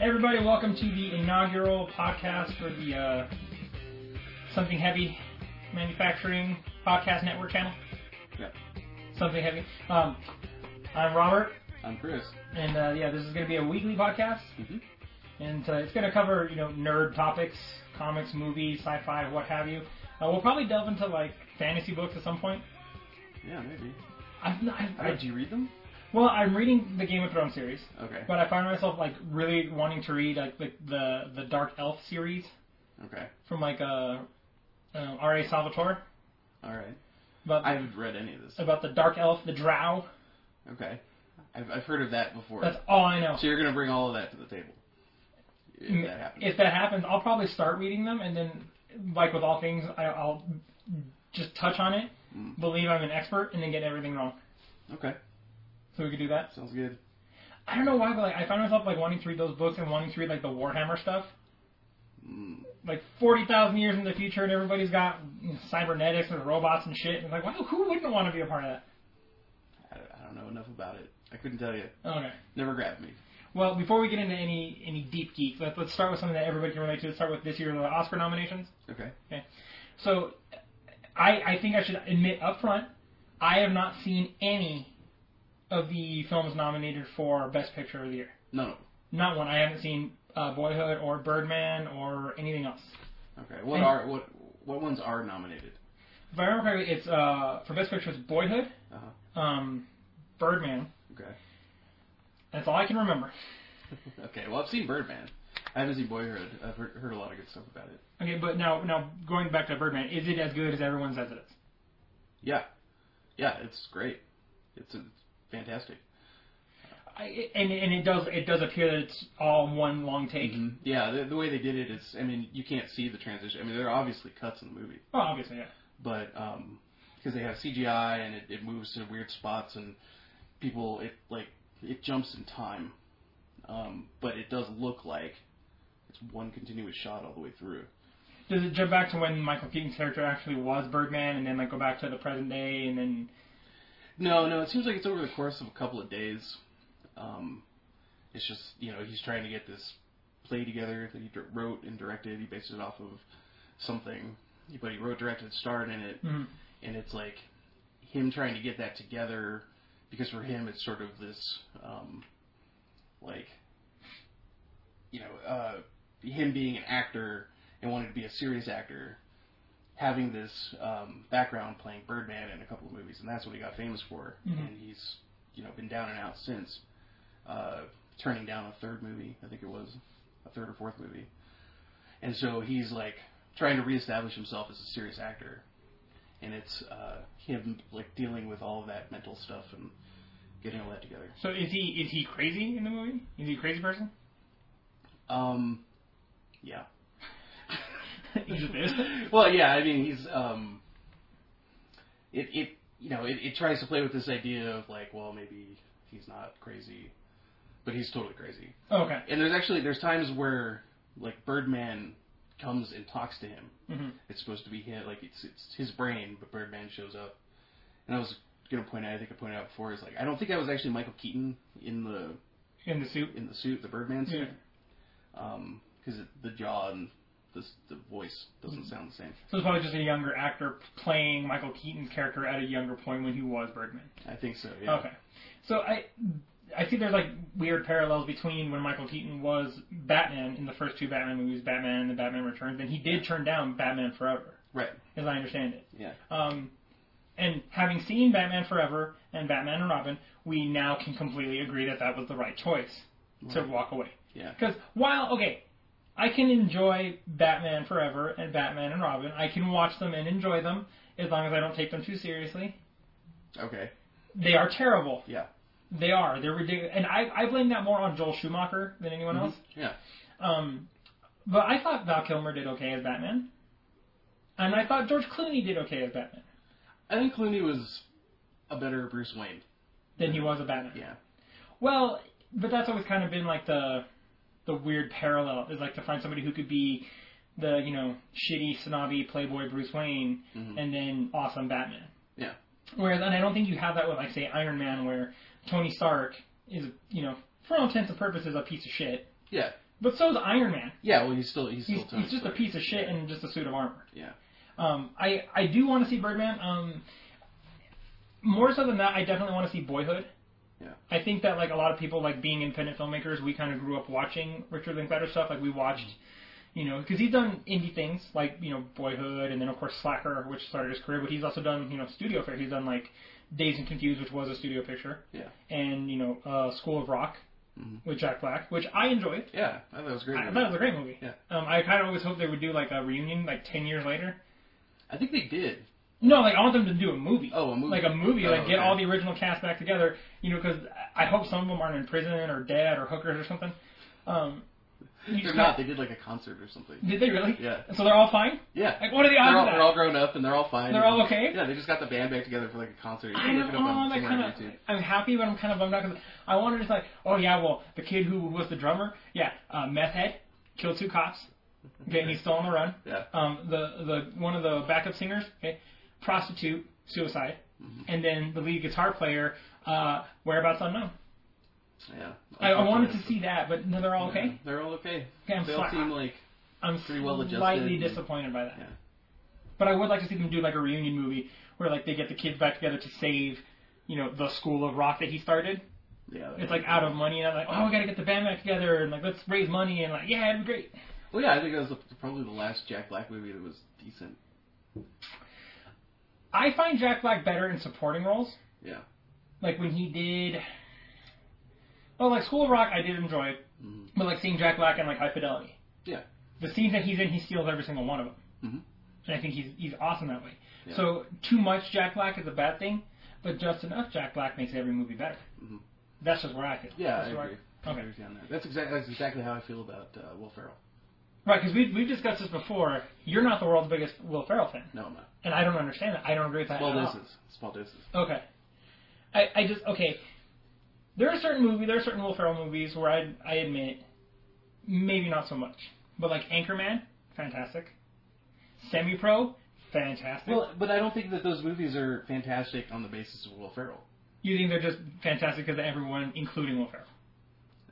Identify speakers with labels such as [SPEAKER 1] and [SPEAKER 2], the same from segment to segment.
[SPEAKER 1] Everybody, welcome to the inaugural podcast for the uh, Something Heavy Manufacturing Podcast Network channel.
[SPEAKER 2] Yeah.
[SPEAKER 1] Something Heavy. Um, I'm Robert,
[SPEAKER 2] I'm Chris.
[SPEAKER 1] and uh, yeah, this is going to be a weekly podcast,
[SPEAKER 2] Mhm.
[SPEAKER 1] and uh, it's going to cover you know nerd topics, comics, movies, sci-fi, what have you. Uh, we'll probably delve into like fantasy books at some point.
[SPEAKER 2] Yeah, maybe.
[SPEAKER 1] I've, not- I've,
[SPEAKER 2] Did you read them?
[SPEAKER 1] well, I'm reading the Game of Thrones series.
[SPEAKER 2] Okay.
[SPEAKER 1] But I find myself like really wanting to read like the the, the Dark Elf series
[SPEAKER 2] Okay.
[SPEAKER 1] from like uh, uh R. A. Salvatore
[SPEAKER 2] All right.
[SPEAKER 1] about
[SPEAKER 2] I haven't read any of this.
[SPEAKER 1] about the Dark Elf, the Drow.
[SPEAKER 2] Okay. I've, I've heard of that before.
[SPEAKER 1] That's all I know.
[SPEAKER 2] so you're gonna bring all of that to the table. If
[SPEAKER 1] Mm.
[SPEAKER 2] that happens.
[SPEAKER 1] If that happens, I'll probably start reading them, and then like with all things, I, I'll just touch on it,
[SPEAKER 2] Mm.
[SPEAKER 1] believe I'm an expert, and then get everything wrong.
[SPEAKER 2] Okay.
[SPEAKER 1] So we could do that.
[SPEAKER 2] Sounds good.
[SPEAKER 1] I don't know why, but like I find myself like wanting to read those books and wanting to read like the Warhammer stuff.
[SPEAKER 2] Mm.
[SPEAKER 1] like 40,000 years in the future and everybody's got you know, cybernetics and robots and shit. And like, wow, who wouldn't want to be a part of that?
[SPEAKER 2] I, I don't know enough about it. I couldn't tell you.
[SPEAKER 1] Okay.
[SPEAKER 2] Never grabbed me.
[SPEAKER 1] Well, before we get into any any deep geek, let's, let's start with something that everybody can relate to. Let's start with this year's Oscar nominations.
[SPEAKER 2] Okay.
[SPEAKER 1] So, I I think I should admit up front, I have not seen any of the films nominated for Best Picture of the Year.
[SPEAKER 2] No.
[SPEAKER 1] Not one. I haven't seen uh, Boyhood or Birdman or anything else.
[SPEAKER 2] Okay. What
[SPEAKER 1] And-
[SPEAKER 2] are what what ones are nominated?
[SPEAKER 1] If I remember correctly, it's uh, for Best Picture it's Boyhood,
[SPEAKER 2] Uh huh.
[SPEAKER 1] um, Birdman.
[SPEAKER 2] Okay.
[SPEAKER 1] That's all I can remember.
[SPEAKER 2] okay. Well, I've seen Birdman. I haven't seen Boyhood. I've heard, heard a lot of good stuff about it.
[SPEAKER 1] Okay, but now now going back to Birdman, is it as good as everyone says it is?
[SPEAKER 2] Yeah. Yeah. It's great. It's uh fantastic.
[SPEAKER 1] I, and and it does it does appear that it's all one long take.
[SPEAKER 2] Mhm. Yeah, the, the way they did it is, I mean, you can't see the transition. I mean, there are obviously cuts in the movie,
[SPEAKER 1] Well, obviously, yeah.
[SPEAKER 2] but um, because they have CGI and it, it moves to weird spots and people, it like it jumps in time, um, but it does look like it's one continuous shot all the way through.
[SPEAKER 1] Does it jump back to when Michael Keaton's character actually was Birdman, and then like go back to the present day, and then
[SPEAKER 2] No, no, it seems like it's over the course of a couple of days. Um, it's just you know he's trying to get this play together that he dir- wrote and directed. He based it off of something, but he wrote, directed, starred in it.
[SPEAKER 1] Mhm.
[SPEAKER 2] and it's like him trying to get that together because for him it's sort of this um like you know uh him being an actor and wanting to be a serious actor having this um background playing birdman in a couple of movies and that's what he got famous for
[SPEAKER 1] Mhm.
[SPEAKER 2] and he's you know been down and out since uh turning down a third movie i think it was a third or fourth movie and so he's like trying to reestablish himself as a serious actor and it's uh, him like dealing with all of that mental stuff and getting all that together.
[SPEAKER 1] so is he is he crazy in the movie? Is he a crazy person?
[SPEAKER 2] Um, yeah.
[SPEAKER 1] He just is?
[SPEAKER 2] well, yeah. I mean, he's um, it it you know it, it tries to play with this idea of like, well, maybe he's not crazy, but he's totally crazy.
[SPEAKER 1] Okay.
[SPEAKER 2] And there's actually there's times where like Birdman comes and talks to him
[SPEAKER 1] hmm
[SPEAKER 2] it's supposed to be him, like it's it's his brain, but Birdman shows up. And I was gonna point out, I think I pointed out before, is like I don't think that was actually Michael Keaton in the
[SPEAKER 1] In the suit.
[SPEAKER 2] in the suit, the Birdman
[SPEAKER 1] Yeah.
[SPEAKER 2] suit, Um 'cause because the jaw and the s- the voice
[SPEAKER 1] Hmm.
[SPEAKER 2] doesn't sound the same.
[SPEAKER 1] So it's probably just a younger actor playing Michael Keaton's character at a younger point when he was Birdman.
[SPEAKER 2] I think so. Yeah.
[SPEAKER 1] Okay. So I I see there's like weird parallels between when Michael Keaton was Batman in the first two Batman movies, Batman and the Batman Returns, and he did turn down Batman Forever,
[SPEAKER 2] Right.
[SPEAKER 1] as I understand it.
[SPEAKER 2] Yeah.
[SPEAKER 1] Um, and having seen Batman Forever and Batman and Robin, we now can completely agree that that was the right choice to
[SPEAKER 2] Right.
[SPEAKER 1] walk away.
[SPEAKER 2] Yeah.
[SPEAKER 1] Because while okay, I can enjoy Batman Forever and Batman and Robin, I can watch them and enjoy them as long as I don't take them too seriously.
[SPEAKER 2] Okay.
[SPEAKER 1] They are terrible.
[SPEAKER 2] Yeah.
[SPEAKER 1] They are. They're ridiculous. And I, I blame that more on Joel Schumacher than anyone
[SPEAKER 2] Mhm.
[SPEAKER 1] else.
[SPEAKER 2] Yeah.
[SPEAKER 1] Um, but I thought Val Kilmer did okay as Batman. And I thought George Clooney did okay as Batman.
[SPEAKER 2] I think Clooney was a better Bruce Wayne.
[SPEAKER 1] Than he was a Batman.
[SPEAKER 2] Yeah.
[SPEAKER 1] Well, but that's always kind of been like the the weird parallel is like to find somebody who could be the, you know, shitty, snobby playboy Bruce Wayne
[SPEAKER 2] Mhm.
[SPEAKER 1] and then awesome Batman.
[SPEAKER 2] Yeah.
[SPEAKER 1] Whereas, and I don't think you have that with like say Iron Man where Tony Stark is, you know, for all intents and purposes a piece of shit.
[SPEAKER 2] Yeah.
[SPEAKER 1] But so is Iron Man.
[SPEAKER 2] Yeah, well, he's still he's still
[SPEAKER 1] He's,
[SPEAKER 2] Tony
[SPEAKER 1] he's just a
[SPEAKER 2] Stark.
[SPEAKER 1] piece of shit in just a suit of armor.
[SPEAKER 2] Yeah,
[SPEAKER 1] Um, I I do want to see Birdman. Um, more so than that, I definitely want to see Boyhood.
[SPEAKER 2] Yeah.
[SPEAKER 1] I think that like a lot of people like being independent filmmakers, we kind of grew up watching Richard Linklater stuff. Like we watched, you know, because he's done indie things like you know Boyhood, and then of course Slacker, which started his career. But he's also done you know studio fair. He's done like Days and Confused, which was a studio picture,
[SPEAKER 2] yeah,
[SPEAKER 1] and you know uh, School of Rock
[SPEAKER 2] Mhm.
[SPEAKER 1] with Jack Black, which I enjoyed.
[SPEAKER 2] yeah. I thought it was great.
[SPEAKER 1] I thought it was a great movie.
[SPEAKER 2] Yeah.
[SPEAKER 1] Um, I kind of always hoped they would do like a reunion like ten years later.
[SPEAKER 2] I think they did.
[SPEAKER 1] No, like I want them to do a movie.
[SPEAKER 2] Oh, a movie.
[SPEAKER 1] Like a movie,
[SPEAKER 2] Oh,
[SPEAKER 1] like get
[SPEAKER 2] okay.
[SPEAKER 1] all the original cast back together, you know, because I hope some of them aren't in prison or dead or hookers or something. Um, you
[SPEAKER 2] They're
[SPEAKER 1] just
[SPEAKER 2] not. They did like a concert or something.
[SPEAKER 1] can't- Did they really?
[SPEAKER 2] Yeah.
[SPEAKER 1] So they're all fine?
[SPEAKER 2] Yeah.
[SPEAKER 1] Like, what are the odds
[SPEAKER 2] They're all,
[SPEAKER 1] of that?
[SPEAKER 2] they're all grown up and they're all fine.
[SPEAKER 1] They're all okay?
[SPEAKER 2] Yeah, they just got the band back together for like a concert. You
[SPEAKER 1] I
[SPEAKER 2] can look
[SPEAKER 1] don't
[SPEAKER 2] it
[SPEAKER 1] know.
[SPEAKER 2] up on,
[SPEAKER 1] I'm like,
[SPEAKER 2] somewhere on
[SPEAKER 1] kind of,
[SPEAKER 2] YouTube.
[SPEAKER 1] I'm happy, but I'm kind of bummed out because I wanted to just like, oh yeah, well, the kid who was the drummer, yeah, uh, meth head, killed two cops, okay, and he's still on the run.
[SPEAKER 2] Yeah.
[SPEAKER 1] Um, the the one of the backup singers, okay, prostitute, suicide,
[SPEAKER 2] Mm-hmm.
[SPEAKER 1] and then the lead guitar player, uh, whereabouts unknown.
[SPEAKER 2] Yeah.
[SPEAKER 1] I, I wanted to see that, but no, they're all
[SPEAKER 2] Yeah,
[SPEAKER 1] okay.
[SPEAKER 2] They're all okay.
[SPEAKER 1] Okay, I'm
[SPEAKER 2] they all
[SPEAKER 1] sorry.
[SPEAKER 2] seem like
[SPEAKER 1] I'm
[SPEAKER 2] Pretty well adjusted
[SPEAKER 1] slightly
[SPEAKER 2] and-
[SPEAKER 1] disappointed by that.
[SPEAKER 2] Yeah.
[SPEAKER 1] But I would like to see them do like a reunion movie where like they get the kids back together to save, you know, the school of rock that he started.
[SPEAKER 2] yeah.
[SPEAKER 1] It's like out of money, and I'm like, oh, we gotta get the band back together, and like let's raise money, and like yeah, it'd be great.
[SPEAKER 2] Well, yeah, I think that was the, probably the last Jack Black movie that was decent.
[SPEAKER 1] I find Jack Black better in supporting roles.
[SPEAKER 2] Yeah.
[SPEAKER 1] Like when he did, well, like School of Rock, I did enjoy it,
[SPEAKER 2] Mhm.
[SPEAKER 1] but like seeing Jack Black in like High Fidelity,
[SPEAKER 2] Yeah.
[SPEAKER 1] the scenes that he's in, he steals every single one of them.
[SPEAKER 2] Mhm.
[SPEAKER 1] and I think he's he's awesome that way.
[SPEAKER 2] Yeah.
[SPEAKER 1] So too much Jack Black is a bad thing, but just enough Jack Black makes every movie better.
[SPEAKER 2] Mhm.
[SPEAKER 1] That's just where I feel.
[SPEAKER 2] Yeah,
[SPEAKER 1] That's
[SPEAKER 2] I
[SPEAKER 1] where
[SPEAKER 2] agree.
[SPEAKER 1] I, okay,
[SPEAKER 2] I agree on that. That's exactly that's exactly how I feel about uh, Will Ferrell.
[SPEAKER 1] right? Because we we've discussed this before. You're not the world's biggest Will Ferrell fan,
[SPEAKER 2] No, I'm not.
[SPEAKER 1] and I don't understand that. I don't agree with that.
[SPEAKER 2] Small
[SPEAKER 1] at all.
[SPEAKER 2] doses. Small doses.
[SPEAKER 1] Okay. I, I just okay. There are certain movie there are certain Will Ferrell movies where I I admit maybe not so much, but like Anchorman, fantastic. Semi Pro, fantastic.
[SPEAKER 2] Well, but I don't think that those movies are fantastic on the basis of Will Ferrell.
[SPEAKER 1] you think they're just fantastic because everyone, including Will Ferrell.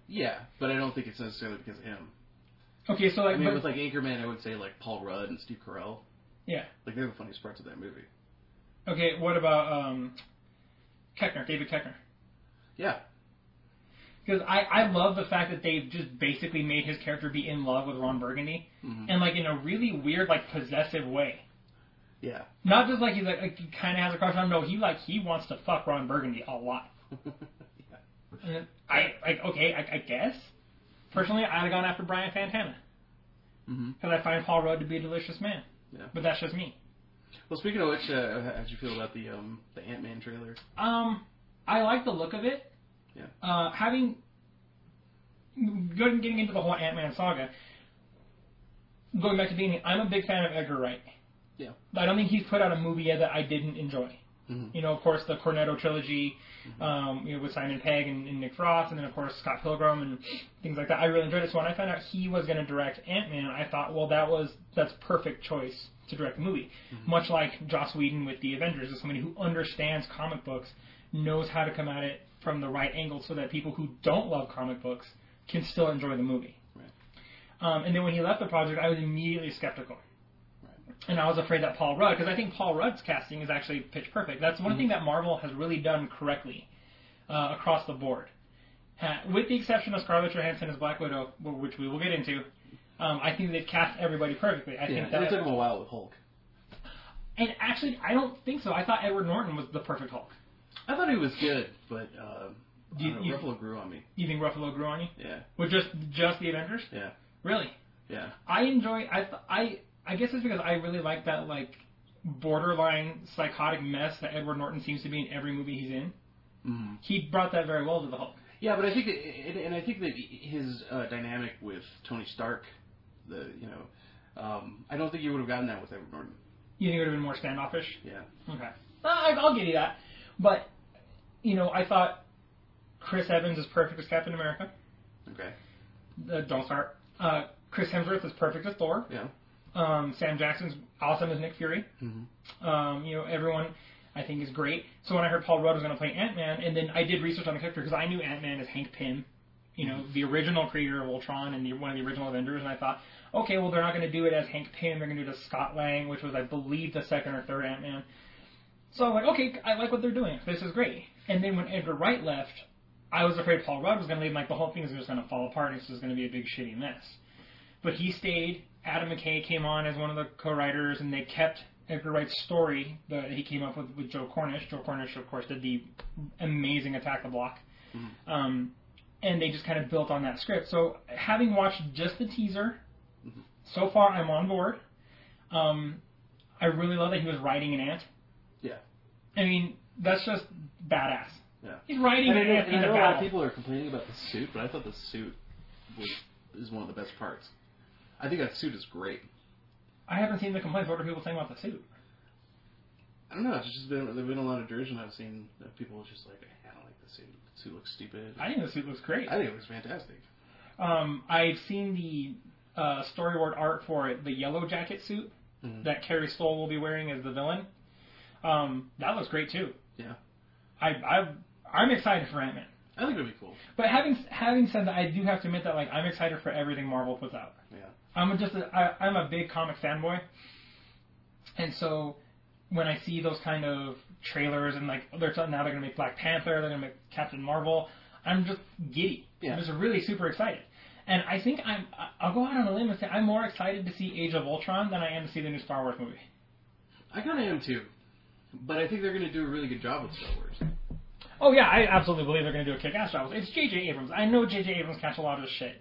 [SPEAKER 2] Yeah, but I don't think it's necessarily because of him.
[SPEAKER 1] Okay, so like,
[SPEAKER 2] I mean,
[SPEAKER 1] but-
[SPEAKER 2] with like Anchorman, I would say like Paul Rudd and Steve Carell.
[SPEAKER 1] Yeah.
[SPEAKER 2] Like they're the funniest parts of that movie.
[SPEAKER 1] okay, what about um, Keckner, David Keckner?
[SPEAKER 2] Yeah.
[SPEAKER 1] Because I, I love the fact that they've just basically made his character be in love with Ron Burgundy,
[SPEAKER 2] Mhm.
[SPEAKER 1] and like in a really weird, like possessive way.
[SPEAKER 2] Yeah.
[SPEAKER 1] Not just like he's like, like he kind of has a crush on him. No, he like he wants to fuck Ron Burgundy a lot.
[SPEAKER 2] yeah.
[SPEAKER 1] And I like okay, I, I guess. Personally, I'd have gone after Brian Fantana
[SPEAKER 2] hmm
[SPEAKER 1] because I find Paul Rudd to be a delicious man.
[SPEAKER 2] Yeah.
[SPEAKER 1] But that's just me.
[SPEAKER 2] Well, speaking of which, uh, how did you feel about the um, the Ant Man trailer?
[SPEAKER 1] Um, I like the look of it.
[SPEAKER 2] Yeah.
[SPEAKER 1] Uh, having good and getting into the whole Ant Man saga. Going back to beginning, I'm a big fan of Edgar Wright.
[SPEAKER 2] Yeah.
[SPEAKER 1] I don't think he's put out a movie yet that I didn't enjoy.
[SPEAKER 2] Mhm.
[SPEAKER 1] You know, of course, the Cornetto trilogy, um, you know, with Simon Pegg and, and Nick Frost, and then of course Scott Pilgrim and things like that. I really enjoyed it. So when I found out he was going to direct Ant Man, I thought, well, that was that's perfect choice to direct a movie. Much like Joss Whedon with the Avengers, is somebody who understands comic books, knows how to come at it from the right angle, so that people who don't love comic books can still enjoy the movie.
[SPEAKER 2] Right.
[SPEAKER 1] Um, and then when he left the project, I was immediately skeptical
[SPEAKER 2] Right.
[SPEAKER 1] and I was afraid that Paul Rudd, because I think Paul Rudd's casting is actually pitch perfect. That's one
[SPEAKER 2] Mm-hmm.
[SPEAKER 1] thing that Marvel has really done correctly uh, across the board, ha- with the exception of Scarlett Johansson as Black Widow, w- which we will get into. Um, I think they've cast everybody perfectly. I
[SPEAKER 2] Yeah.
[SPEAKER 1] think
[SPEAKER 2] It
[SPEAKER 1] that,
[SPEAKER 2] took him a while with Hulk.
[SPEAKER 1] and actually, I don't think so. I thought Edward Norton was the perfect Hulk.
[SPEAKER 2] I thought he was good, but um, I
[SPEAKER 1] You-
[SPEAKER 2] don't know,
[SPEAKER 1] you-
[SPEAKER 2] Ruffalo grew on me.
[SPEAKER 1] You think Ruffalo grew on you
[SPEAKER 2] Yeah.
[SPEAKER 1] with just just the Avengers?
[SPEAKER 2] Yeah.
[SPEAKER 1] Really?
[SPEAKER 2] Yeah.
[SPEAKER 1] I enjoy. I th- I I guess it's because I really like that like borderline psychotic mess that Edward Norton seems to be in every movie he's in.
[SPEAKER 2] Mhm.
[SPEAKER 1] He brought that very well to the Hulk.
[SPEAKER 2] Yeah, but I think that, and, and I think that his uh, dynamic with Tony Stark, the you know, um, I don't think you would have gotten that with Edward Norton.
[SPEAKER 1] You think it would have been more standoffish?
[SPEAKER 2] Yeah.
[SPEAKER 1] Okay. Uh, I, I'll give you that. But, you know, I thought Chris Evans is perfect as Captain America.
[SPEAKER 2] Okay.
[SPEAKER 1] Uh, don't start. Uh, Chris Hemsworth is perfect as Thor.
[SPEAKER 2] Yeah.
[SPEAKER 1] Um, Sam Jackson's awesome as Nick Fury.
[SPEAKER 2] Mhm.
[SPEAKER 1] Um, you know, everyone I think is great. So when I heard Paul Rudd was going to play Ant Man, and then I did research on the character because I knew Ant Man is Hank Pym you know, the original creator of Ultron and the, one of the original Avengers, and I thought, okay, well, they're not going to do it as Hank Pym. They're going to do it as Scott Lang, which was, I believe, the second or third Ant Man. So I'm like, okay, I like what they're doing. This is great. And then when Edgar Wright left, I was afraid Paul Rudd was going to leave, and like the whole thing was just going to fall apart, and this was going to be a big shitty mess. But he stayed. Adam McKay came on as one of the co-writers, and they kept Edgar Wright's story that he came up with with Joe Cornish. Joe Cornish, of course, did the amazing Attack the Block.
[SPEAKER 2] Mm-hmm.
[SPEAKER 1] Um, and they just kind of built on that script. So having watched just the teaser,
[SPEAKER 2] Mm-hmm.
[SPEAKER 1] so far I'm on board. Um, I really love that he was riding an ant.
[SPEAKER 2] Yeah.
[SPEAKER 1] I mean, that's just badass.
[SPEAKER 2] Yeah.
[SPEAKER 1] He's riding
[SPEAKER 2] And I
[SPEAKER 1] an
[SPEAKER 2] know,
[SPEAKER 1] ant
[SPEAKER 2] and I
[SPEAKER 1] in a
[SPEAKER 2] know a lot of
[SPEAKER 1] battle.
[SPEAKER 2] people are complaining about the suit, but I thought the suit was, is one of the best parts. I think that suit is great.
[SPEAKER 1] I haven't seen the complaints. What are people saying about the suit?
[SPEAKER 2] I don't know. It's just been there've been a lot of derision I've seen that people are just like, I don't like the suit. The suit looks stupid.
[SPEAKER 1] I think the suit looks great.
[SPEAKER 2] I think it looks fantastic.
[SPEAKER 1] Um, I've seen the uh, storyboard art for it, the yellow jacket suit
[SPEAKER 2] Mhm.
[SPEAKER 1] that Carrie Stoll will be wearing as the villain. Um, that looks great too.
[SPEAKER 2] Yeah.
[SPEAKER 1] I, I I'm excited for Ant Man.
[SPEAKER 2] I think it'd be cool.
[SPEAKER 1] But having having said that, I do have to admit that like I'm excited for everything Marvel puts out.
[SPEAKER 2] Yeah.
[SPEAKER 1] I'm just a, I, I'm a big comic fanboy, and so when I see those kind of trailers and like they're t- now they're gonna make Black Panther, they're gonna make Captain Marvel, I'm just giddy.
[SPEAKER 2] Yeah.
[SPEAKER 1] I'm just really super excited. And I think I'm I- I'll go out on a limb and say I'm more excited to see Age of Ultron than I am to see the new Star Wars movie.
[SPEAKER 2] I kind of am too, but I think they're going to do a really good job with Star Wars.
[SPEAKER 1] Oh yeah, I absolutely believe they're gonna do a kick-ass job. It's J.J. Abrams. I know J.J. Abrams catch a lot of shit.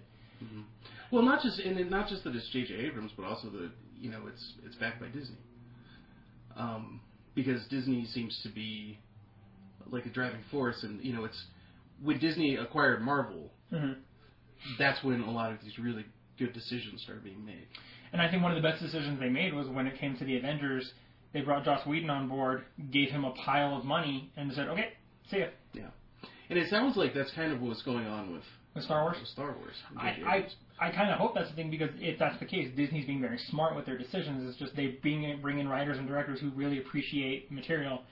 [SPEAKER 2] Well, not just and it- not just that it's J.J. Abrams, but also that you know it's it's backed by Disney, um, because Disney seems to be like a driving force, and you know it's when Disney acquired Marvel,
[SPEAKER 1] hmm
[SPEAKER 2] that's when a lot of these really good decisions start being made.
[SPEAKER 1] And I think one of the best decisions they made was when it came to the Avengers, they brought Joss Whedon on board, gave him a pile of money, and said, "Okay, see ya."
[SPEAKER 2] And it sounds like that's kind of what's going on with
[SPEAKER 1] With Star Wars,
[SPEAKER 2] with Star Wars. and
[SPEAKER 1] I-
[SPEAKER 2] J.J.
[SPEAKER 1] I-
[SPEAKER 2] Abrams.
[SPEAKER 1] I kind of hope that's the thing because if that's the case, Disney's being very smart with their decisions. It's just they being bring in writers and directors who really appreciate material,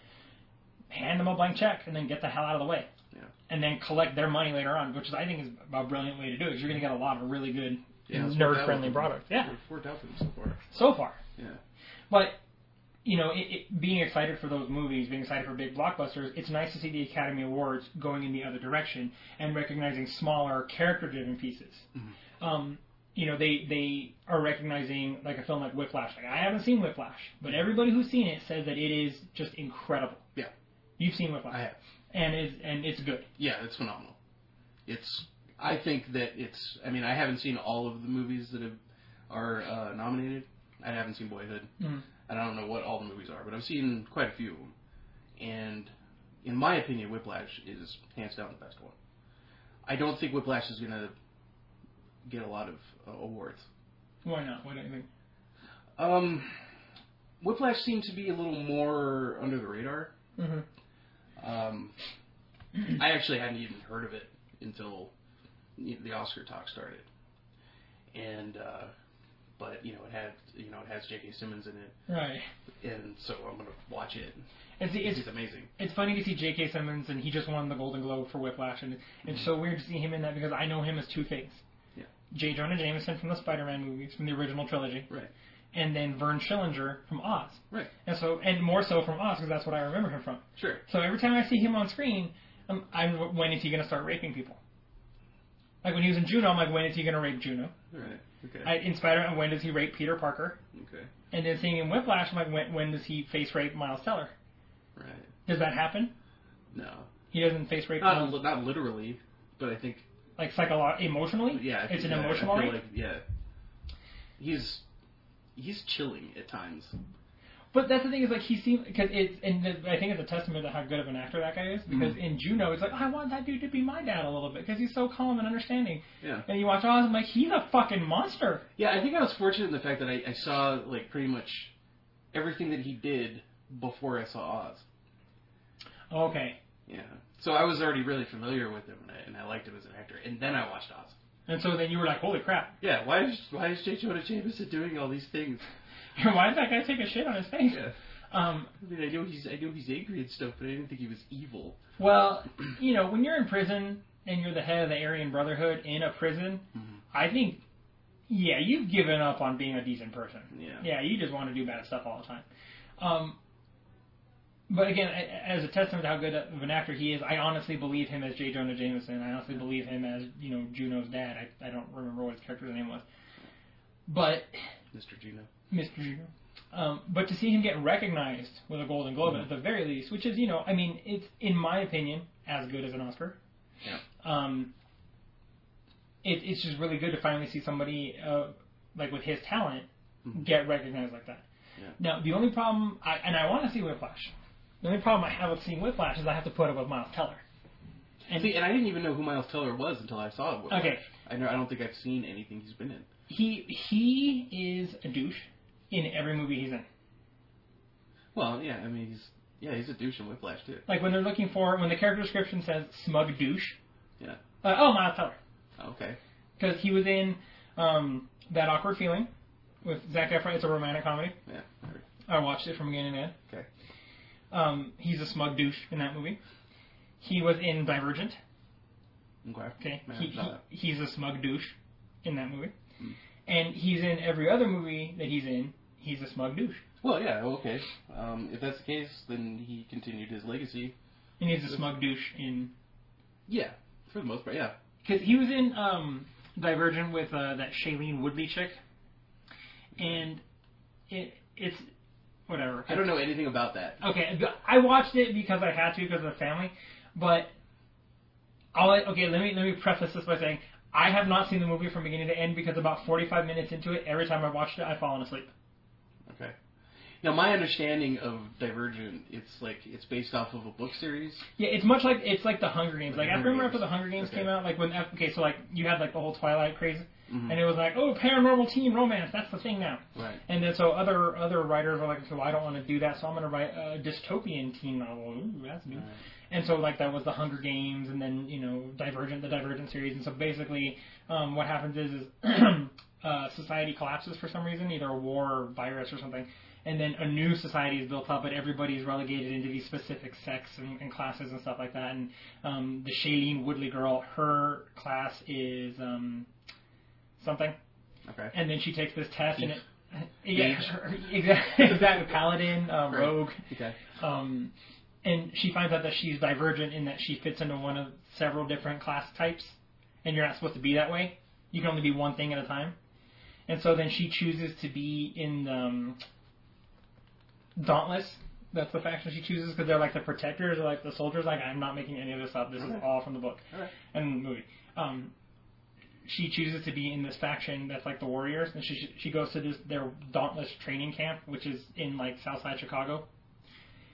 [SPEAKER 1] hand them a blank check, and then get the hell out of the way.
[SPEAKER 2] Yeah.
[SPEAKER 1] And then collect their money later on, which is, I think is a brilliant way to do it. Because you're going to get a lot of really good
[SPEAKER 2] Yeah, it's worked out
[SPEAKER 1] nerd-friendly
[SPEAKER 2] with them.
[SPEAKER 1] product. Yeah.
[SPEAKER 2] It's worked out for them so far.
[SPEAKER 1] So far.
[SPEAKER 2] Yeah.
[SPEAKER 1] But you know, it, it, being excited for those movies, being excited for big blockbusters, it's nice to see the Academy Awards going in the other direction and recognizing smaller character-driven pieces.
[SPEAKER 2] Mm-hmm.
[SPEAKER 1] Um, you know, they they are recognizing like a film like Whiplash. Like I haven't seen Whiplash, but everybody who's seen it says that it is just incredible.
[SPEAKER 2] Yeah.
[SPEAKER 1] You've seen Whiplash,
[SPEAKER 2] I have.
[SPEAKER 1] and it's and it's good.
[SPEAKER 2] Yeah, it's phenomenal. It's. I think that it's. I mean, I haven't seen all of the movies that have are uh, nominated. I haven't seen Boyhood.
[SPEAKER 1] Mm.
[SPEAKER 2] And I don't know what all the movies are, but I've seen quite a few of them. And in my opinion, Whiplash is hands down the best one. I don't think Whiplash is gonna get a lot of uh, awards.
[SPEAKER 1] Why not? Why don't you think?
[SPEAKER 2] Um, Whiplash seemed to be a little more under the radar.
[SPEAKER 1] Mm-hmm.
[SPEAKER 2] Um, I actually hadn't even heard of it until you know, the Oscar talk started, and uh, but you know it had you know it has J.K. Simmons in it,
[SPEAKER 1] Right.
[SPEAKER 2] and so I'm gonna watch it.
[SPEAKER 1] It's, it's
[SPEAKER 2] It's amazing.
[SPEAKER 1] it's funny to see J.K. Simmons, and he just won the Golden Globe for Whiplash, and it's so weird to see him in that because I know him as Two Face.
[SPEAKER 2] Mm-hmm. Yeah.
[SPEAKER 1] J. Jonah Jameson from the Spider-Man movies, from the original trilogy,
[SPEAKER 2] Right.
[SPEAKER 1] and then Vern Schillinger from Oz,
[SPEAKER 2] Right.
[SPEAKER 1] and so and more so from Oz because that's what I remember him from.
[SPEAKER 2] Sure.
[SPEAKER 1] So every time I see him on screen, I'm, I'm when is he going to start raping people? Like when he was in Juno, I'm like, when is he going to rape Juno?
[SPEAKER 2] All right. Okay.
[SPEAKER 1] I, in Spider-Man, when does he rape Peter Parker?
[SPEAKER 2] okay.
[SPEAKER 1] And then seeing him in Whiplash, I'm like, when, when does he face rape Miles Teller?
[SPEAKER 2] Right.
[SPEAKER 1] Does that happen?
[SPEAKER 2] No.
[SPEAKER 1] He doesn't face rape. Miles-
[SPEAKER 2] Not li- not literally, but I think
[SPEAKER 1] like psycholo- emotionally.
[SPEAKER 2] yeah. I
[SPEAKER 1] it's
[SPEAKER 2] think-
[SPEAKER 1] an
[SPEAKER 2] yeah, I
[SPEAKER 1] emotional
[SPEAKER 2] feel
[SPEAKER 1] rape.
[SPEAKER 2] Like, yeah. He's he's chilling at times.
[SPEAKER 1] But that's the thing is like he seems because it's and the, I think it's a testament to how good of an actor that guy is
[SPEAKER 2] Mm-hmm.
[SPEAKER 1] because in Juno it's like I want that dude to be my dad a little bit because he's so calm and understanding.
[SPEAKER 2] Yeah.
[SPEAKER 1] And you watch Oz, I'm like he's a fucking monster.
[SPEAKER 2] Yeah, I think I was fortunate in the fact that I, I saw like pretty much everything that he did before I saw Oz.
[SPEAKER 1] Okay,
[SPEAKER 2] Yeah, so I was already really familiar with him, and I, and I liked him as an actor. And then I watched Oz.
[SPEAKER 1] and so then you were like, holy crap,
[SPEAKER 2] Yeah, why is why is J. Jonah Jameson doing all these things?
[SPEAKER 1] why did that guy take a shit on his face?
[SPEAKER 2] Yeah,
[SPEAKER 1] Um,
[SPEAKER 2] I mean, I know he's I know he's angry and stuff, but I didn't think he was evil.
[SPEAKER 1] well, you know when you're in prison and you're the head of the Aryan Brotherhood in a prison,
[SPEAKER 2] Mhm.
[SPEAKER 1] I think, yeah, you've given up on being a decent person.
[SPEAKER 2] Yeah.
[SPEAKER 1] Yeah, you just want to do bad stuff all the time. Um, but again, a- as a testament to how good of an actor he is, I honestly believe him as J. Jonah Jameson. I honestly believe him as you know Juno's dad. I, I don't remember what his character's name was, but
[SPEAKER 2] Mr. Gino.
[SPEAKER 1] Mr. Juno. Um, but to see him get recognized with a Golden Globe
[SPEAKER 2] Mhm.
[SPEAKER 1] at the very least, which is you know, I mean, it's in my opinion as good as an Oscar.
[SPEAKER 2] Yeah.
[SPEAKER 1] Um, it, it's just really good to finally see somebody uh, like with his talent
[SPEAKER 2] Mhm.
[SPEAKER 1] get recognized like that.
[SPEAKER 2] Yeah.
[SPEAKER 1] Now, the only problem, I, and I want to see Whiplash. The only problem I have with seeing Whiplash is I have to put it with Miles Teller. And
[SPEAKER 2] See, and I didn't even know who Miles Teller was until I saw it.
[SPEAKER 1] Okay.
[SPEAKER 2] I know. I don't think I've seen anything he's been in.
[SPEAKER 1] he he is a douche in every movie he's in.
[SPEAKER 2] Well, yeah. I mean, he's yeah, he's a douche in Whiplash too.
[SPEAKER 1] Like when they're looking for when the character description says smug douche.
[SPEAKER 2] Yeah.
[SPEAKER 1] Uh, oh, Miles Teller,
[SPEAKER 2] Okay.
[SPEAKER 1] because he was in um, that awkward feeling with Zac Efron. It's a romantic comedy.
[SPEAKER 2] Yeah. all right,
[SPEAKER 1] I watched it from beginning to end.
[SPEAKER 2] Okay.
[SPEAKER 1] Um, he's a smug douche in that movie. He was in Divergent.
[SPEAKER 2] Okay.
[SPEAKER 1] Okay,
[SPEAKER 2] Man,
[SPEAKER 1] he,
[SPEAKER 2] I saw that.
[SPEAKER 1] he, he's a smug douche in that movie,
[SPEAKER 2] Hmm.
[SPEAKER 1] and he's in every other movie that he's in. He's a smug douche,
[SPEAKER 2] Well, yeah. Okay. Um, if that's the case, then he continued his legacy.
[SPEAKER 1] and he's a
[SPEAKER 2] Yeah.
[SPEAKER 1] smug douche in
[SPEAKER 2] Yeah. For the most part, yeah.
[SPEAKER 1] because he was in um, Divergent with uh, that Shailene Woodley chick, and it it's whatever.
[SPEAKER 2] I don't know anything about that.
[SPEAKER 1] Okay, I watched it because I had to because of the family, but I'll let- okay. Let me let me preface this by saying I have not seen the movie from beginning to end because about forty five minutes into it, every time I watched it, I've fallen asleep.
[SPEAKER 2] Okay. Now, my understanding of Divergent, it's like it's based off of a book series.
[SPEAKER 1] Yeah, it's much like it's like the Hunger Games. Like
[SPEAKER 2] Like
[SPEAKER 1] after
[SPEAKER 2] Hunger
[SPEAKER 1] remember after
[SPEAKER 2] Games.
[SPEAKER 1] the Hunger Games
[SPEAKER 2] Okay.
[SPEAKER 1] came out, like when okay, so like you had like the whole Twilight craze,
[SPEAKER 2] Mhm.
[SPEAKER 1] and it was like oh paranormal teen romance, that's the thing now.
[SPEAKER 2] Right.
[SPEAKER 1] And then so other other writers were like, okay, well, I don't want to do that, so I'm going to write a dystopian teen novel. Ooh, that's new.
[SPEAKER 2] Right.
[SPEAKER 1] And so like that was the Hunger Games, and then you know Divergent, the Divergent series, and so basically um, what happens is, is uh, society collapses for some reason, either a war or virus or something, and then a new society is built up, but everybody's relegated into these specific sects and, and classes and stuff like that. And um, the Shailene Woodley girl, her class is um, something
[SPEAKER 2] Okay.
[SPEAKER 1] and then she takes this test and it yeah,
[SPEAKER 2] Mage.
[SPEAKER 1] her- exactly, exactly paladin, uh,
[SPEAKER 2] Right.
[SPEAKER 1] rogue,
[SPEAKER 2] Okay.
[SPEAKER 1] um, and she finds out that she's divergent in that she fits into one of several different class types, and you're not supposed to be that way. You can only be one thing at a time, and so then she chooses to be in um, Dauntless. That's the faction she chooses because they're like the protectors, or like the soldiers. Like I'm not making any of this up. This is
[SPEAKER 2] Okay.
[SPEAKER 1] all from the book
[SPEAKER 2] All right.
[SPEAKER 1] and the movie. Um, she chooses to be in this faction that's like the Warriors, and she she goes to this their Dauntless training camp, which is in like Southside Chicago.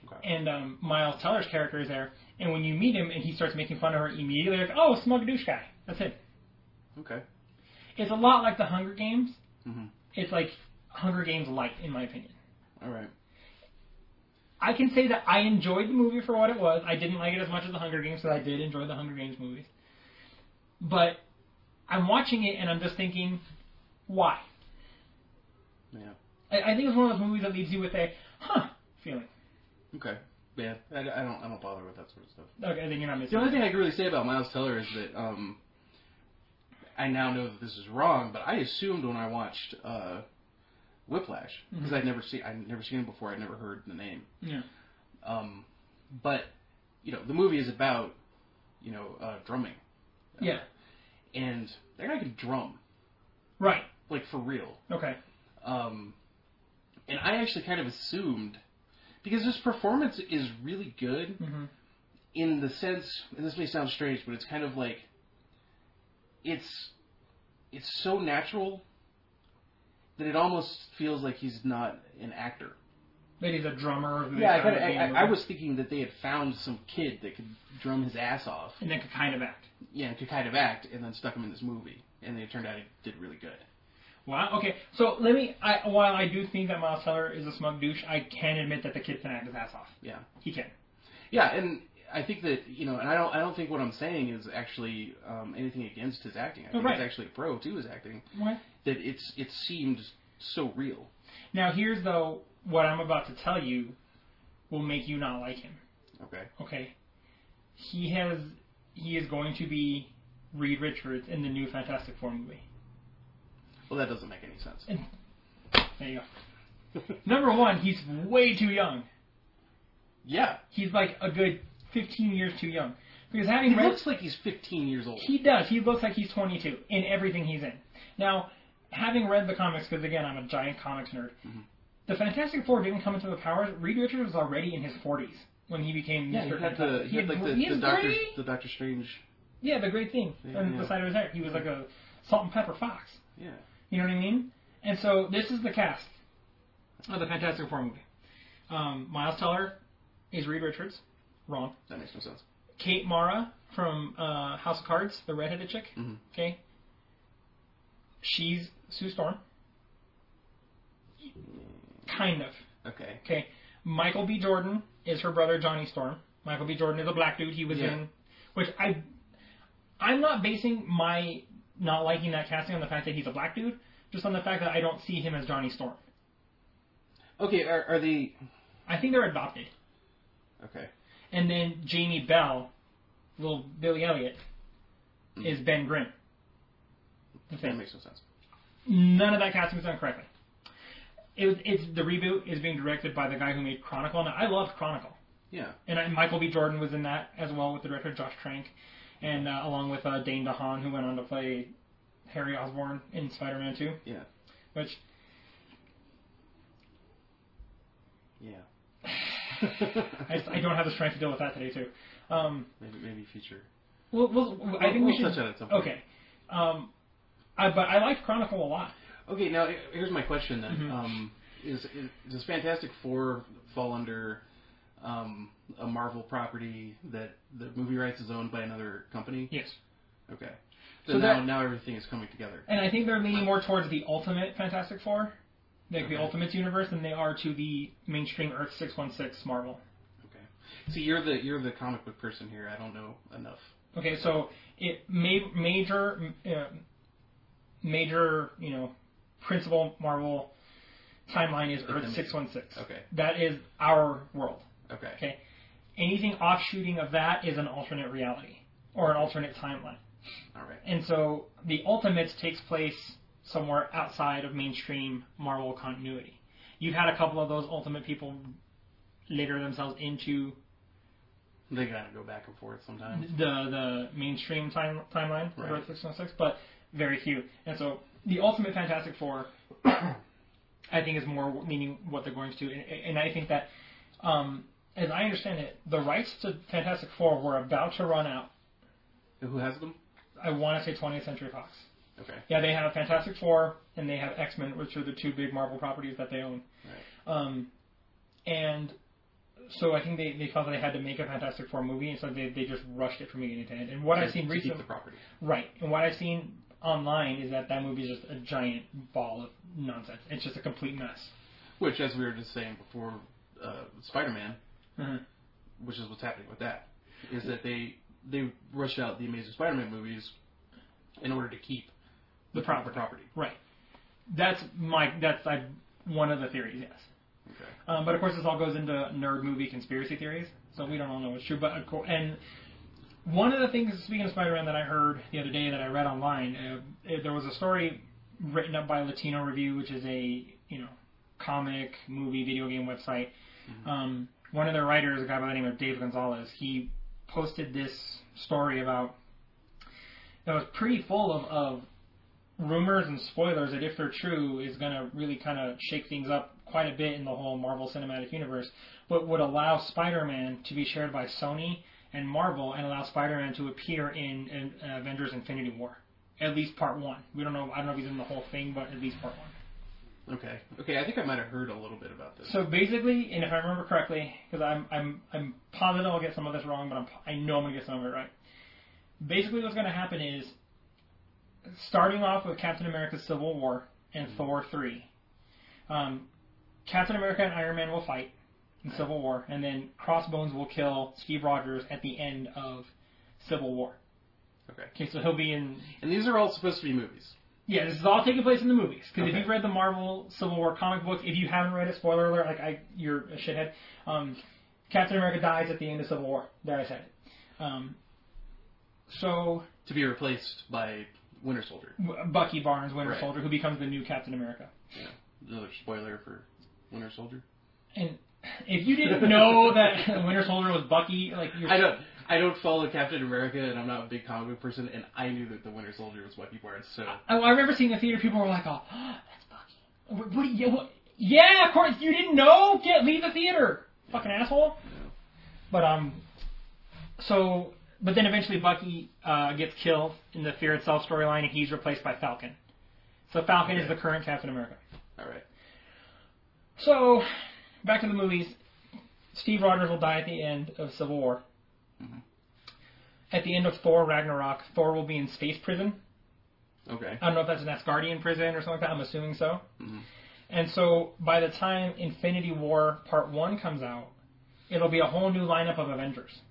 [SPEAKER 2] Okay.
[SPEAKER 1] And um, Miles Teller's character is there, and when you meet him and he starts making fun of her immediately, like oh smug douche guy, that's him.
[SPEAKER 2] Okay.
[SPEAKER 1] It's a lot like the Hunger Games.
[SPEAKER 2] hmm
[SPEAKER 1] It's like Hunger Games light, in my opinion.
[SPEAKER 2] All right.
[SPEAKER 1] I can say that I enjoyed the movie for what it was. I didn't like it as much as the Hunger Games, but I did enjoy the Hunger Games movies. But I'm watching it and I'm just thinking, why?
[SPEAKER 2] Yeah.
[SPEAKER 1] I, I think it's one of those movies that leaves you with a huh feeling.
[SPEAKER 2] Okay. Yeah. I, I don't. I don't bother with that sort of stuff.
[SPEAKER 1] Okay, then you're not missing.
[SPEAKER 2] The only
[SPEAKER 1] it.
[SPEAKER 2] thing I can really say about Miles Teller is that um, I now know that this is wrong, but I assumed when I watched uh, Whiplash because
[SPEAKER 1] Mhm.
[SPEAKER 2] I'd never seen I'd never seen it before. I'd never heard the name.
[SPEAKER 1] Yeah.
[SPEAKER 2] Um, but you know, the movie is about you know uh, drumming, Uh,
[SPEAKER 1] Yeah.
[SPEAKER 2] and that guy can drum
[SPEAKER 1] Right.
[SPEAKER 2] like for real.
[SPEAKER 1] Okay.
[SPEAKER 2] Um, and I actually kind of assumed because his performance is really good.
[SPEAKER 1] hmm
[SPEAKER 2] in the sense, and this may sound strange, but it's kind of like it's it's so natural that it almost feels like he's not an actor.
[SPEAKER 1] That he's a drummer. who they
[SPEAKER 2] Yeah, I,
[SPEAKER 1] found
[SPEAKER 2] kinda,
[SPEAKER 1] at the end
[SPEAKER 2] I,
[SPEAKER 1] of
[SPEAKER 2] I, I
[SPEAKER 1] the-
[SPEAKER 2] was thinking that they had found some kid that could drum his ass off,
[SPEAKER 1] And then could kind of act.
[SPEAKER 2] yeah, and could kind of act, and then stuck him in this movie, and it turned out he did really good.
[SPEAKER 1] Wow. Okay. So let me. I, while I do think that Miles Teller is a smug douche, I can admit that the kid can act his ass off.
[SPEAKER 2] Yeah,
[SPEAKER 1] He can.
[SPEAKER 2] yeah, and I think that you know, and I don't, I don't think what I'm saying is actually um, anything against his acting. I
[SPEAKER 1] Oh,
[SPEAKER 2] think
[SPEAKER 1] right.
[SPEAKER 2] it's actually a pro to his acting
[SPEAKER 1] What?
[SPEAKER 2] that it's it seemed so real.
[SPEAKER 1] Now here's though what I'm about to tell you will make you not like him.
[SPEAKER 2] Okay.
[SPEAKER 1] Okay. He has he is going to be Reed Richards in the new Fantastic Four movie.
[SPEAKER 2] Well, that doesn't make any sense.
[SPEAKER 1] And there you go. Number one, he's way too young.
[SPEAKER 2] Yeah,
[SPEAKER 1] He's like a good 15 years too young. Because having
[SPEAKER 2] he
[SPEAKER 1] read,
[SPEAKER 2] looks like he's 15 years old.
[SPEAKER 1] he does. He looks like he's 22 in everything he's in. Now, having read the comics, because again, I'm a giant comics nerd,
[SPEAKER 2] Mm-hmm.
[SPEAKER 1] the Fantastic Four didn't come into the powers. Reed Richards was already in his 40s when he became
[SPEAKER 2] Yeah, he
[SPEAKER 1] Mr.
[SPEAKER 2] had the
[SPEAKER 1] Fantastic.
[SPEAKER 2] he had like the,
[SPEAKER 1] he
[SPEAKER 2] the
[SPEAKER 1] had
[SPEAKER 2] Doctor
[SPEAKER 1] gray-
[SPEAKER 2] the Doctor Strange.
[SPEAKER 1] Yeah, the great thing
[SPEAKER 2] Yeah,
[SPEAKER 1] on
[SPEAKER 2] yeah.
[SPEAKER 1] the side of his hair. He was like a salt and pepper fox.
[SPEAKER 2] Yeah,
[SPEAKER 1] You know what I mean? And so this is the cast of the Fantastic Four movie. Um, Miles Teller is Reed Richards. Wrong.
[SPEAKER 2] that makes no sense.
[SPEAKER 1] Kate Mara from uh, House of Cards, the redheaded chick.
[SPEAKER 2] Mhm.
[SPEAKER 1] Okay. She's Sue Storm. Kind of.
[SPEAKER 2] Okay,
[SPEAKER 1] Okay. Michael B. Jordan is her brother Johnny Storm. Michael B. Jordan is a black dude. He was
[SPEAKER 2] Yeah.
[SPEAKER 1] in, which I, I'm not basing my not liking that casting on the fact that he's a black dude, just on the fact that I don't see him as Johnny Storm.
[SPEAKER 2] okay, are, are they
[SPEAKER 1] I think they're adopted.
[SPEAKER 2] okay?
[SPEAKER 1] And then Jamie Bell, little Billy Elliot, is Ben Grimm. The
[SPEAKER 2] That
[SPEAKER 1] thing.
[SPEAKER 2] makes no sense.
[SPEAKER 1] None of that casting was done correctly. It was, it's the reboot is being directed by the guy who made Chronicle. Now I love Chronicle.
[SPEAKER 2] Yeah,
[SPEAKER 1] and I, Michael B. Jordan was in that as well with the director Josh Trank, and uh, along with uh, Dane DeHaan, who went on to play Harry Osborn in Spider-Man 2,
[SPEAKER 2] yeah,
[SPEAKER 1] which
[SPEAKER 2] yeah.
[SPEAKER 1] I, just- I don't have the strength to deal with that today too. Um,
[SPEAKER 2] maybe maybe future.
[SPEAKER 1] we'll, we'll, I think we
[SPEAKER 2] We'll- we'll
[SPEAKER 1] should.
[SPEAKER 2] touch on it at some point.
[SPEAKER 1] okay, um, I, but I liked Chronicle a lot.
[SPEAKER 2] Okay, now he- here's my question then:
[SPEAKER 1] Mhm.
[SPEAKER 2] um, is, is does Fantastic Four fall under um, a Marvel property that the movie rights is owned by another company?
[SPEAKER 1] Yes,
[SPEAKER 2] Okay, so,
[SPEAKER 1] So
[SPEAKER 2] now
[SPEAKER 1] that-
[SPEAKER 2] now everything is coming together.
[SPEAKER 1] and I think they're leaning more towards the Ultimate Fantastic Four, like the
[SPEAKER 2] Okay.
[SPEAKER 1] Ultimates universe, than they are to the mainstream Earth 616 Marvel.
[SPEAKER 2] Okay, see, you're the you're the comic book person here. I don't know enough.
[SPEAKER 1] Okay, so it ma- major, uh, major, you know, principal Marvel timeline is Earth
[SPEAKER 2] Okay.
[SPEAKER 1] six one six.
[SPEAKER 2] Okay,
[SPEAKER 1] That is our world.
[SPEAKER 2] okay,
[SPEAKER 1] Okay, anything offshooting of that is an alternate reality or an alternate timeline.
[SPEAKER 2] all right.
[SPEAKER 1] And so the Ultimates takes place somewhere outside of mainstream Marvel continuity. You've had a couple of those Ultimate people later themselves into
[SPEAKER 2] They gotta go back and forth sometimes.
[SPEAKER 1] the the mainstream time, timeline for
[SPEAKER 2] Right.
[SPEAKER 1] Earth 616, but very few. And so the ultimate Fantastic Four, I think, is more meaning what they're going to. do. And, and I think that, um, as I understand it, the rights to Fantastic Four were about to run out. Mm-hmm.
[SPEAKER 2] Who has them?
[SPEAKER 1] I want to say 20th Century Fox.
[SPEAKER 2] Okay,
[SPEAKER 1] Yeah, they have Fantastic Four and they have X Men, which are the two big Marvel properties that they own. Um, and so I think they, they felt that they had to make a Fantastic Four movie, and so they, they just rushed it from beginning to end. And what I've
[SPEAKER 2] To-
[SPEAKER 1] seen
[SPEAKER 2] to
[SPEAKER 1] recently,
[SPEAKER 2] keep the property.
[SPEAKER 1] Right. And what I've seen online is that that movie is just a giant ball of nonsense. It's just a complete mess.
[SPEAKER 2] Which, as we were just saying before, uh, Spider-Man, Mm-hmm.
[SPEAKER 1] Mhm.
[SPEAKER 2] which is what's happening with that, is that they they rush out the Amazing Spider-Man movies in order to keep
[SPEAKER 1] The property.
[SPEAKER 2] property.
[SPEAKER 1] Right. That's my that's I one of the theories. Yes.
[SPEAKER 2] Okay.
[SPEAKER 1] Um, but of course, this all goes into nerd movie conspiracy theories, so we don't all know what's true. But of course, and one of the things, speaking of Spider-Man, that I heard the other day that I read online, uh, eh, there was a story written up by Latino Review, which is a you know comic, movie, video game website. Um, one of their writers, a guy by the name of Dave Gonzalez, he posted this story about that was pretty full of, of rumors and spoilers that if they're true is going to really kind of shake things up quite a bit in the whole Marvel Cinematic Universe, but would allow Spider-Man to be shared by Sony and Marvel and allow Spider-Man to appear in, in Avengers Infinity War. At least part one. We don't know. I don't know if he's in the whole thing, but at least part one.
[SPEAKER 2] Okay. Okay. I think I might have heard a little bit about this.
[SPEAKER 1] So basically, and if I remember correctly, because I'm I'm I'm positive I'll get some of this wrong, but I'm I know I'm gonna get some of it right. Basically, what's gonna happen is, starting off with Captain America's Civil War and Thor three, um, Captain America and Iron Man will fight in Civil War, and then Crossbones will kill Steve Rogers at the end of Civil War.
[SPEAKER 2] Okay.
[SPEAKER 1] Okay, so he'll be in
[SPEAKER 2] And these are all supposed to be movies.
[SPEAKER 1] yeah, this is all taking place in the movies. Because
[SPEAKER 2] Okay.
[SPEAKER 1] if you've read the Marvel Civil War comic book, if you haven't read it, spoiler alert, like I, you're a shithead. Um, Captain America dies at the end of Civil War. There I said it. Um, So
[SPEAKER 2] to be replaced by Winter Soldier.
[SPEAKER 1] w- Bucky Barnes, Winter
[SPEAKER 2] Right.
[SPEAKER 1] Soldier, who becomes the new Captain America.
[SPEAKER 2] Yeah. Another spoiler for Winter Soldier.
[SPEAKER 1] And if you didn't know that Winter Soldier was Bucky, like you're
[SPEAKER 2] I don't. I don't follow Captain America, and I'm not a big comic book person. And I knew that the Winter Soldier was Bucky Barnes, so
[SPEAKER 1] I, I remember seeing the theater. People were like, "Oh, that's Bucky." What? what, yeah, what yeah, of course. You didn't know? Get leave the theater, fucking asshole. But um, so but then eventually Bucky uh, gets killed in the Fear Itself storyline, and he's replaced by Falcon. So Falcon is
[SPEAKER 2] Okay.
[SPEAKER 1] the current Captain America.
[SPEAKER 2] all right.
[SPEAKER 1] So back to the movies. Steve Rogers will die at the end of Civil War. Mm-hmm. At the end of Thor Ragnarok, Thor will be in space prison.
[SPEAKER 2] Okay.
[SPEAKER 1] I don't know if that's an Asgardian prison or something like that. I'm assuming so.
[SPEAKER 2] Mhm.
[SPEAKER 1] And so by the time Infinity War Part One comes out, it'll be a whole new lineup of Avengers.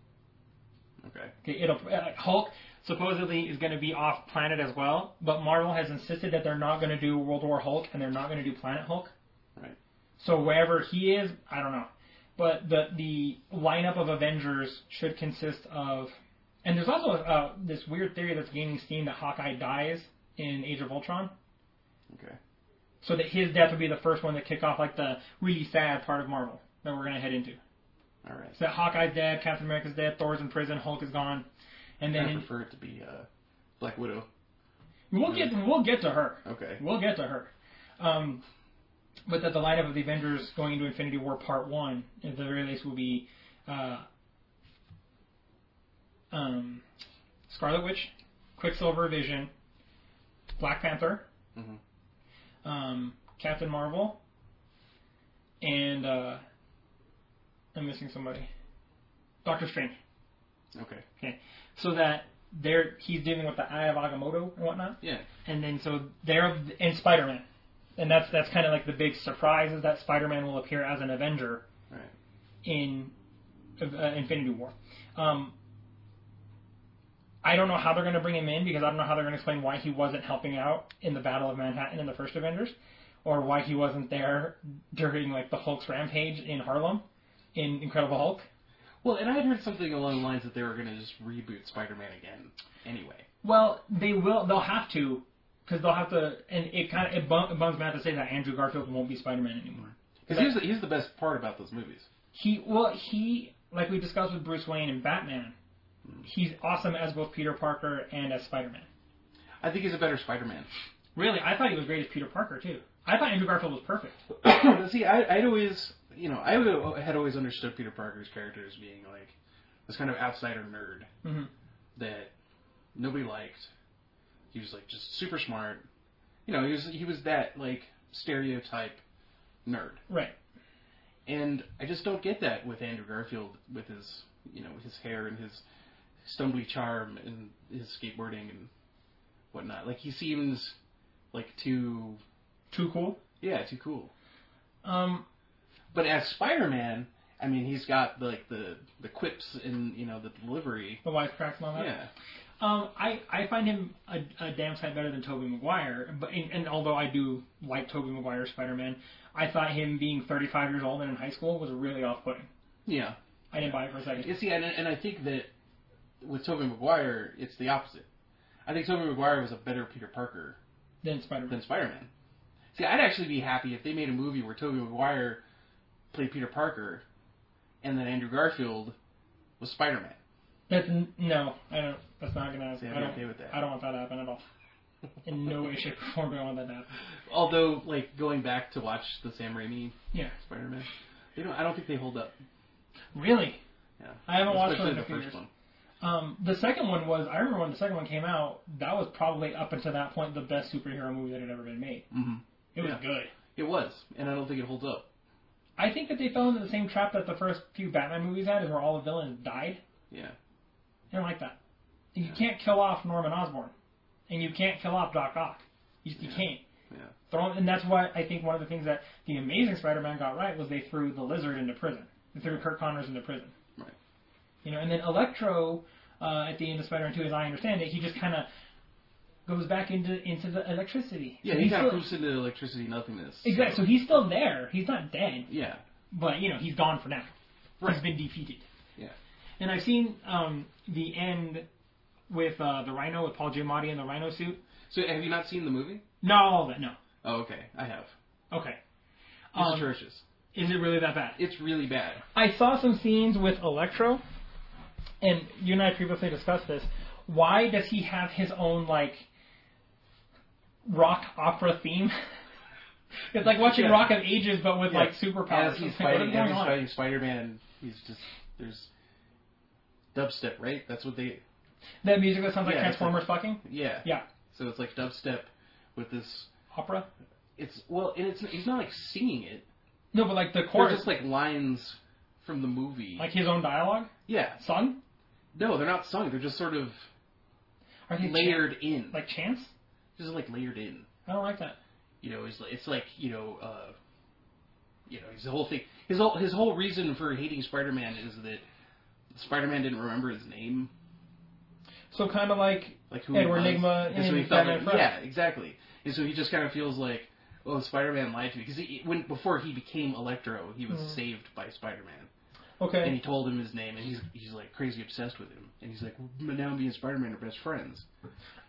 [SPEAKER 2] Okay.
[SPEAKER 1] Okay, it'll uh, Hulk supposedly is going to be off planet as well, but Marvel has insisted that they're not going to do World War Hulk and they're not going to do Planet Hulk.
[SPEAKER 2] Right.
[SPEAKER 1] So wherever he is, I don't know. But the the lineup of Avengers should consist of, and there's also uh, this weird theory that's gaining steam that Hawkeye dies in Age of Ultron,
[SPEAKER 2] Okay.
[SPEAKER 1] so that his death would be the first one to kick off like the really sad part of Marvel that we're gonna head into.
[SPEAKER 2] All right.
[SPEAKER 1] So that Hawkeye's dead, Captain America's dead, Thor's in prison, Hulk is gone, and
[SPEAKER 2] I
[SPEAKER 1] then
[SPEAKER 2] prefer it to be uh, Black Widow.
[SPEAKER 1] we'll get we'll get to her.
[SPEAKER 2] Okay.
[SPEAKER 1] We'll get to her. Um, but that the lineup of the Avengers going into Infinity War Part One, at the very least, will be uh, um, Scarlet Witch, Quicksilver, Vision, Black Panther,
[SPEAKER 2] Mhm.
[SPEAKER 1] um, Captain Marvel, and uh, I'm missing somebody. Doctor Strange.
[SPEAKER 2] Okay.
[SPEAKER 1] So that they're he's dealing with the Eye of Agamotto and whatnot
[SPEAKER 2] Yeah.
[SPEAKER 1] and then so they're and Spider Man, and that's that's kind of like the big surprise is that Spider Man will appear as an Avenger
[SPEAKER 2] Right.
[SPEAKER 1] in uh, Infinity War. Um, I don't know how they're going to bring him in because I don't know how they're going to explain why he wasn't helping out in the Battle of Manhattan in the first Avengers, or why he wasn't there during like the Hulk's rampage in Harlem in Incredible Hulk.
[SPEAKER 2] Well, and I had heard something along the lines that they were going to just reboot Spider-Man again. Anyway.
[SPEAKER 1] Well, they will. They'll have to because they'll have to, and it kind of it, bum, it bums me out to say that Andrew Garfield won't be Spider Man anymore.
[SPEAKER 2] Because here's the, here's the best part about those movies.
[SPEAKER 1] He well he like we discussed with Bruce Wayne and Batman, he's awesome as both Peter Parker and as Spider Man.
[SPEAKER 2] I think he's a better Spider-Man.
[SPEAKER 1] Really, I thought he was great as Peter Parker too. I thought Andrew Garfield was perfect.
[SPEAKER 2] See, I, I'd always, you know, I would- had always understood Peter Parker's character as being like this kind of outsider nerd
[SPEAKER 1] hmm
[SPEAKER 2] that nobody liked. He was like just super smart. You know, he was he was that like stereotype nerd.
[SPEAKER 1] Right.
[SPEAKER 2] And I just don't get that with Andrew Garfield with his, you know, his hair and his stumbly charm and his skateboarding and whatnot. Like he seems like too,
[SPEAKER 1] Too cool.
[SPEAKER 2] yeah, too cool.
[SPEAKER 1] Um.
[SPEAKER 2] But as Spider-Man, I mean, he's got like the the quips and you know the delivery.
[SPEAKER 1] The wisecracks and all that.
[SPEAKER 2] Yeah,
[SPEAKER 1] Um. I, I find him a, a damn sight better than Tobey Maguire. But and, and although I do like Tobey Maguire's Spider Man, I thought him being 35 years old and in high school was really off putting.
[SPEAKER 2] yeah.
[SPEAKER 1] I didn't buy it for a second.
[SPEAKER 2] You see, and and I think that with Tobey Maguire, it's the opposite. I think Tobey Maguire was a better Peter Parker
[SPEAKER 1] Then Spider Man.
[SPEAKER 2] than Spider-Man. See, I'd actually be happy if they made a movie where Tobey Maguire played Peter Parker, and then Andrew Garfield was Spider-Man.
[SPEAKER 1] That's n- no. I don't. That's not gonna.
[SPEAKER 2] See,
[SPEAKER 1] I
[SPEAKER 2] I'd
[SPEAKER 1] don't.
[SPEAKER 2] be okay with that.
[SPEAKER 1] I don't want that to happen at all. In no way, shape, or form do I want that to happen.
[SPEAKER 2] Although, like going back to watch the Sam Raimi
[SPEAKER 1] Yeah.
[SPEAKER 2] Spider-Man, they don't. I don't think they hold up.
[SPEAKER 1] Really?
[SPEAKER 2] Yeah.
[SPEAKER 1] I haven't watched
[SPEAKER 2] Especially
[SPEAKER 1] those in a
[SPEAKER 2] the
[SPEAKER 1] few
[SPEAKER 2] first
[SPEAKER 1] years.
[SPEAKER 2] one.
[SPEAKER 1] Um, the second one was, I remember when the second one came out, that was probably up until that point the best superhero movie that had ever been made.
[SPEAKER 2] hmm
[SPEAKER 1] It was
[SPEAKER 2] Yeah.
[SPEAKER 1] good.
[SPEAKER 2] It was, and I don't think it holds up.
[SPEAKER 1] I think that they fell into the same trap that the first few Batman movies had, is where all the villains died.
[SPEAKER 2] Yeah.
[SPEAKER 1] I don't like that. And You can't kill off Norman Osborn, and you can't kill off Doc Ock. You, you
[SPEAKER 2] Yeah.
[SPEAKER 1] can't.
[SPEAKER 2] Yeah.
[SPEAKER 1] Throw, and that's why I think one of the things that the Amazing Spider-Man got right was they threw the Lizard into prison. They threw Kurt Connors into prison.
[SPEAKER 2] Right.
[SPEAKER 1] You know, and then Electro uh, at the end of Spider-Man 2, as I understand it, he just kind of goes back into into the electricity.
[SPEAKER 2] Yeah,
[SPEAKER 1] So
[SPEAKER 2] he
[SPEAKER 1] he's
[SPEAKER 2] kind of
[SPEAKER 1] still,
[SPEAKER 2] proofs into electricity nothingness.
[SPEAKER 1] exactly. So he's still there. He's not dead,
[SPEAKER 2] Yeah.
[SPEAKER 1] but you know he's gone for now.
[SPEAKER 2] Right.
[SPEAKER 1] He's been defeated.
[SPEAKER 2] Yeah.
[SPEAKER 1] And I've seen um, the end with uh, the Rhino with Paul Giamatti in the Rhino suit.
[SPEAKER 2] So have you not seen the movie?
[SPEAKER 1] No, all of it. No.
[SPEAKER 2] Oh, okay, I have.
[SPEAKER 1] Okay.
[SPEAKER 2] It's
[SPEAKER 1] Um,
[SPEAKER 2] atrocious.
[SPEAKER 1] Is it really that bad?
[SPEAKER 2] It's really bad.
[SPEAKER 1] I saw some scenes with Electro, and you and I previously discussed this. Why does he have his own like rock opera theme? it's like watching
[SPEAKER 2] Yeah.
[SPEAKER 1] Rock of Ages, but with
[SPEAKER 2] Yeah.
[SPEAKER 1] like superpowers.
[SPEAKER 2] As he's
[SPEAKER 1] It's like, what
[SPEAKER 2] fighting,
[SPEAKER 1] is going
[SPEAKER 2] as he's
[SPEAKER 1] on?
[SPEAKER 2] fighting Spider-Man, and he's just there's dubstep, right? That's what they
[SPEAKER 1] That music that sounds like
[SPEAKER 2] Yeah, it's
[SPEAKER 1] Transformers fucking
[SPEAKER 2] yeah
[SPEAKER 1] Yeah.
[SPEAKER 2] So it's like dubstep with this.
[SPEAKER 1] opera.
[SPEAKER 2] It's well, and it's he's not like singing it.
[SPEAKER 1] No, but like the
[SPEAKER 2] Or
[SPEAKER 1] chorus,
[SPEAKER 2] just like lines from the movie.
[SPEAKER 1] like his own dialogue
[SPEAKER 2] yeah,
[SPEAKER 1] sung.
[SPEAKER 2] no, they're not sung. They're just sort of
[SPEAKER 1] Are they
[SPEAKER 2] layered in,
[SPEAKER 1] chan- like chance?
[SPEAKER 2] just like layered in.
[SPEAKER 1] I don't like that.
[SPEAKER 2] You know, it's like, it's like you know, uh, you know, his whole thing. His whole his whole reason for hating Spider-Man is that Spider-Man didn't remember his name.
[SPEAKER 1] So kind of like
[SPEAKER 2] like who
[SPEAKER 1] Edward
[SPEAKER 2] he was.
[SPEAKER 1] Nigma
[SPEAKER 2] and so he
[SPEAKER 1] in
[SPEAKER 2] felt
[SPEAKER 1] Batman
[SPEAKER 2] like,
[SPEAKER 1] Forever.
[SPEAKER 2] yeah, exactly. And so he just kind of feels like, well, Spider-Man lied to me because he, when before he became Electro, he was
[SPEAKER 1] Mhm.
[SPEAKER 2] saved by Spider-Man, and
[SPEAKER 1] okay,
[SPEAKER 2] he told him his name, and he's he's like crazy obsessed with him, and he's like, "But now me and Spider-Man are best friends.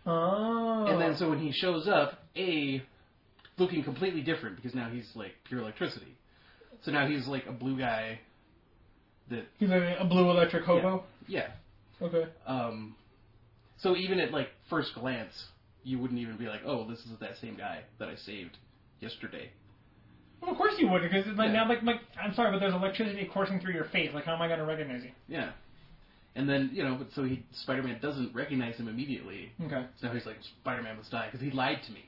[SPEAKER 1] oh,
[SPEAKER 2] And then so when he shows up, a looking completely different because now he's like pure electricity. So now he's like a blue guy. That
[SPEAKER 1] he's a, a blue electric hobo.
[SPEAKER 2] yeah.
[SPEAKER 1] Okay.
[SPEAKER 2] Um, so even at like first glance, you wouldn't even be like, "Oh, this is that same guy that I saved yesterday."
[SPEAKER 1] Well, of course you would, because it's like
[SPEAKER 2] Yeah.
[SPEAKER 1] now, like, like, I'm sorry, but there's electricity coursing through your face. Like, how am I going to recognize you?
[SPEAKER 2] Yeah. And then you know, but so he Spider-Man doesn't recognize him immediately.
[SPEAKER 1] Okay.
[SPEAKER 2] So now he's like, "Spider-Man must die because he lied to me."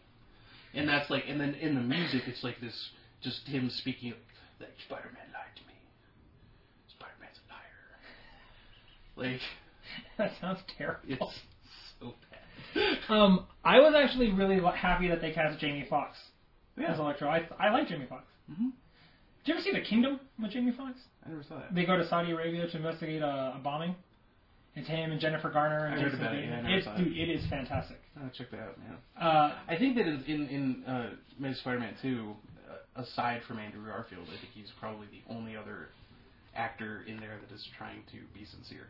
[SPEAKER 2] And that's like, and then in the music, it's like this, just him speaking like, "Spider-Man lied to me. Spider-Man's a liar." Like
[SPEAKER 1] That sounds terrible.
[SPEAKER 2] it's so bad.
[SPEAKER 1] Um, I was actually really li- happy that they cast Jamie Foxx as Electro. I I like Jamie Foxx.
[SPEAKER 2] Mm-hmm.
[SPEAKER 1] Did you ever see The Kingdom with Jamie Foxx?
[SPEAKER 2] I never saw that.
[SPEAKER 1] They go to Saudi Arabia to investigate a, a bombing. It's him and Jennifer Garner. And
[SPEAKER 2] I heard
[SPEAKER 1] Jason
[SPEAKER 2] about it,
[SPEAKER 1] Bateman.
[SPEAKER 2] yeah, I never
[SPEAKER 1] it's,
[SPEAKER 2] saw it.
[SPEAKER 1] dude, it is fantastic.
[SPEAKER 2] I'll check that out, man.
[SPEAKER 1] Uh,
[SPEAKER 2] I think that in in, in uh, Amazing Spider-Man 2, uh, aside from Andrew Garfield, I think he's probably the only other actor in there that is trying to be sincere.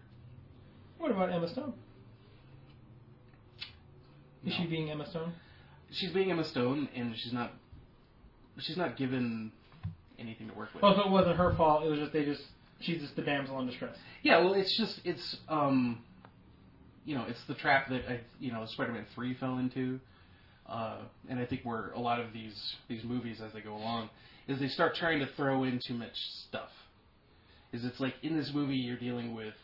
[SPEAKER 1] what about Emma Stone? Is
[SPEAKER 2] No.
[SPEAKER 1] she being Emma Stone?
[SPEAKER 2] She's being Emma Stone, and she's not she's not given anything to work with.
[SPEAKER 1] Well, if Oh, it wasn't her fault, it was just they just she's just the damsel in distress.
[SPEAKER 2] Yeah, well, it's just it's um, you know, it's the trap that I you know Spider-Man three fell into, uh, and I think where a lot of these these movies as they go along is they start trying to throw in too much stuff. Is it's like in this movie you're dealing with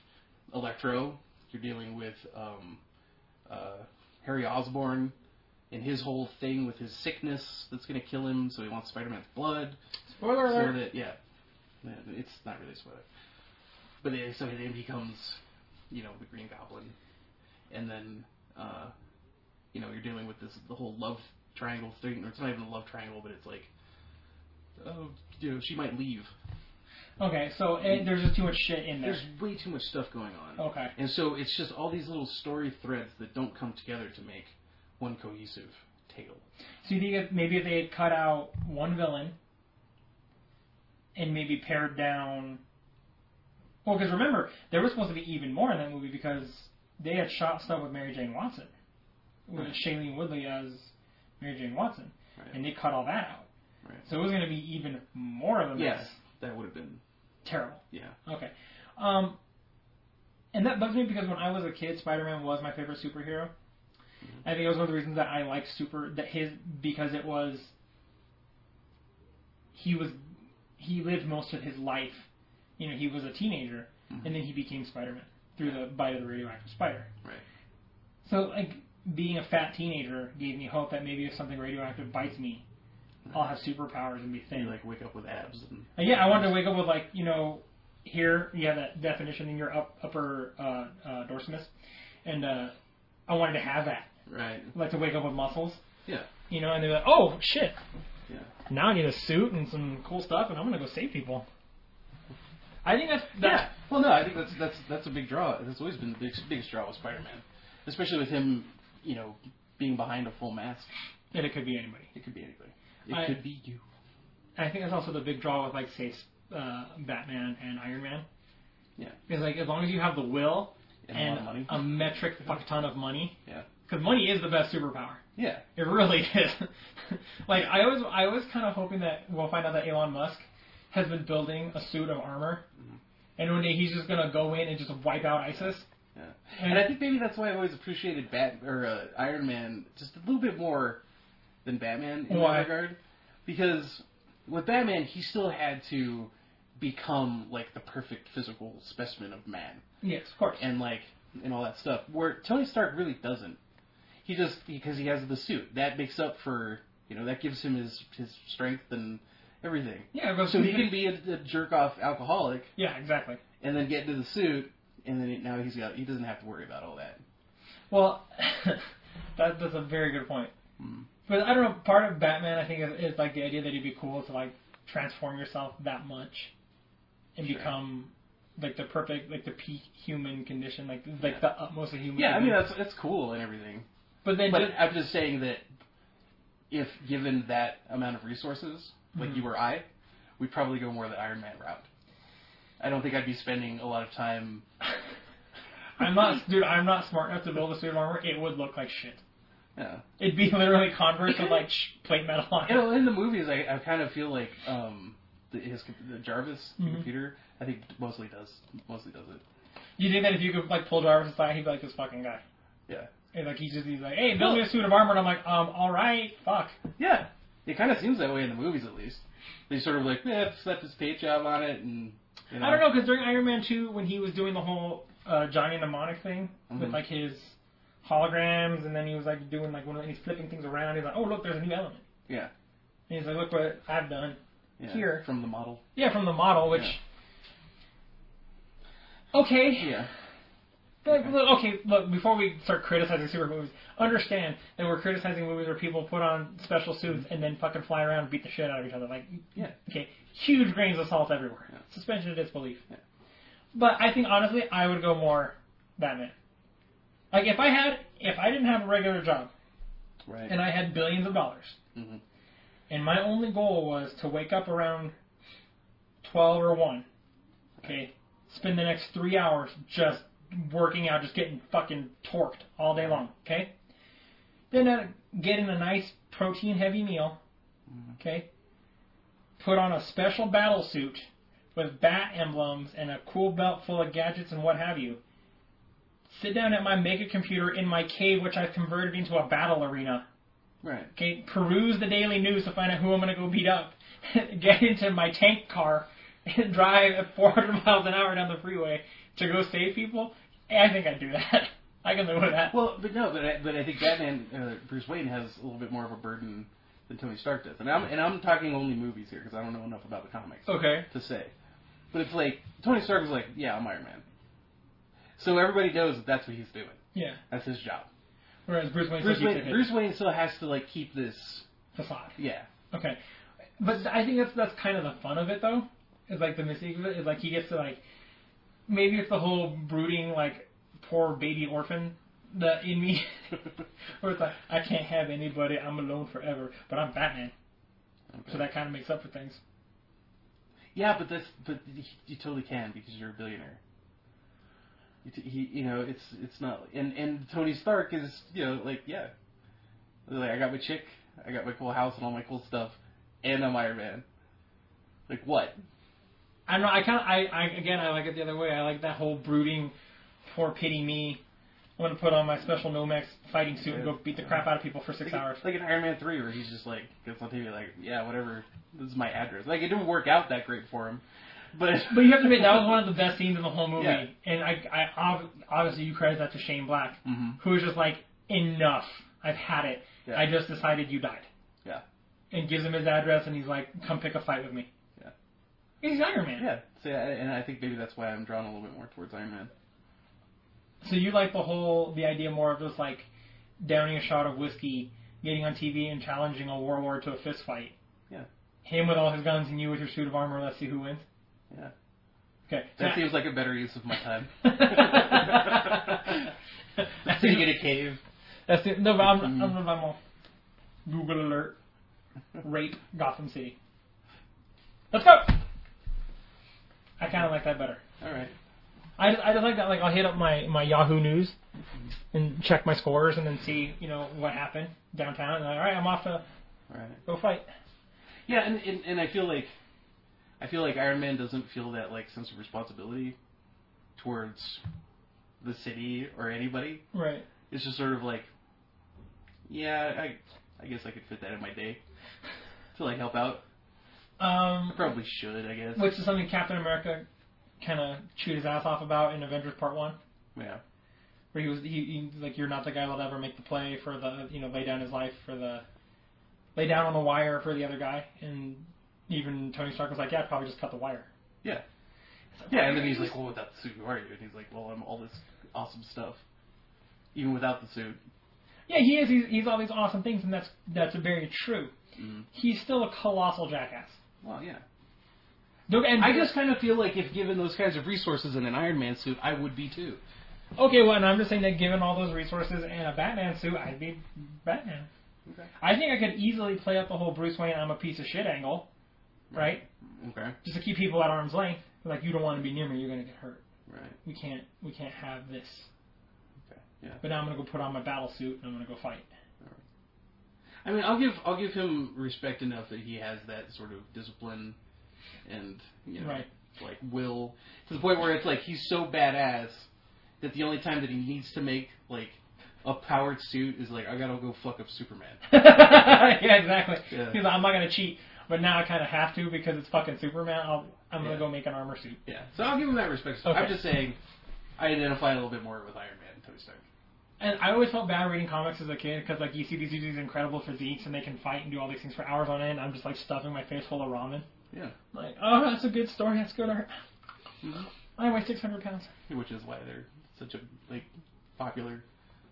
[SPEAKER 2] Electro, you're dealing with um, uh, Harry Osborn. And his whole thing with his sickness that's going to kill him, so he wants Spider-Man's blood.
[SPEAKER 1] Spoiler
[SPEAKER 2] So
[SPEAKER 1] alert.
[SPEAKER 2] that yeah, Yeah, it's not really spoiler. But then, so then he becomes, you know, the Green Goblin, and then, uh, you know, you're dealing with this the whole love triangle thing. Or it's not even a love triangle, but it's like, oh, you know, she might leave.
[SPEAKER 1] Okay, so eh, there's just too much shit in there.
[SPEAKER 2] There's way too much stuff going on,
[SPEAKER 1] Okay.
[SPEAKER 2] and so it's just all these little story threads that don't come together to make one cohesive tale.
[SPEAKER 1] So you think if maybe if they had cut out one villain and maybe pared down. Well, because remember, there was supposed to be even more in that movie because they had shot stuff with Mary Jane Watson, with
[SPEAKER 2] Right.
[SPEAKER 1] Shailene Woodley as Mary Jane Watson,
[SPEAKER 2] Right.
[SPEAKER 1] and they cut all that out.
[SPEAKER 2] Right.
[SPEAKER 1] So it was going to be even more of a mess.
[SPEAKER 2] Yeah, that would have been
[SPEAKER 1] Terrible.
[SPEAKER 2] yeah.
[SPEAKER 1] Okay. Um, and that bugs me because when I was a kid, Spider-Man was my favorite superhero.
[SPEAKER 2] Mm-hmm.
[SPEAKER 1] I think it was one of the reasons that I liked super that his because it was he was he lived most of his life. You know, he was a teenager
[SPEAKER 2] Mm-hmm.
[SPEAKER 1] and then he became Spider-Man through the bite of the radioactive spider.
[SPEAKER 2] Right.
[SPEAKER 1] So like being a fat teenager gave me hope that maybe if something radioactive bites me, I'll have superpowers and be thin.
[SPEAKER 2] You Mm-hmm. like wake up with abs and
[SPEAKER 1] Uh, Yeah, I wanted to wake up with like you know, here you have that definition in your up, upper uh, uh, dorsimus, and uh, I wanted to have that,
[SPEAKER 2] right.
[SPEAKER 1] like to wake up with muscles,
[SPEAKER 2] Yeah.
[SPEAKER 1] you know, and they're like, oh shit,
[SPEAKER 2] Yeah.
[SPEAKER 1] now I need a suit and some cool stuff, and I'm gonna go save people. I think that's,
[SPEAKER 2] Yeah.
[SPEAKER 1] that's
[SPEAKER 2] Well, no, I think that's that's that's a big draw. That's always been the big, biggest draw with Spider-Man, especially with him, you know, being behind a full mask.
[SPEAKER 1] and it could be anybody.
[SPEAKER 2] It could be anybody. It
[SPEAKER 1] I-
[SPEAKER 2] could be you.
[SPEAKER 1] I think that's also the big draw with like say s- uh, Batman and Iron Man.
[SPEAKER 2] Yeah.
[SPEAKER 1] Because like as long as you have the will
[SPEAKER 2] and, a lot
[SPEAKER 1] and
[SPEAKER 2] of money.
[SPEAKER 1] a metric fuck ton of money.
[SPEAKER 2] Yeah.
[SPEAKER 1] Because money is the best superpower.
[SPEAKER 2] yeah,
[SPEAKER 1] It really is. like I was, I was kind of hoping that we'll find out that Elon Musk has been building a suit of armor,
[SPEAKER 2] Mm-hmm.
[SPEAKER 1] and one day he's just gonna go in and just wipe out ISIS.
[SPEAKER 2] yeah.
[SPEAKER 1] And-
[SPEAKER 2] And, I think maybe that's why I always appreciated Bat or uh, Iron Man just a little bit more than Batman in
[SPEAKER 1] Why?
[SPEAKER 2] that regard, because with Batman he still had to become like the perfect physical specimen of man
[SPEAKER 1] Yes, of course.
[SPEAKER 2] and like and all that stuff. Where Tony Stark really doesn't. He just because he has the suit that makes up for you know that gives him his his strength and everything.
[SPEAKER 1] Oh, yeah, but
[SPEAKER 2] So he can be a, a jerk off alcoholic
[SPEAKER 1] Yeah, exactly.
[SPEAKER 2] and then get into the suit, and then now he's got he doesn't have to worry about all that.
[SPEAKER 1] Well, that, that's a very good point.
[SPEAKER 2] Mm.
[SPEAKER 1] But I don't know. Part of Batman, I think, is, is like the idea that it'd be cool to like transform yourself that much and
[SPEAKER 2] Sure.
[SPEAKER 1] become like the perfect, like the peak human condition, like like the utmost of human.
[SPEAKER 2] Yeah, I mean
[SPEAKER 1] condition.
[SPEAKER 2] that's that's cool and everything,
[SPEAKER 1] but then
[SPEAKER 2] but
[SPEAKER 1] just-
[SPEAKER 2] I'm just saying that if given that amount of resources, like
[SPEAKER 1] Mhm.
[SPEAKER 2] you or I, we'd probably go more the Iron Man route. I don't think I'd be spending a lot of time.
[SPEAKER 1] I'm not, dude. I'm not smart enough to build a suit of armor. It would look like shit.
[SPEAKER 2] Yeah.
[SPEAKER 1] It'd be literally Converse with like sh- plate metal on
[SPEAKER 2] You
[SPEAKER 1] it.
[SPEAKER 2] know, in the movies, I, I kind of feel like um, the, his the Jarvis the
[SPEAKER 1] Mhm.
[SPEAKER 2] computer. I think mostly does mostly does it.
[SPEAKER 1] You think that if you could like pull Jarvis aside, he'd be like this fucking guy.
[SPEAKER 2] Yeah.
[SPEAKER 1] And like he's just he's like, hey, build me a suit of armor, and I'm like, um, all right, fuck.
[SPEAKER 2] Yeah, it kind of seems that way in the movies, at least. They sort of like eh, slapped his paint job on it, and you know,
[SPEAKER 1] I don't know because during Iron Man two, when he was doing the whole uh, Johnny mnemonic thing with
[SPEAKER 2] Mhm.
[SPEAKER 1] like his holograms, and then he was like doing like one of he's flipping things around. He's like, oh look, there's a new element.
[SPEAKER 2] Yeah.
[SPEAKER 1] And he's like, look what I've done.
[SPEAKER 2] Yeah,
[SPEAKER 1] Here.
[SPEAKER 2] from the model.
[SPEAKER 1] Yeah, from the model, which. Okay.
[SPEAKER 2] Yeah,
[SPEAKER 1] Like, look, okay, look, before we start criticizing super movies, understand that we're criticizing movies where people put on special suits and then fucking fly around and beat the shit out of each other. Like,
[SPEAKER 2] Yeah.
[SPEAKER 1] okay, huge grains of salt everywhere.
[SPEAKER 2] Yeah.
[SPEAKER 1] Suspension of disbelief.
[SPEAKER 2] Yeah.
[SPEAKER 1] But I think, honestly, I would go more Batman. Like, if I had, if I didn't have a regular job
[SPEAKER 2] right.
[SPEAKER 1] and I had billions of dollars,
[SPEAKER 2] hmm
[SPEAKER 1] and my only goal was to wake up around 12 or 1. Okay? Spend the next three hours just working out, just getting fucking torqued all day long. Okay? Then uh, get in a nice protein heavy meal. Okay? Put on a special battle suit with bat emblems and a cool belt full of gadgets and what have you. Sit down at my mega computer in my cave, which I've converted into a battle arena.
[SPEAKER 2] Right.
[SPEAKER 1] Okay, peruse the daily news to find out who I'm going to go beat up. Get into my tank car and drive at 400 miles an hour down the freeway to go save people. I think I'd do that. I can live with that.
[SPEAKER 2] Well, but no, but I, but I think Batman, uh, Bruce Wayne has a little bit more of a burden than Tony Stark does, and I'm and I'm talking only movies here because I don't know enough about the comics
[SPEAKER 1] Okay.
[SPEAKER 2] to say. But it's like Tony Stark was like, yeah, I'm Iron Man. So everybody knows that that's what he's doing.
[SPEAKER 1] Yeah.
[SPEAKER 2] That's his job.
[SPEAKER 1] Whereas Bruce Wayne's
[SPEAKER 2] Bruce
[SPEAKER 1] like,
[SPEAKER 2] Wayne, Bruce Wayne still has to like keep this.
[SPEAKER 1] facade.
[SPEAKER 2] Yeah.
[SPEAKER 1] Okay. But I think that's that's kind of the fun of it though. Is like the mystique of it is like he gets to like maybe it's the whole brooding like poor baby orphan that in me where it's like I can't have anybody, I'm alone forever, but I'm Batman.
[SPEAKER 2] Okay.
[SPEAKER 1] So that kind of makes up for things.
[SPEAKER 2] Yeah, but that's but y- you totally can because you're a billionaire. You, t- he, you know, it's it's not and and Tony Stark is you know like yeah, like I got my chick, I got my cool house and all my cool stuff, and I'm Iron Man. Like what?
[SPEAKER 1] I don't know. I kind of, I, I, again, I like it the other way. I like that whole brooding, poor pity me. I'm gonna put on my special Nomex fighting suit and go beat the crap out of people for six
[SPEAKER 2] Like,
[SPEAKER 1] hours.
[SPEAKER 2] like in Iron Man three where he's just like gets on TV like yeah whatever this is my address. Like it didn't work out that great for him, but
[SPEAKER 1] But you have to admit that was one of the best scenes in the whole movie.
[SPEAKER 2] Yeah.
[SPEAKER 1] And I, I ob- obviously you credit that to Shane Black,
[SPEAKER 2] Mhm.
[SPEAKER 1] who was just like, enough. I've had it.
[SPEAKER 2] Yeah.
[SPEAKER 1] I just decided you died.
[SPEAKER 2] Yeah.
[SPEAKER 1] And gives him his address and he's like, come pick a fight with me.
[SPEAKER 2] Yeah.
[SPEAKER 1] He's Iron Man.
[SPEAKER 2] yeah. So yeah, and I think maybe that's why I'm drawn a little bit more towards Iron Man.
[SPEAKER 1] So you like the whole the idea more of just like downing a shot of whiskey, getting on TV and challenging a warlord to a fist fight.
[SPEAKER 2] Yeah.
[SPEAKER 1] Him with all his guns and you with your suit of armor. Let's see who wins.
[SPEAKER 2] Yeah.
[SPEAKER 1] Okay.
[SPEAKER 2] That seems like a better use of my time.
[SPEAKER 1] That's
[SPEAKER 2] Sitting in a cave.
[SPEAKER 1] That's it. No, but I'm, I'm,
[SPEAKER 2] Mhm.
[SPEAKER 1] I'm all Google alert. Rape Gotham City. Let's go. I kind of like that better.
[SPEAKER 2] All right.
[SPEAKER 1] I just, I just like that. Like I'll hit up my my Yahoo News and check my scores and then see you know what happened downtown. And like, all right, I'm off to
[SPEAKER 2] Right.
[SPEAKER 1] go fight.
[SPEAKER 2] Yeah, and, and and I feel like I feel like Iron Man doesn't feel that like sense of responsibility towards the city or anybody.
[SPEAKER 1] Right.
[SPEAKER 2] It's just sort of like, yeah, I I guess I could fit that in my day to like help out. I
[SPEAKER 1] Um,
[SPEAKER 2] probably should, I guess.
[SPEAKER 1] which is something Captain America kind of chewed his ass off about in Avengers Part One,
[SPEAKER 2] Yeah.
[SPEAKER 1] where he was he, he was like, "You're not the guy that'll ever make the play for the you know lay down his life for the lay down on the wire for the other guy." And even Tony Stark was like, "Yeah, I'd probably just cut the wire."
[SPEAKER 2] Yeah.
[SPEAKER 1] It's like,
[SPEAKER 2] Yeah, and then he's like, well, without the suit, who are you? And he's like, well, I'm all this awesome stuff, even without the suit.
[SPEAKER 1] "Yeah, he is. He's, he's all these awesome things, and that's that's very true.
[SPEAKER 2] Mm.
[SPEAKER 1] He's still a colossal jackass."
[SPEAKER 2] Well, yeah.
[SPEAKER 1] Don't- And
[SPEAKER 2] I just kind of feel like if given those kinds of resources in an Iron Man suit, I would be too.
[SPEAKER 1] Okay, well, and I'm just saying that given all those resources and a Batman suit, I'd be Batman.
[SPEAKER 2] Okay.
[SPEAKER 1] I think I could easily play up the whole Bruce Wayne I'm a piece of shit angle,
[SPEAKER 2] Mm-hmm.
[SPEAKER 1] right?
[SPEAKER 2] Okay.
[SPEAKER 1] Just to keep people at arm's length. Like you don't want to be near me, you're gonna get hurt.
[SPEAKER 2] Right.
[SPEAKER 1] We can't we can't have this.
[SPEAKER 2] Okay. Yeah.
[SPEAKER 1] But now I'm gonna go put on my battle suit and I'm gonna go fight.
[SPEAKER 2] I mean, I'll give I'll give him respect enough that he has that sort of discipline and you know
[SPEAKER 1] Right.
[SPEAKER 2] like will to the point where it's like he's so badass that the only time that he needs to make like a powered suit is like I gotta go fuck up Superman.
[SPEAKER 1] yeah, exactly.
[SPEAKER 2] Yeah.
[SPEAKER 1] He's like, I'm not gonna cheat, but now I kind of have to because it's fucking Superman. I'll, I'm gonna
[SPEAKER 2] Yeah.
[SPEAKER 1] go make an armor suit.
[SPEAKER 2] Yeah. So I'll give him that respect.
[SPEAKER 1] Okay.
[SPEAKER 2] I'm just saying I identify a little bit more with Iron Man and Tony Stark.
[SPEAKER 1] And I always felt bad reading comics as a kid because like you see these these incredible physiques and they can fight and do all these things for hours on end. I'm just like stuffing my face full of ramen.
[SPEAKER 2] Yeah.
[SPEAKER 1] Like, oh, that's a good story. That's good art.
[SPEAKER 2] Mhm.
[SPEAKER 1] I weigh 600 pounds.
[SPEAKER 2] Which is why they're such a like popular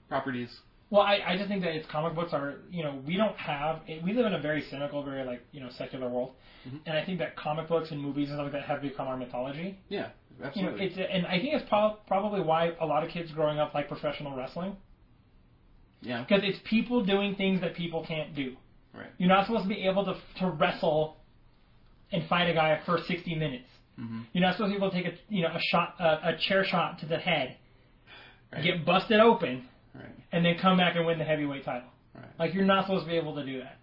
[SPEAKER 2] properties.
[SPEAKER 1] Well, I, I just think that it's comic books are, you know, we don't have, we live in a very cynical, very, like, you know, secular world.
[SPEAKER 2] Mhm.
[SPEAKER 1] And I think that comic books and movies and stuff like that have become our mythology.
[SPEAKER 2] Yeah.
[SPEAKER 1] You know,
[SPEAKER 2] Absolutely.
[SPEAKER 1] it's, and I think it's prob- probably why a lot of kids growing up like professional wrestling.
[SPEAKER 2] yeah.
[SPEAKER 1] Because it's people doing things that people can't do.
[SPEAKER 2] Right.
[SPEAKER 1] You're not supposed to be able to, to wrestle and fight a guy for 60 minutes.
[SPEAKER 2] Mm-hmm.
[SPEAKER 1] You're not supposed to be able to take a, you know, a shot, a, a chair shot to the head,
[SPEAKER 2] Right.
[SPEAKER 1] get busted open,
[SPEAKER 2] Right.
[SPEAKER 1] and then come back and win the heavyweight title.
[SPEAKER 2] Right.
[SPEAKER 1] Like you're not supposed to be able to do that.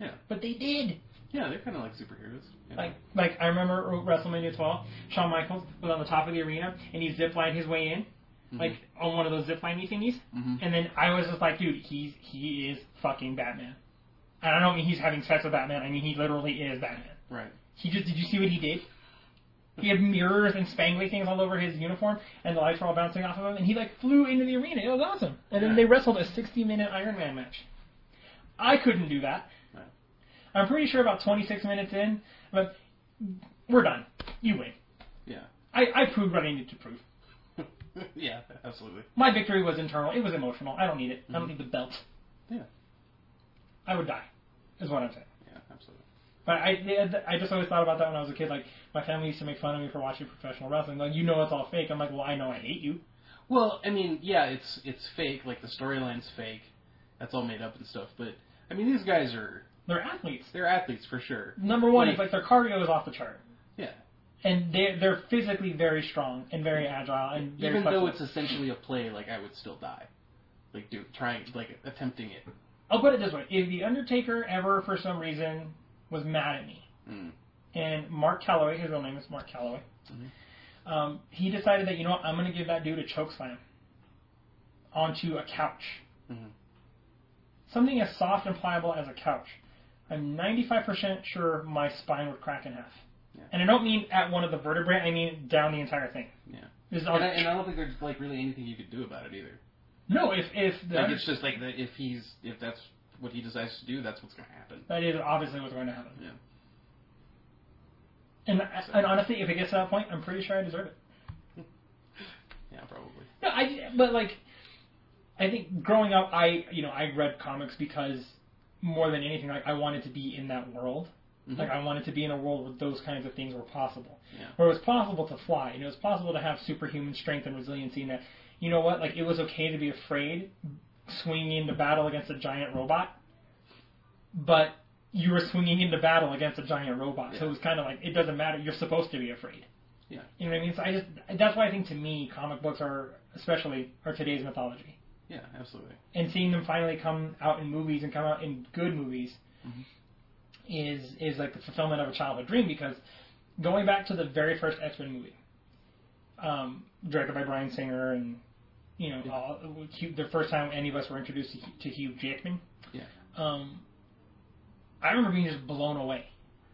[SPEAKER 2] Yeah.
[SPEAKER 1] But they did.
[SPEAKER 2] Yeah, they're kind of like superheroes. you know.
[SPEAKER 1] Like like I remember WrestleMania 12, Shawn Michaels was on the top of the arena and he ziplined his way in,
[SPEAKER 2] Mhm.
[SPEAKER 1] like on one of those zipliney thingies.
[SPEAKER 2] Mhm.
[SPEAKER 1] And then I was just like, dude, he's he is fucking Batman. And I don't mean he's having sex with Batman. I mean he literally is Batman.
[SPEAKER 2] right.
[SPEAKER 1] He just did you see what he did? He had mirrors and spangly things all over his uniform, and the lights were all bouncing off of him, and he like flew into the arena. It was awesome. And then
[SPEAKER 2] Yeah.
[SPEAKER 1] they wrestled a 60 minute Iron Man match. I couldn't do that.
[SPEAKER 2] Right.
[SPEAKER 1] I'm pretty sure about 26 minutes in, but we're done. You win.
[SPEAKER 2] Yeah.
[SPEAKER 1] I, I proved what I needed to prove.
[SPEAKER 2] yeah. Absolutely.
[SPEAKER 1] My victory was internal. It was emotional. I don't need it. I don't
[SPEAKER 2] Mhm.
[SPEAKER 1] need the belt.
[SPEAKER 2] Yeah.
[SPEAKER 1] I would die, is what I'm saying.
[SPEAKER 2] Yeah. Absolutely.
[SPEAKER 1] But I, they- I just always thought about that when I was a kid. Like my family used to make fun of me for watching professional wrestling. Like you know it's all fake. I'm like, well, I know I hate you.
[SPEAKER 2] Well, I mean, yeah, it's it's fake. Like the storyline's fake. That's all made up and stuff. But I mean, these guys are
[SPEAKER 1] They're athletes.
[SPEAKER 2] they're athletes for sure.
[SPEAKER 1] Number one, it's like
[SPEAKER 2] Like-
[SPEAKER 1] their cardio is off the chart,
[SPEAKER 2] Yeah.
[SPEAKER 1] and they they're physically very strong and very agile and very
[SPEAKER 2] Even though
[SPEAKER 1] flexible.
[SPEAKER 2] it's essentially a play, like I would still die. Like do trying like attempting it.
[SPEAKER 1] I'll put it this way: if the Undertaker ever for some reason was mad at me,
[SPEAKER 2] Mm.
[SPEAKER 1] and Mark Calloway, his real name is Mark Calloway.
[SPEAKER 2] Mhm.
[SPEAKER 1] Um, he decided that you know what, I'm going to give that dude a choke slam onto a couch,
[SPEAKER 2] Mhm.
[SPEAKER 1] something as soft and pliable as a couch. I'm 95% sure my spine would crack in half,
[SPEAKER 2] Yeah.
[SPEAKER 1] and I don't mean at one of the vertebrae. I mean down the entire thing.
[SPEAKER 2] Yeah.
[SPEAKER 1] This is all-
[SPEAKER 2] And I, and I don't think there's like really anything you could do about it either.
[SPEAKER 1] no, if if the,
[SPEAKER 2] Like it's just like that if he's if that's what he decides to do, that's what's gonna happen.
[SPEAKER 1] that is obviously what's going to happen.
[SPEAKER 2] Yeah.
[SPEAKER 1] And, and honestly, if it gets to that point, I'm pretty sure I deserve it.
[SPEAKER 2] Yeah, probably.
[SPEAKER 1] No, I. But like, I think growing up, I you know I read comics because more than anything, like I wanted to be in that world.
[SPEAKER 2] Mhm.
[SPEAKER 1] Like I wanted to be in a world where those kinds of things were possible,
[SPEAKER 2] Yeah.
[SPEAKER 1] where it was possible to fly, and it was possible to have superhuman strength and resiliency, and that you know what, like it was okay to be afraid, swinging into battle against a giant robot, but you were swinging into battle against a giant robot, so it
[SPEAKER 2] Yeah.
[SPEAKER 1] was kind of like it doesn't matter. You're supposed to be afraid.
[SPEAKER 2] Yeah.
[SPEAKER 1] You know what I mean? So I just that's why I think to me comic books are especially are today's mythology.
[SPEAKER 2] Yeah, absolutely.
[SPEAKER 1] And seeing them finally come out in movies and come out in good movies
[SPEAKER 2] Mhm.
[SPEAKER 1] is is like the fulfillment of a childhood dream because going back to the very first X Men movie, um, directed by Brian Singer and you know
[SPEAKER 2] Yeah.
[SPEAKER 1] all, Hugh- the first time any of us were introduced to, Hugh- to Hugh Jackman,
[SPEAKER 2] Yeah.
[SPEAKER 1] um, I remember being just blown away.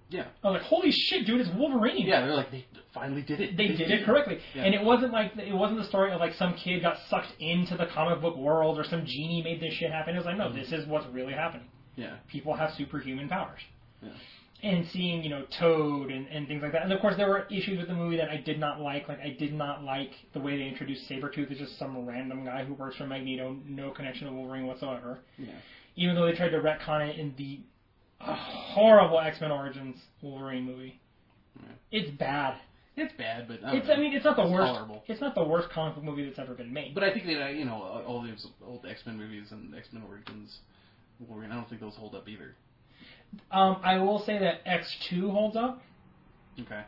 [SPEAKER 2] Yeah.
[SPEAKER 1] I was like, holy shit, dude, it's Wolverine.
[SPEAKER 2] Yeah, they're like they finally did it.
[SPEAKER 1] They did it correctly,
[SPEAKER 2] Yeah.
[SPEAKER 1] and it wasn't like it wasn't the story of like some kid got sucked into the comic book world or some genie made this shit happen. It was like, no,
[SPEAKER 2] Mhm.
[SPEAKER 1] this is what's really happening.
[SPEAKER 2] Yeah.
[SPEAKER 1] People have superhuman powers,
[SPEAKER 2] Yeah.
[SPEAKER 1] and seeing you know Toad and, and things like that. And of course, there were issues with the movie that I did not like. Like I did not like the way they introduced Sabretooth as just some random guy who works for Magneto, no connection to Wolverine whatsoever.
[SPEAKER 2] Yeah.
[SPEAKER 1] Even though they tried to retcon it in the uh, horrible X Men Origins Wolverine movie,
[SPEAKER 2] Yeah.
[SPEAKER 1] it's bad.
[SPEAKER 2] It's bad, but I, don't
[SPEAKER 1] It's,
[SPEAKER 2] know.
[SPEAKER 1] I mean, it's not the
[SPEAKER 2] It's
[SPEAKER 1] worst.
[SPEAKER 2] tolerable.
[SPEAKER 1] It's not the worst comic book movie that's ever been made.
[SPEAKER 2] But I think that uh, you know all these old X Men movies and X Men Origins, Wolverine. I don't think those hold up either.
[SPEAKER 1] Um, I will say that X Two holds up
[SPEAKER 2] Okay.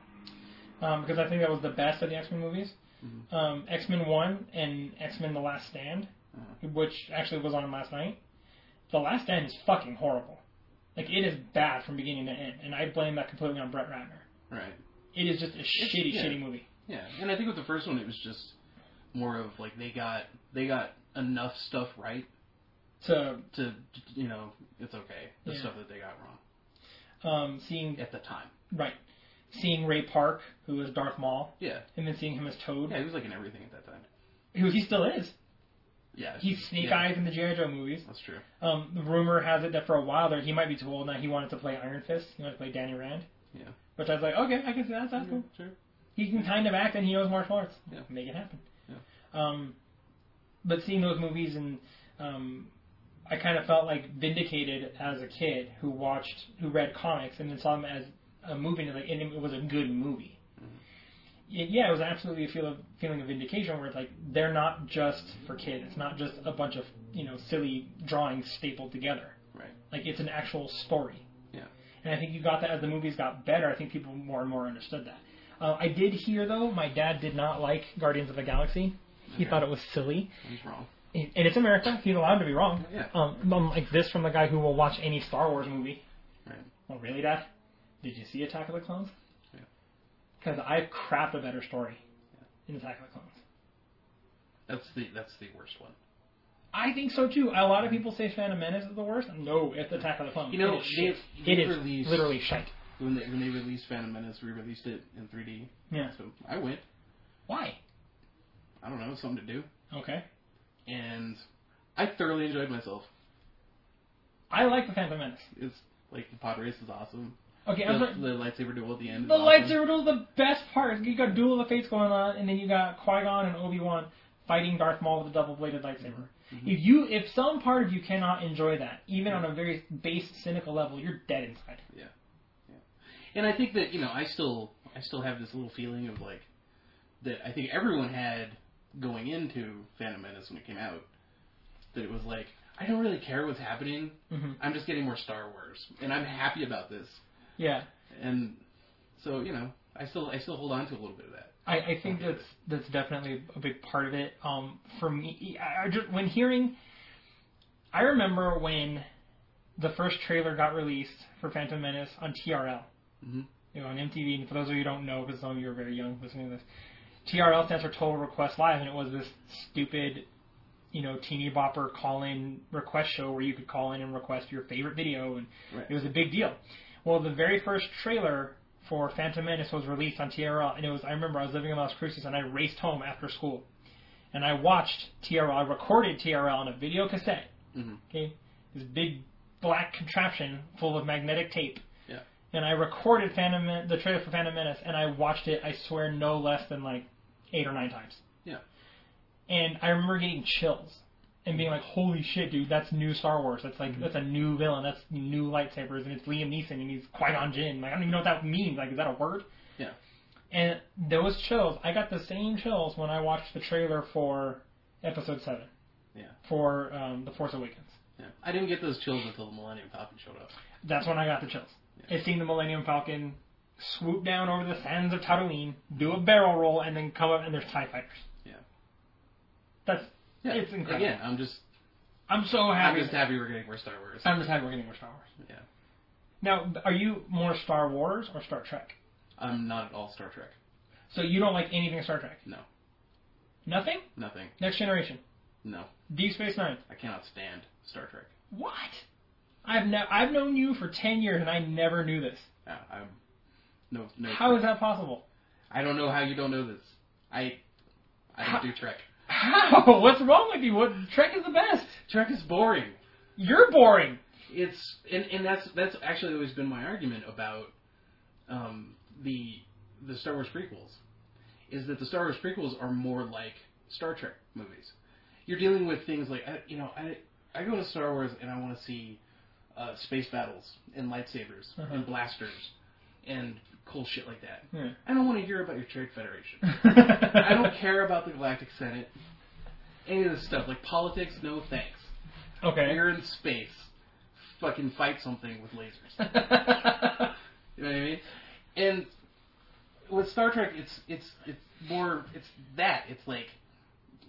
[SPEAKER 1] um, because I think that was the best of the X Men movies.
[SPEAKER 2] Mhm.
[SPEAKER 1] Um, X Men One and X Men: The Last Stand,
[SPEAKER 2] Uh-huh.
[SPEAKER 1] which actually was on last night. The Last Stand is fucking horrible. Like it is bad from beginning to end, and I blame that completely on Brett Ratner.
[SPEAKER 2] Right.
[SPEAKER 1] It is just a shitty,
[SPEAKER 2] yeah.
[SPEAKER 1] shitty movie.
[SPEAKER 2] Yeah, and I think with the first one, it was just more of like they got they got enough stuff right
[SPEAKER 1] To
[SPEAKER 2] to you know it's okay the
[SPEAKER 1] Yeah.
[SPEAKER 2] stuff that they got wrong
[SPEAKER 1] um, seeing
[SPEAKER 2] at the time.
[SPEAKER 1] right, seeing Ray Park, who was Darth Maul,
[SPEAKER 2] Yeah,
[SPEAKER 1] and then seeing him as Toad,
[SPEAKER 2] yeah, he was like in everything at that time.
[SPEAKER 1] who he still is.
[SPEAKER 2] Yeah,
[SPEAKER 1] He's Snake
[SPEAKER 2] yeah,
[SPEAKER 1] Eyes in the G.I. Joe movies.
[SPEAKER 2] That's true.
[SPEAKER 1] Um, the rumor has it that for a while there, he might be too old now. He wanted to play Iron Fist. He wanted to play Danny Rand.
[SPEAKER 2] Yeah.
[SPEAKER 1] Which I was like, okay, I can see that. That's cool.
[SPEAKER 2] Sure.
[SPEAKER 1] He can kind of act and he knows martial arts.
[SPEAKER 2] Yeah.
[SPEAKER 1] Make it happen.
[SPEAKER 2] Yeah.
[SPEAKER 1] Um, but seeing those movies and um, I kind of felt like vindicated as a kid who watched, who read comics and then saw them as a movie and, like, and it was a good movie.
[SPEAKER 2] Mm-hmm.
[SPEAKER 1] Y- Yeah, it was absolutely a feel of, feeling of vindication where it's like they're not just for kids. It's not just a bunch of you know silly drawings stapled together.
[SPEAKER 2] Right.
[SPEAKER 1] Like it's an actual story.
[SPEAKER 2] Yeah.
[SPEAKER 1] And I think you got that as the movies got better. I think people more and more understood that. Uh, I did hear though, my dad did not like Guardians of the Galaxy. He
[SPEAKER 2] Okay.
[SPEAKER 1] thought it was silly,
[SPEAKER 2] He's wrong.
[SPEAKER 1] and it's America. He's allowed to be wrong.
[SPEAKER 2] Yeah.
[SPEAKER 1] Um, um, like this from the guy who will watch any Star Wars movie.
[SPEAKER 2] Right.
[SPEAKER 1] Well, really, Dad? Did you see Attack of the Clones?
[SPEAKER 2] Yeah.
[SPEAKER 1] Because I've crapped a better story in Attack of the Clones.
[SPEAKER 2] That's the that's the worst one.
[SPEAKER 1] I think so too. A lot of people say Phantom Menace is the worst. No, it's Attack of the Clones.
[SPEAKER 2] You know,
[SPEAKER 1] it is, shit.
[SPEAKER 2] they- they
[SPEAKER 1] It is
[SPEAKER 2] released-
[SPEAKER 1] literally shite.
[SPEAKER 2] When they when they released Phantom Menace, we released it in 3D.
[SPEAKER 1] Yeah.
[SPEAKER 2] So I went.
[SPEAKER 1] Why?
[SPEAKER 2] I don't know, something to do,
[SPEAKER 1] Okay.
[SPEAKER 2] and I thoroughly enjoyed myself.
[SPEAKER 1] I like the Phantom Menace.
[SPEAKER 2] It's like the pod race is awesome.
[SPEAKER 1] Okay,
[SPEAKER 2] the,
[SPEAKER 1] I'm sorry.
[SPEAKER 2] the lightsaber duel at the end.
[SPEAKER 1] The
[SPEAKER 2] is awesome.
[SPEAKER 1] lightsaber duel is the best part. You got Duel of the Fates going on, and then you got Qui Gon and Obi Wan fighting Darth Maul with a double bladed lightsaber. If you, if some part of you cannot enjoy that, even on a very base cynical level, you're dead inside.
[SPEAKER 2] And I think that you know, I still, I still have this little feeling of like that. I think everyone had going into Phantom Menace when it came out that it was like, I don't really care what's happening.
[SPEAKER 1] Mm-hmm.
[SPEAKER 2] I'm just getting more Star Wars, and I'm happy about this.
[SPEAKER 1] Yeah,
[SPEAKER 2] And so you know, I still, I still hold on to a little bit of that.
[SPEAKER 1] I, I think
[SPEAKER 2] Okay.
[SPEAKER 1] that's that's definitely a big part of it. Um, for me, I, I just, when hearing, I remember when the first trailer got released for Phantom Menace on TRL.
[SPEAKER 2] Mm-hmm.
[SPEAKER 1] you know, on MTV, and for those of you who don't know, because some of you are very young listening to this, TRL stands for Total Request Live, and it was this stupid, you know, teeny bopper call-in request show where you could call in and request your favorite video, and
[SPEAKER 2] Right.
[SPEAKER 1] it was a big deal. Well, the very first trailer for Phantom Menace was released on TRL, and it was, I remember I was living in Las Cruces, and I raced home after school, and I watched TRL, I recorded TRL on a video cassette,
[SPEAKER 2] Mhm.
[SPEAKER 1] okay, this big black contraption full of magnetic tape,
[SPEAKER 2] Yeah.
[SPEAKER 1] and I recorded Phantom Men- the trailer for Phantom Menace, and I watched it. I swear, no less than like eight or nine times.
[SPEAKER 2] Yeah.
[SPEAKER 1] And I remember getting chills and being like, "Holy shit, dude! That's new Star Wars. That's like
[SPEAKER 2] Mm-hmm.
[SPEAKER 1] that's a new villain. That's new lightsabers, and it's Liam Neeson and he's Qui Gon Jinn. Like I don't even know what that means. Like is that a word?
[SPEAKER 2] Yeah.
[SPEAKER 1] And those chills, I got the same chills when I watched the trailer for Episode Seven.
[SPEAKER 2] Yeah.
[SPEAKER 1] For um, the Force Awakens.
[SPEAKER 2] Yeah. I didn't get those chills until the Millennium Falcon showed up.
[SPEAKER 1] That's when I got the chills.
[SPEAKER 2] Yeah.
[SPEAKER 1] It's seeing the Millennium Falcon swoop down over the sands of Tatooine, do a barrel roll, and then come up and there's Tie Fighters.
[SPEAKER 2] Yeah.
[SPEAKER 1] That's
[SPEAKER 2] Yeah.
[SPEAKER 1] it's incredible.
[SPEAKER 2] Again, I'm just
[SPEAKER 1] I'm so
[SPEAKER 2] I'm
[SPEAKER 1] happy.
[SPEAKER 2] just happy we're getting more Star Wars.
[SPEAKER 1] I'm just happy we're getting more Star Wars.
[SPEAKER 2] yeah.
[SPEAKER 1] Now, are you more Star Wars or Star Trek?
[SPEAKER 2] I'm not at all Star Trek.
[SPEAKER 1] So you don't like anything Star Trek?
[SPEAKER 2] No.
[SPEAKER 1] Nothing?
[SPEAKER 2] Nothing.
[SPEAKER 1] Next Generation,
[SPEAKER 2] No.
[SPEAKER 1] Deep Space Nine.
[SPEAKER 2] I cannot stand Star Trek.
[SPEAKER 1] What? I've ne- I've known you for ten years and I never knew this.
[SPEAKER 2] Uh, I'm no no.
[SPEAKER 1] How is that possible?
[SPEAKER 2] I don't know how you don't know this. I I
[SPEAKER 1] How-
[SPEAKER 2] don't do Trek.
[SPEAKER 1] How? What's wrong with you? What Trek is the best?
[SPEAKER 2] Trek is boring.
[SPEAKER 1] You're boring.
[SPEAKER 2] It's and, and that's that's actually always been my argument about um, the the Star Wars prequels is that the Star Wars prequels are more like Star Trek movies. You're dealing with things like I, you know I I go to Star Wars and I want to see uh, space battles and lightsabers
[SPEAKER 1] Uh-huh.
[SPEAKER 2] and blasters and cool shit like that.
[SPEAKER 1] Yeah.
[SPEAKER 2] I don't want to hear about your Trade Federation. I
[SPEAKER 1] I
[SPEAKER 2] don't care about the Galactic Senate. Any of this stuff. Like politics, no thanks.
[SPEAKER 1] Okay.
[SPEAKER 2] You're in space. Fucking fight something with lasers. You know what I mean? And with Star Trek it's it's it's more it's that. It's like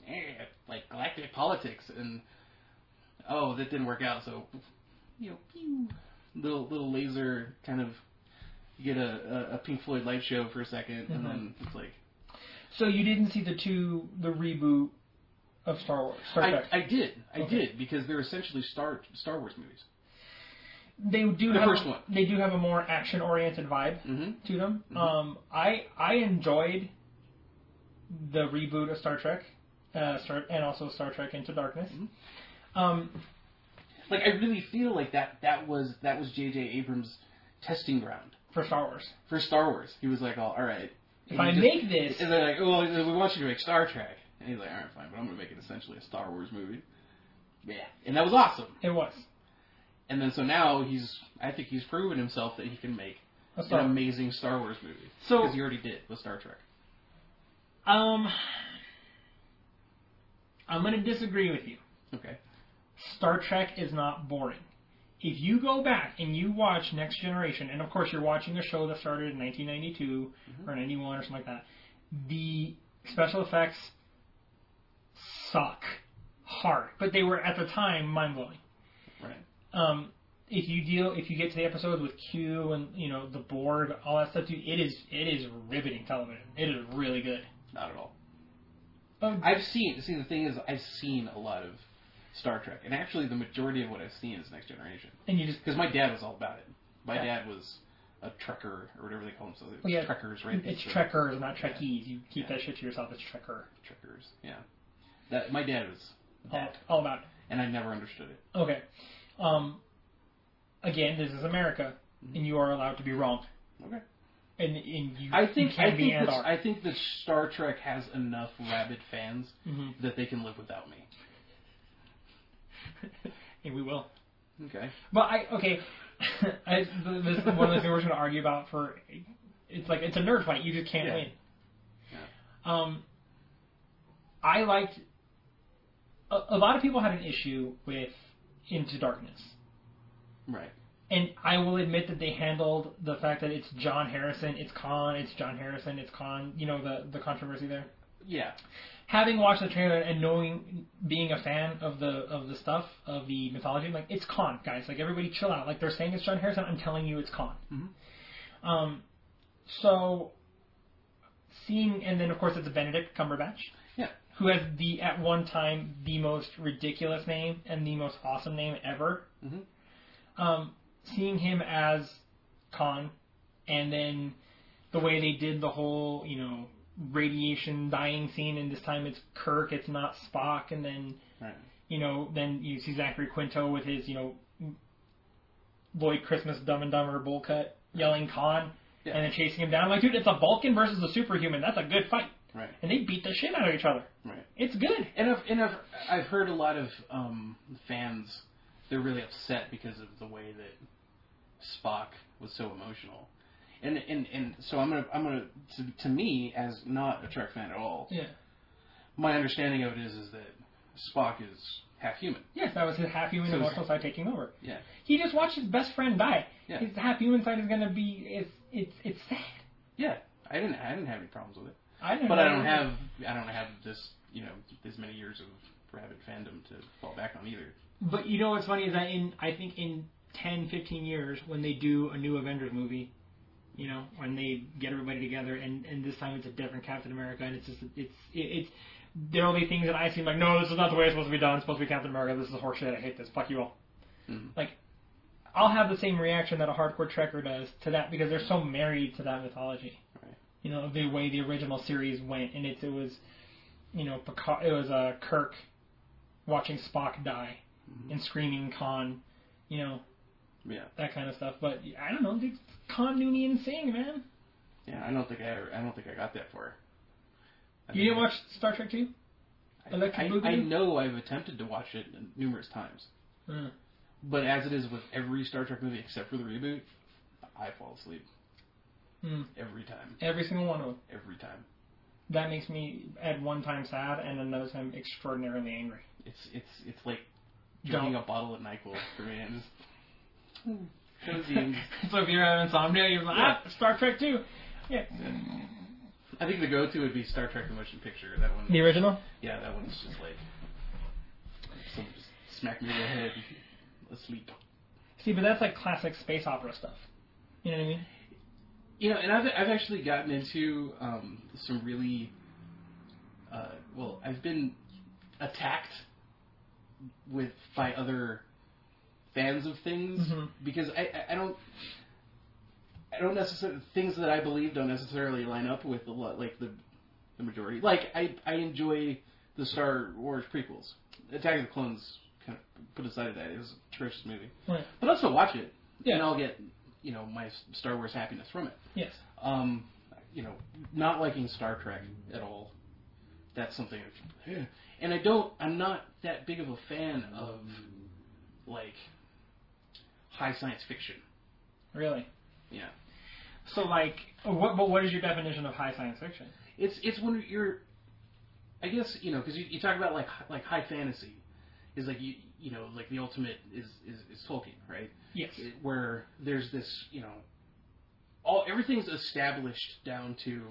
[SPEAKER 2] eh, like galactic politics and oh, that didn't work out, so you know, pew. little little laser kind of you get a, a, a Pink Floyd light show for a 2nd and then it's like
[SPEAKER 1] so you didn't see the two the reboot of Star Wars. Star
[SPEAKER 2] I,
[SPEAKER 1] Trek.
[SPEAKER 2] I did. I
[SPEAKER 1] Okay.
[SPEAKER 2] did because they're essentially Star Star Wars movies.
[SPEAKER 1] they do
[SPEAKER 2] the
[SPEAKER 1] have
[SPEAKER 2] first one.
[SPEAKER 1] they do have a more action oriented vibe
[SPEAKER 2] Mhm.
[SPEAKER 1] to them. Um, I I enjoyed the reboot of Star Trek, uh, Star, and also Star Trek Into Darkness.
[SPEAKER 2] Mm-hmm.
[SPEAKER 1] Um,
[SPEAKER 2] Like I really feel like that that was that was J.J. Abrams' testing ground
[SPEAKER 1] for Star Wars,
[SPEAKER 2] for Star Wars. He was like, "Oh, all right."
[SPEAKER 1] if
[SPEAKER 2] And
[SPEAKER 1] I
[SPEAKER 2] he just-
[SPEAKER 1] make this,
[SPEAKER 2] and they're like, "Well, we want you to make Star Trek," and he's like, "All right, fine, but I'm gonna make it essentially a Star Wars movie." Yeah, and that was awesome.
[SPEAKER 1] it was
[SPEAKER 2] And then so now he's, I think he's proven himself that he can make
[SPEAKER 1] a
[SPEAKER 2] an
[SPEAKER 1] Star Wars.
[SPEAKER 2] amazing Star Wars movie.
[SPEAKER 1] So-
[SPEAKER 2] because he already did with Star Trek.
[SPEAKER 1] Um, I'm gonna disagree with you.
[SPEAKER 2] Okay.
[SPEAKER 1] Star Trek is not boring. If you go back and you watch Next Generation, and of course you're watching a show that started in 1992 or 91 or something like that, the special effects suck hard, but they were at the time mind blowing.
[SPEAKER 2] Right.
[SPEAKER 1] Um, if you deal, if you get to the episodes with Q and you know the Borg, all that stuff, dude, it is it is riveting television. It is really good.
[SPEAKER 2] Not at all.
[SPEAKER 1] Um,
[SPEAKER 2] I've seen. See, the thing is, I've seen a lot of Star Trek, and actually, the majority of what I've seen is Next Generation.
[SPEAKER 1] and you just
[SPEAKER 2] Because my dad was all about it. My
[SPEAKER 1] Yeah.
[SPEAKER 2] dad was a trekker, or whatever they call themselves.
[SPEAKER 1] Oh, yeah.
[SPEAKER 2] Trekkers, right?
[SPEAKER 1] it's
[SPEAKER 2] They-
[SPEAKER 1] trekkers, not
[SPEAKER 2] Yeah.
[SPEAKER 1] trekkies. You keep
[SPEAKER 2] Yeah.
[SPEAKER 1] that shit to yourself. It's trekker.
[SPEAKER 2] Trekkers, yeah. That my dad was, all
[SPEAKER 1] That
[SPEAKER 2] about it,
[SPEAKER 1] all about it.
[SPEAKER 2] and I never understood it.
[SPEAKER 1] Okay. Um, again, this is America, and you are allowed to be wrong.
[SPEAKER 2] Mm-hmm. Okay.
[SPEAKER 1] And, and you,
[SPEAKER 2] I
[SPEAKER 1] you
[SPEAKER 2] think
[SPEAKER 1] can
[SPEAKER 2] I
[SPEAKER 1] be
[SPEAKER 2] think
[SPEAKER 1] and
[SPEAKER 2] that,
[SPEAKER 1] are.
[SPEAKER 2] I think that Star Trek has enough rabid fans
[SPEAKER 1] Mhm.
[SPEAKER 2] that they can live without me.
[SPEAKER 1] Mm-hmm. and we will.
[SPEAKER 2] Okay.
[SPEAKER 1] But I okay. I, th- this is one of the things we're going to argue about for. It's like it's a nerd fight. You just can't
[SPEAKER 2] Yeah.
[SPEAKER 1] win.
[SPEAKER 2] Yeah.
[SPEAKER 1] Um, I liked. A, a lot of people had an issue with Into Darkness,
[SPEAKER 2] Right.
[SPEAKER 1] and I will admit that they handled the fact that it's John Harrison, it's Khan, it's John Harrison, it's Khan. You know the the controversy there.
[SPEAKER 2] Yeah.
[SPEAKER 1] having watched the trailer and knowing being a fan of the of the stuff of the mythology, like it's Khan, guys. Like everybody, chill out. Like they're saying it's John Harrison. I'm telling you, it's Khan. Um, so seeing and then of course it's Benedict Cumberbatch,
[SPEAKER 2] Yeah.
[SPEAKER 1] who has the at one time the most ridiculous name and the most awesome name ever.
[SPEAKER 2] Mhm.
[SPEAKER 1] Um, seeing him as Khan, and then the way they did the whole you know radiation dying scene, and this time it's Kirk, it's not Spock, and then
[SPEAKER 2] Right.
[SPEAKER 1] you know then you see Zachary Quinto with his you know Lloyd Christmas Dumb and Dumber bowl cut yelling Khan.
[SPEAKER 2] Yeah.
[SPEAKER 1] And then chasing him down, I'm like, dude, it's a Vulcan versus a superhuman. That's a good fight,
[SPEAKER 2] Right.
[SPEAKER 1] and they beat the shit out of each other.
[SPEAKER 2] Right.
[SPEAKER 1] It's good.
[SPEAKER 2] And I've and I've I've heard a lot of um, fans they're really upset because of the way that Spock was so emotional, and and and so I'm gonna I'm gonna to, to me as not a Trek fan at all,
[SPEAKER 1] Yeah.
[SPEAKER 2] my understanding of it is is that Spock is half human.
[SPEAKER 1] Yes, that was his half human
[SPEAKER 2] So it's-
[SPEAKER 1] emotional side taking over.
[SPEAKER 2] Yeah.
[SPEAKER 1] He just watched his best friend die.
[SPEAKER 2] Yeah.
[SPEAKER 1] His half human side is gonna be it's it's it's sad.
[SPEAKER 2] Yeah. I didn't I didn't have any problems with it.
[SPEAKER 1] I don't
[SPEAKER 2] But
[SPEAKER 1] know.
[SPEAKER 2] I don't have I don't have this you know this many years of rabid fandom to fall back on either.
[SPEAKER 1] But you know what's funny is that in I think in 10, 15 years when they do a new Avengers movie, you know, when they get everybody together and and this time it's a different Captain America and it's just it's it, it's there will be things that I see like no this is not the way it's supposed to be done. It's supposed to be Captain America. This is horseshit. I hate this. Fuck you all.
[SPEAKER 2] Mhm.
[SPEAKER 1] Like I'll have the same reaction that a hardcore trekker does to that because they're so married to that mythology.
[SPEAKER 2] Right.
[SPEAKER 1] You know the way the original series went and it's it was you know Picard, it was uh, Kirk watching Spock die and screaming Khan, you know,
[SPEAKER 2] Yeah.
[SPEAKER 1] that kind of stuff. But I don't know, dude, Khan knew me and sing, man.
[SPEAKER 2] Yeah. I don't think I ever, I don't think I got that far. I
[SPEAKER 1] You didn't
[SPEAKER 2] think
[SPEAKER 1] watch Star Trek 2?
[SPEAKER 2] I-
[SPEAKER 1] Electric
[SPEAKER 2] I, I
[SPEAKER 1] Boogaloo?
[SPEAKER 2] know I've attempted to watch it numerous times,
[SPEAKER 1] Uh,
[SPEAKER 2] but as it is with every Star Trek movie except for the reboot, I fall asleep
[SPEAKER 1] mm,
[SPEAKER 2] every time.
[SPEAKER 1] every single one of them.
[SPEAKER 2] Every time.
[SPEAKER 1] That makes me at one time sad and another time extraordinarily angry.
[SPEAKER 2] It's it's it's like drinking a bottle of Nyquil for me. I'm just cozy.
[SPEAKER 1] so if you're having insomnia, you're like, ah, Star Trek 2. Yeah.
[SPEAKER 2] I think the go-to would be Star Trek: The Motion Picture. That one.
[SPEAKER 1] The original?
[SPEAKER 2] Yeah, that one's just like someone just smacked me in the head asleep.
[SPEAKER 1] See, but that's like classic space opera stuff. You know what I mean?
[SPEAKER 2] You know, and I've I've actually gotten into um, some really uh, well, I've been attacked with by other fans of things
[SPEAKER 1] Mhm.
[SPEAKER 2] because I, I I don't I don't necessarily things that I believe don't necessarily line up with a lot like the the majority. Like I I enjoy the Star Wars prequels. Attack of the Clones kind of put aside that it was a atrocious movie,
[SPEAKER 1] Right.
[SPEAKER 2] but I'll still watch it
[SPEAKER 1] Yeah.
[SPEAKER 2] and I'll get you know my Star Wars happiness from it
[SPEAKER 1] Yes.
[SPEAKER 2] um, you know, not liking Star Trek at all. That's something, and I don't. I'm not that big of a fan of like high science fiction.
[SPEAKER 1] Really.
[SPEAKER 2] Yeah,
[SPEAKER 1] So like, what? But what is your definition of high science fiction?
[SPEAKER 2] it's it's when you're, I guess you know, because you, you talk about like hi- like high fantasy, is like you you know like the ultimate is is, is Tolkien, right?
[SPEAKER 1] Yes.
[SPEAKER 2] it- where there's this, you know, all everything's established down to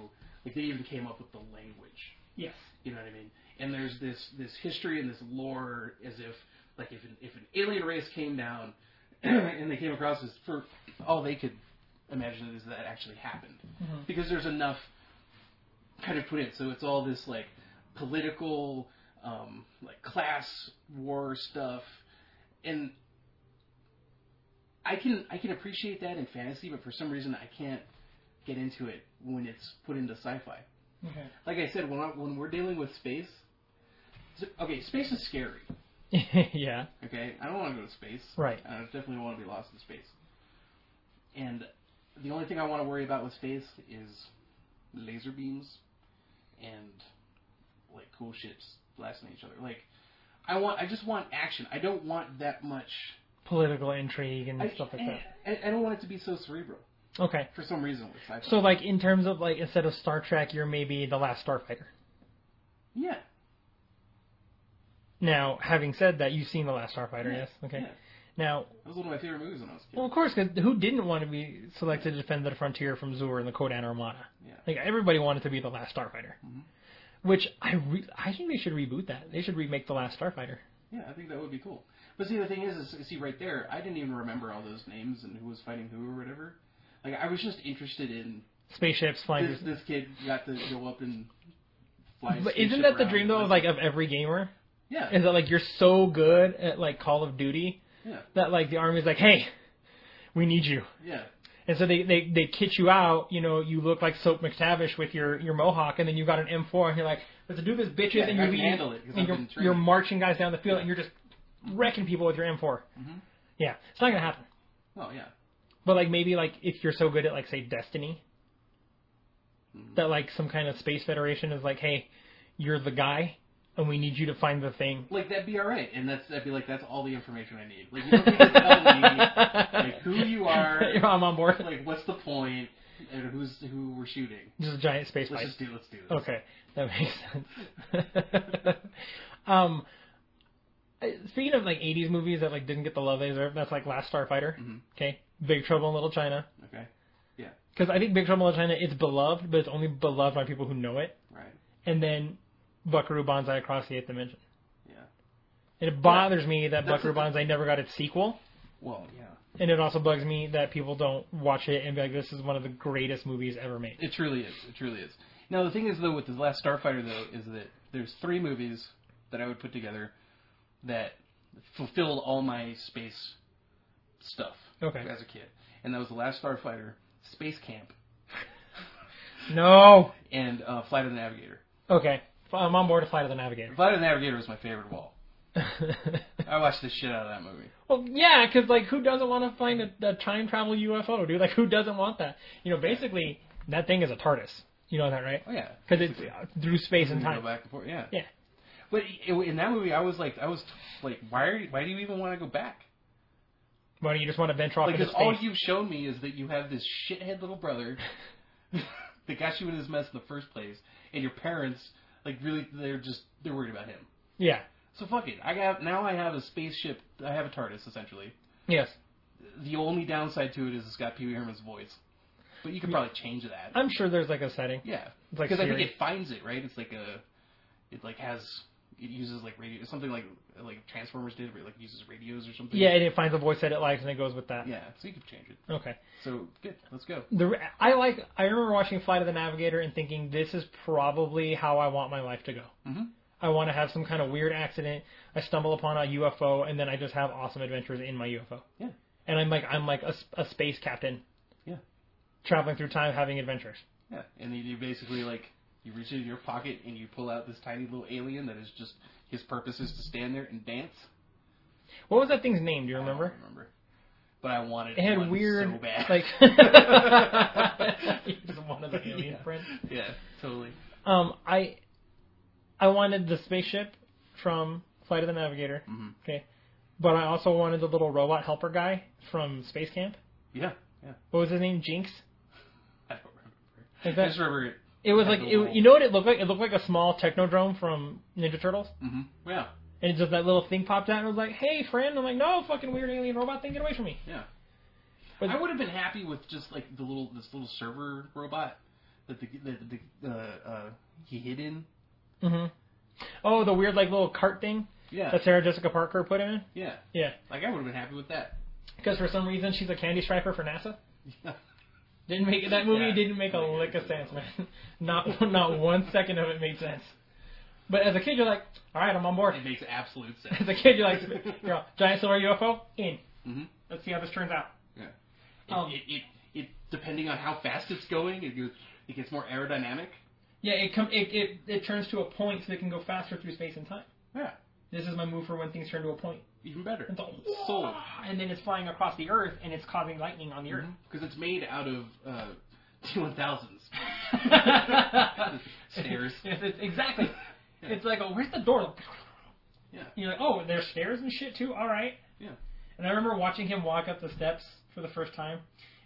[SPEAKER 2] like they even came up with the language.
[SPEAKER 1] Yes.
[SPEAKER 2] You know what I mean? And there's this this history and this lore as if like if an, if an alien race came down and they came across this for all they could imagine is that actually happened
[SPEAKER 1] Mhm.
[SPEAKER 2] because there's enough kind of put in. So it's all this like political, um, like class war stuff, and I can I can appreciate that in fantasy, but for some reason I can't get into it when it's put into sci-fi. Like I said, when I, when we're dealing with space, so- okay, space is scary.
[SPEAKER 1] Okay. yeah.
[SPEAKER 2] Okay, I don't want to go to space.
[SPEAKER 1] Right.
[SPEAKER 2] I definitely want to be lost in space. And the only thing I want to worry about with space is laser beams and like cool ships blasting each other. Like I want, I just want action. I don't want that much.
[SPEAKER 1] Political intrigue and
[SPEAKER 2] I, eh,
[SPEAKER 1] stuff like that.
[SPEAKER 2] I, I don't want it to be so cerebral
[SPEAKER 1] Okay.
[SPEAKER 2] for some reason with sci-fi.
[SPEAKER 1] So, like, in terms of, like, instead of Star Trek, you're maybe The Last Starfighter.
[SPEAKER 2] yeah.
[SPEAKER 1] Now, having said that, you've seen The Last Starfighter,
[SPEAKER 2] yeah,
[SPEAKER 1] yes? Okay.
[SPEAKER 2] yeah.
[SPEAKER 1] Now,
[SPEAKER 2] That was one of my favorite movies when I was a kid.
[SPEAKER 1] well, of course, 'cause who didn't want to be selected to defend the frontier from Zur and the Kodan Armada?
[SPEAKER 2] Yeah.
[SPEAKER 1] Like, everybody wanted to be The Last Starfighter.
[SPEAKER 2] Mhm.
[SPEAKER 1] Which, I re- I think they should reboot that. They should remake The Last Starfighter.
[SPEAKER 2] Yeah, I think that would be cool. But see, the thing is, is see right there, I didn't even remember all those names and who was fighting who or whatever. Like, I was just interested in
[SPEAKER 1] Spaceships flying.
[SPEAKER 2] this,
[SPEAKER 1] through-
[SPEAKER 2] this kid got to go up and fly. a
[SPEAKER 1] but
[SPEAKER 2] spaceship
[SPEAKER 1] isn't that the
[SPEAKER 2] around
[SPEAKER 1] dream,
[SPEAKER 2] and
[SPEAKER 1] though,
[SPEAKER 2] was-
[SPEAKER 1] of, like, of every gamer?
[SPEAKER 2] yeah,
[SPEAKER 1] Is that, like, you're so good at, like, Call of Duty
[SPEAKER 2] yeah,
[SPEAKER 1] that, like, the army's like, hey, we need you.
[SPEAKER 2] yeah,
[SPEAKER 1] And so they, they, they kit you out, you know, you look like Soap McTavish with your, your mohawk, and then you got an M4, and you're like, let's do this, bitches,
[SPEAKER 2] Yeah,
[SPEAKER 1] and you're
[SPEAKER 2] I can
[SPEAKER 1] leading-
[SPEAKER 2] handle it, 'cause
[SPEAKER 1] and
[SPEAKER 2] I've
[SPEAKER 1] you're,
[SPEAKER 2] been trained.
[SPEAKER 1] you're marching guys down the field, and you're just wrecking people with your M4.
[SPEAKER 2] Mm-hmm.
[SPEAKER 1] Yeah, it's not gonna happen.
[SPEAKER 2] oh yeah,
[SPEAKER 1] But like maybe like if you're so good at like say Destiny,
[SPEAKER 2] Mm-hmm.
[SPEAKER 1] that like some kind of space federation is like, hey, you're the guy, and we need you to find the thing.
[SPEAKER 2] like that'd be all right, and that's that'd be like that's all the information I need. Like you don't need to tell me like who you are,
[SPEAKER 1] I'm on board.
[SPEAKER 2] like what's the point, and who's who we're shooting.
[SPEAKER 1] Just a giant space
[SPEAKER 2] Let's
[SPEAKER 1] fight.
[SPEAKER 2] just do, let's do this.
[SPEAKER 1] Okay, that makes sense. um, uh, speaking of like '80s movies that like didn't get the love they deserve, that's like Last Starfighter.
[SPEAKER 2] Mhm.
[SPEAKER 1] Okay, Big Trouble in Little China.
[SPEAKER 2] Okay.
[SPEAKER 1] Because I think Big Trouble in Little China it's beloved, but it's only beloved by people who know it.
[SPEAKER 2] Right.
[SPEAKER 1] And then Buckaroo Banzai Across the Eighth Dimension.
[SPEAKER 2] Yeah.
[SPEAKER 1] And it bothers me that
[SPEAKER 2] That's
[SPEAKER 1] Buckaroo
[SPEAKER 2] the thing.
[SPEAKER 1] Banzai never got its sequel.
[SPEAKER 2] Well, yeah.
[SPEAKER 1] And it also bugs me that people don't watch it and be like, "This is one of the greatest movies ever made."
[SPEAKER 2] It truly is. It truly is. Now the thing is though with the last Starfighter though is that there's three movies that I would put together that fulfilled all my space stuff
[SPEAKER 1] Okay.
[SPEAKER 2] as a kid, and that was the last Starfighter, Space Camp,
[SPEAKER 1] No.
[SPEAKER 2] and uh, Flight of the Navigator.
[SPEAKER 1] Okay. I'm on board to Flight of the Navigator.
[SPEAKER 2] Flight of the Navigator was my favorite of all. I watched the shit out of that movie.
[SPEAKER 1] well, yeah, because like, who doesn't want to find a, a time travel UFO, dude? Like, who doesn't want that? You know, basically, that thing is a TARDIS. You know that, right?
[SPEAKER 2] Oh yeah,
[SPEAKER 1] Because it's
[SPEAKER 2] basically.
[SPEAKER 1] uh, through space and
[SPEAKER 2] You can
[SPEAKER 1] time.
[SPEAKER 2] Go back and forth. Yeah.
[SPEAKER 1] Yeah.
[SPEAKER 2] But i- in that movie, I was like, I was like, why are you, why do you even want to go back?
[SPEAKER 1] Why do you just want to venture off
[SPEAKER 2] Mm-hmm. Like,
[SPEAKER 1] into
[SPEAKER 2] because
[SPEAKER 1] space?
[SPEAKER 2] all you've shown me is that you have this shithead little brother that got you in this mess in the first place, and your parents, like, really, they're just they're worried about him.
[SPEAKER 1] Yeah.
[SPEAKER 2] So fuck it. I got now. I have a spaceship. I have a TARDIS essentially.
[SPEAKER 1] Yes.
[SPEAKER 2] The only downside to it is it's got Pee Wee Herman's voice, but you could probably change that.
[SPEAKER 1] I'm sure there's like a setting.
[SPEAKER 2] Yeah,
[SPEAKER 1] It's like
[SPEAKER 2] because I think
[SPEAKER 1] Siri.
[SPEAKER 2] it finds it right. It's like a, it like has it uses like radio something like like Transformers did where it like uses radios or something.
[SPEAKER 1] Yeah, and it finds a voice that it likes and it goes with that.
[SPEAKER 2] yeah. So you could change it.
[SPEAKER 1] Okay.
[SPEAKER 2] So good. Let's go.
[SPEAKER 1] The I like I remember watching Flight of the Navigator and thinking this is probably how I want my life to go.
[SPEAKER 2] Mhm.
[SPEAKER 1] I want to have some kind of weird accident. I stumble upon a UFO and then I just have awesome adventures in my UFO.
[SPEAKER 2] Yeah.
[SPEAKER 1] And I'm like I'm like a, s- a space captain.
[SPEAKER 2] Yeah.
[SPEAKER 1] Traveling through time, having adventures.
[SPEAKER 2] Yeah, and then you basically like you reach into your pocket and you pull out this tiny little alien that is just his purpose is to stand there and dance.
[SPEAKER 1] What was that thing's name? Do you remember?
[SPEAKER 2] I don't remember. But I wanted
[SPEAKER 1] It had
[SPEAKER 2] one
[SPEAKER 1] weird
[SPEAKER 2] so bad.
[SPEAKER 1] like just one of the alien
[SPEAKER 2] yeah.
[SPEAKER 1] prints.
[SPEAKER 2] Yeah, totally.
[SPEAKER 1] Um, I I wanted the spaceship from Flight of the Navigator.
[SPEAKER 2] Mhm.
[SPEAKER 1] Okay, but I also wanted the little robot helper guy from Space Camp.
[SPEAKER 2] Yeah, yeah.
[SPEAKER 1] What was his name? Jinx.
[SPEAKER 2] I don't remember.
[SPEAKER 1] Like
[SPEAKER 2] I
[SPEAKER 1] that.
[SPEAKER 2] just remember it.
[SPEAKER 1] It was
[SPEAKER 2] had
[SPEAKER 1] like
[SPEAKER 2] the
[SPEAKER 1] it,
[SPEAKER 2] little-
[SPEAKER 1] you know what it looked like. It looked like a small technodrome from Ninja Turtles,
[SPEAKER 2] hmm Yeah,
[SPEAKER 1] and it just that little thing popped out and was like, "Hey, friend." I'm like, "No, fucking weird alien robot thing, get away from me."
[SPEAKER 2] yeah.
[SPEAKER 1] But-
[SPEAKER 2] I would have been happy with just like the little this little server robot that the that the uh, uh, he hid in.
[SPEAKER 1] hmm Oh, the weird like little cart thing
[SPEAKER 2] Yeah,
[SPEAKER 1] that Sarah Jessica Parker put him in.
[SPEAKER 2] yeah.
[SPEAKER 1] Yeah,
[SPEAKER 2] Like I would have been happy with that.
[SPEAKER 1] because for some reason she's a candy striper for NASA.
[SPEAKER 2] Yeah.
[SPEAKER 1] Didn't make that movie
[SPEAKER 2] Yeah.
[SPEAKER 1] didn't make a
[SPEAKER 2] Yeah.
[SPEAKER 1] lick of sense, man. Not not one second of it made sense. But as a kid, you're like, all right, I'm on board.
[SPEAKER 2] It makes absolute sense.
[SPEAKER 1] As a kid, you're like, you're all, giant silver UFO in.
[SPEAKER 2] Mhm.
[SPEAKER 1] Let's see how this turns out.
[SPEAKER 2] Yeah. It,
[SPEAKER 1] Um,
[SPEAKER 2] it, it, it depending on how fast it's going, it goes, it gets more aerodynamic.
[SPEAKER 1] Yeah, it com- it, it it turns to a point so it can go faster through space and time.
[SPEAKER 2] Yeah,
[SPEAKER 1] This is my move for when things turn to a point.
[SPEAKER 2] even better.
[SPEAKER 1] It's all,
[SPEAKER 2] Sold.
[SPEAKER 1] and then it's flying across the Earth and it's causing lightning on the Earth.
[SPEAKER 2] Because Mm-hmm. it's made out of uh, T1000s. Mm-hmm. Stairs.
[SPEAKER 1] Yes, it's, exactly. It's like, oh, where's the door?
[SPEAKER 2] Yeah.
[SPEAKER 1] You're like, oh, there's stairs and shit too. All right.
[SPEAKER 2] Yeah.
[SPEAKER 1] And I remember watching him walk up the steps for the first time,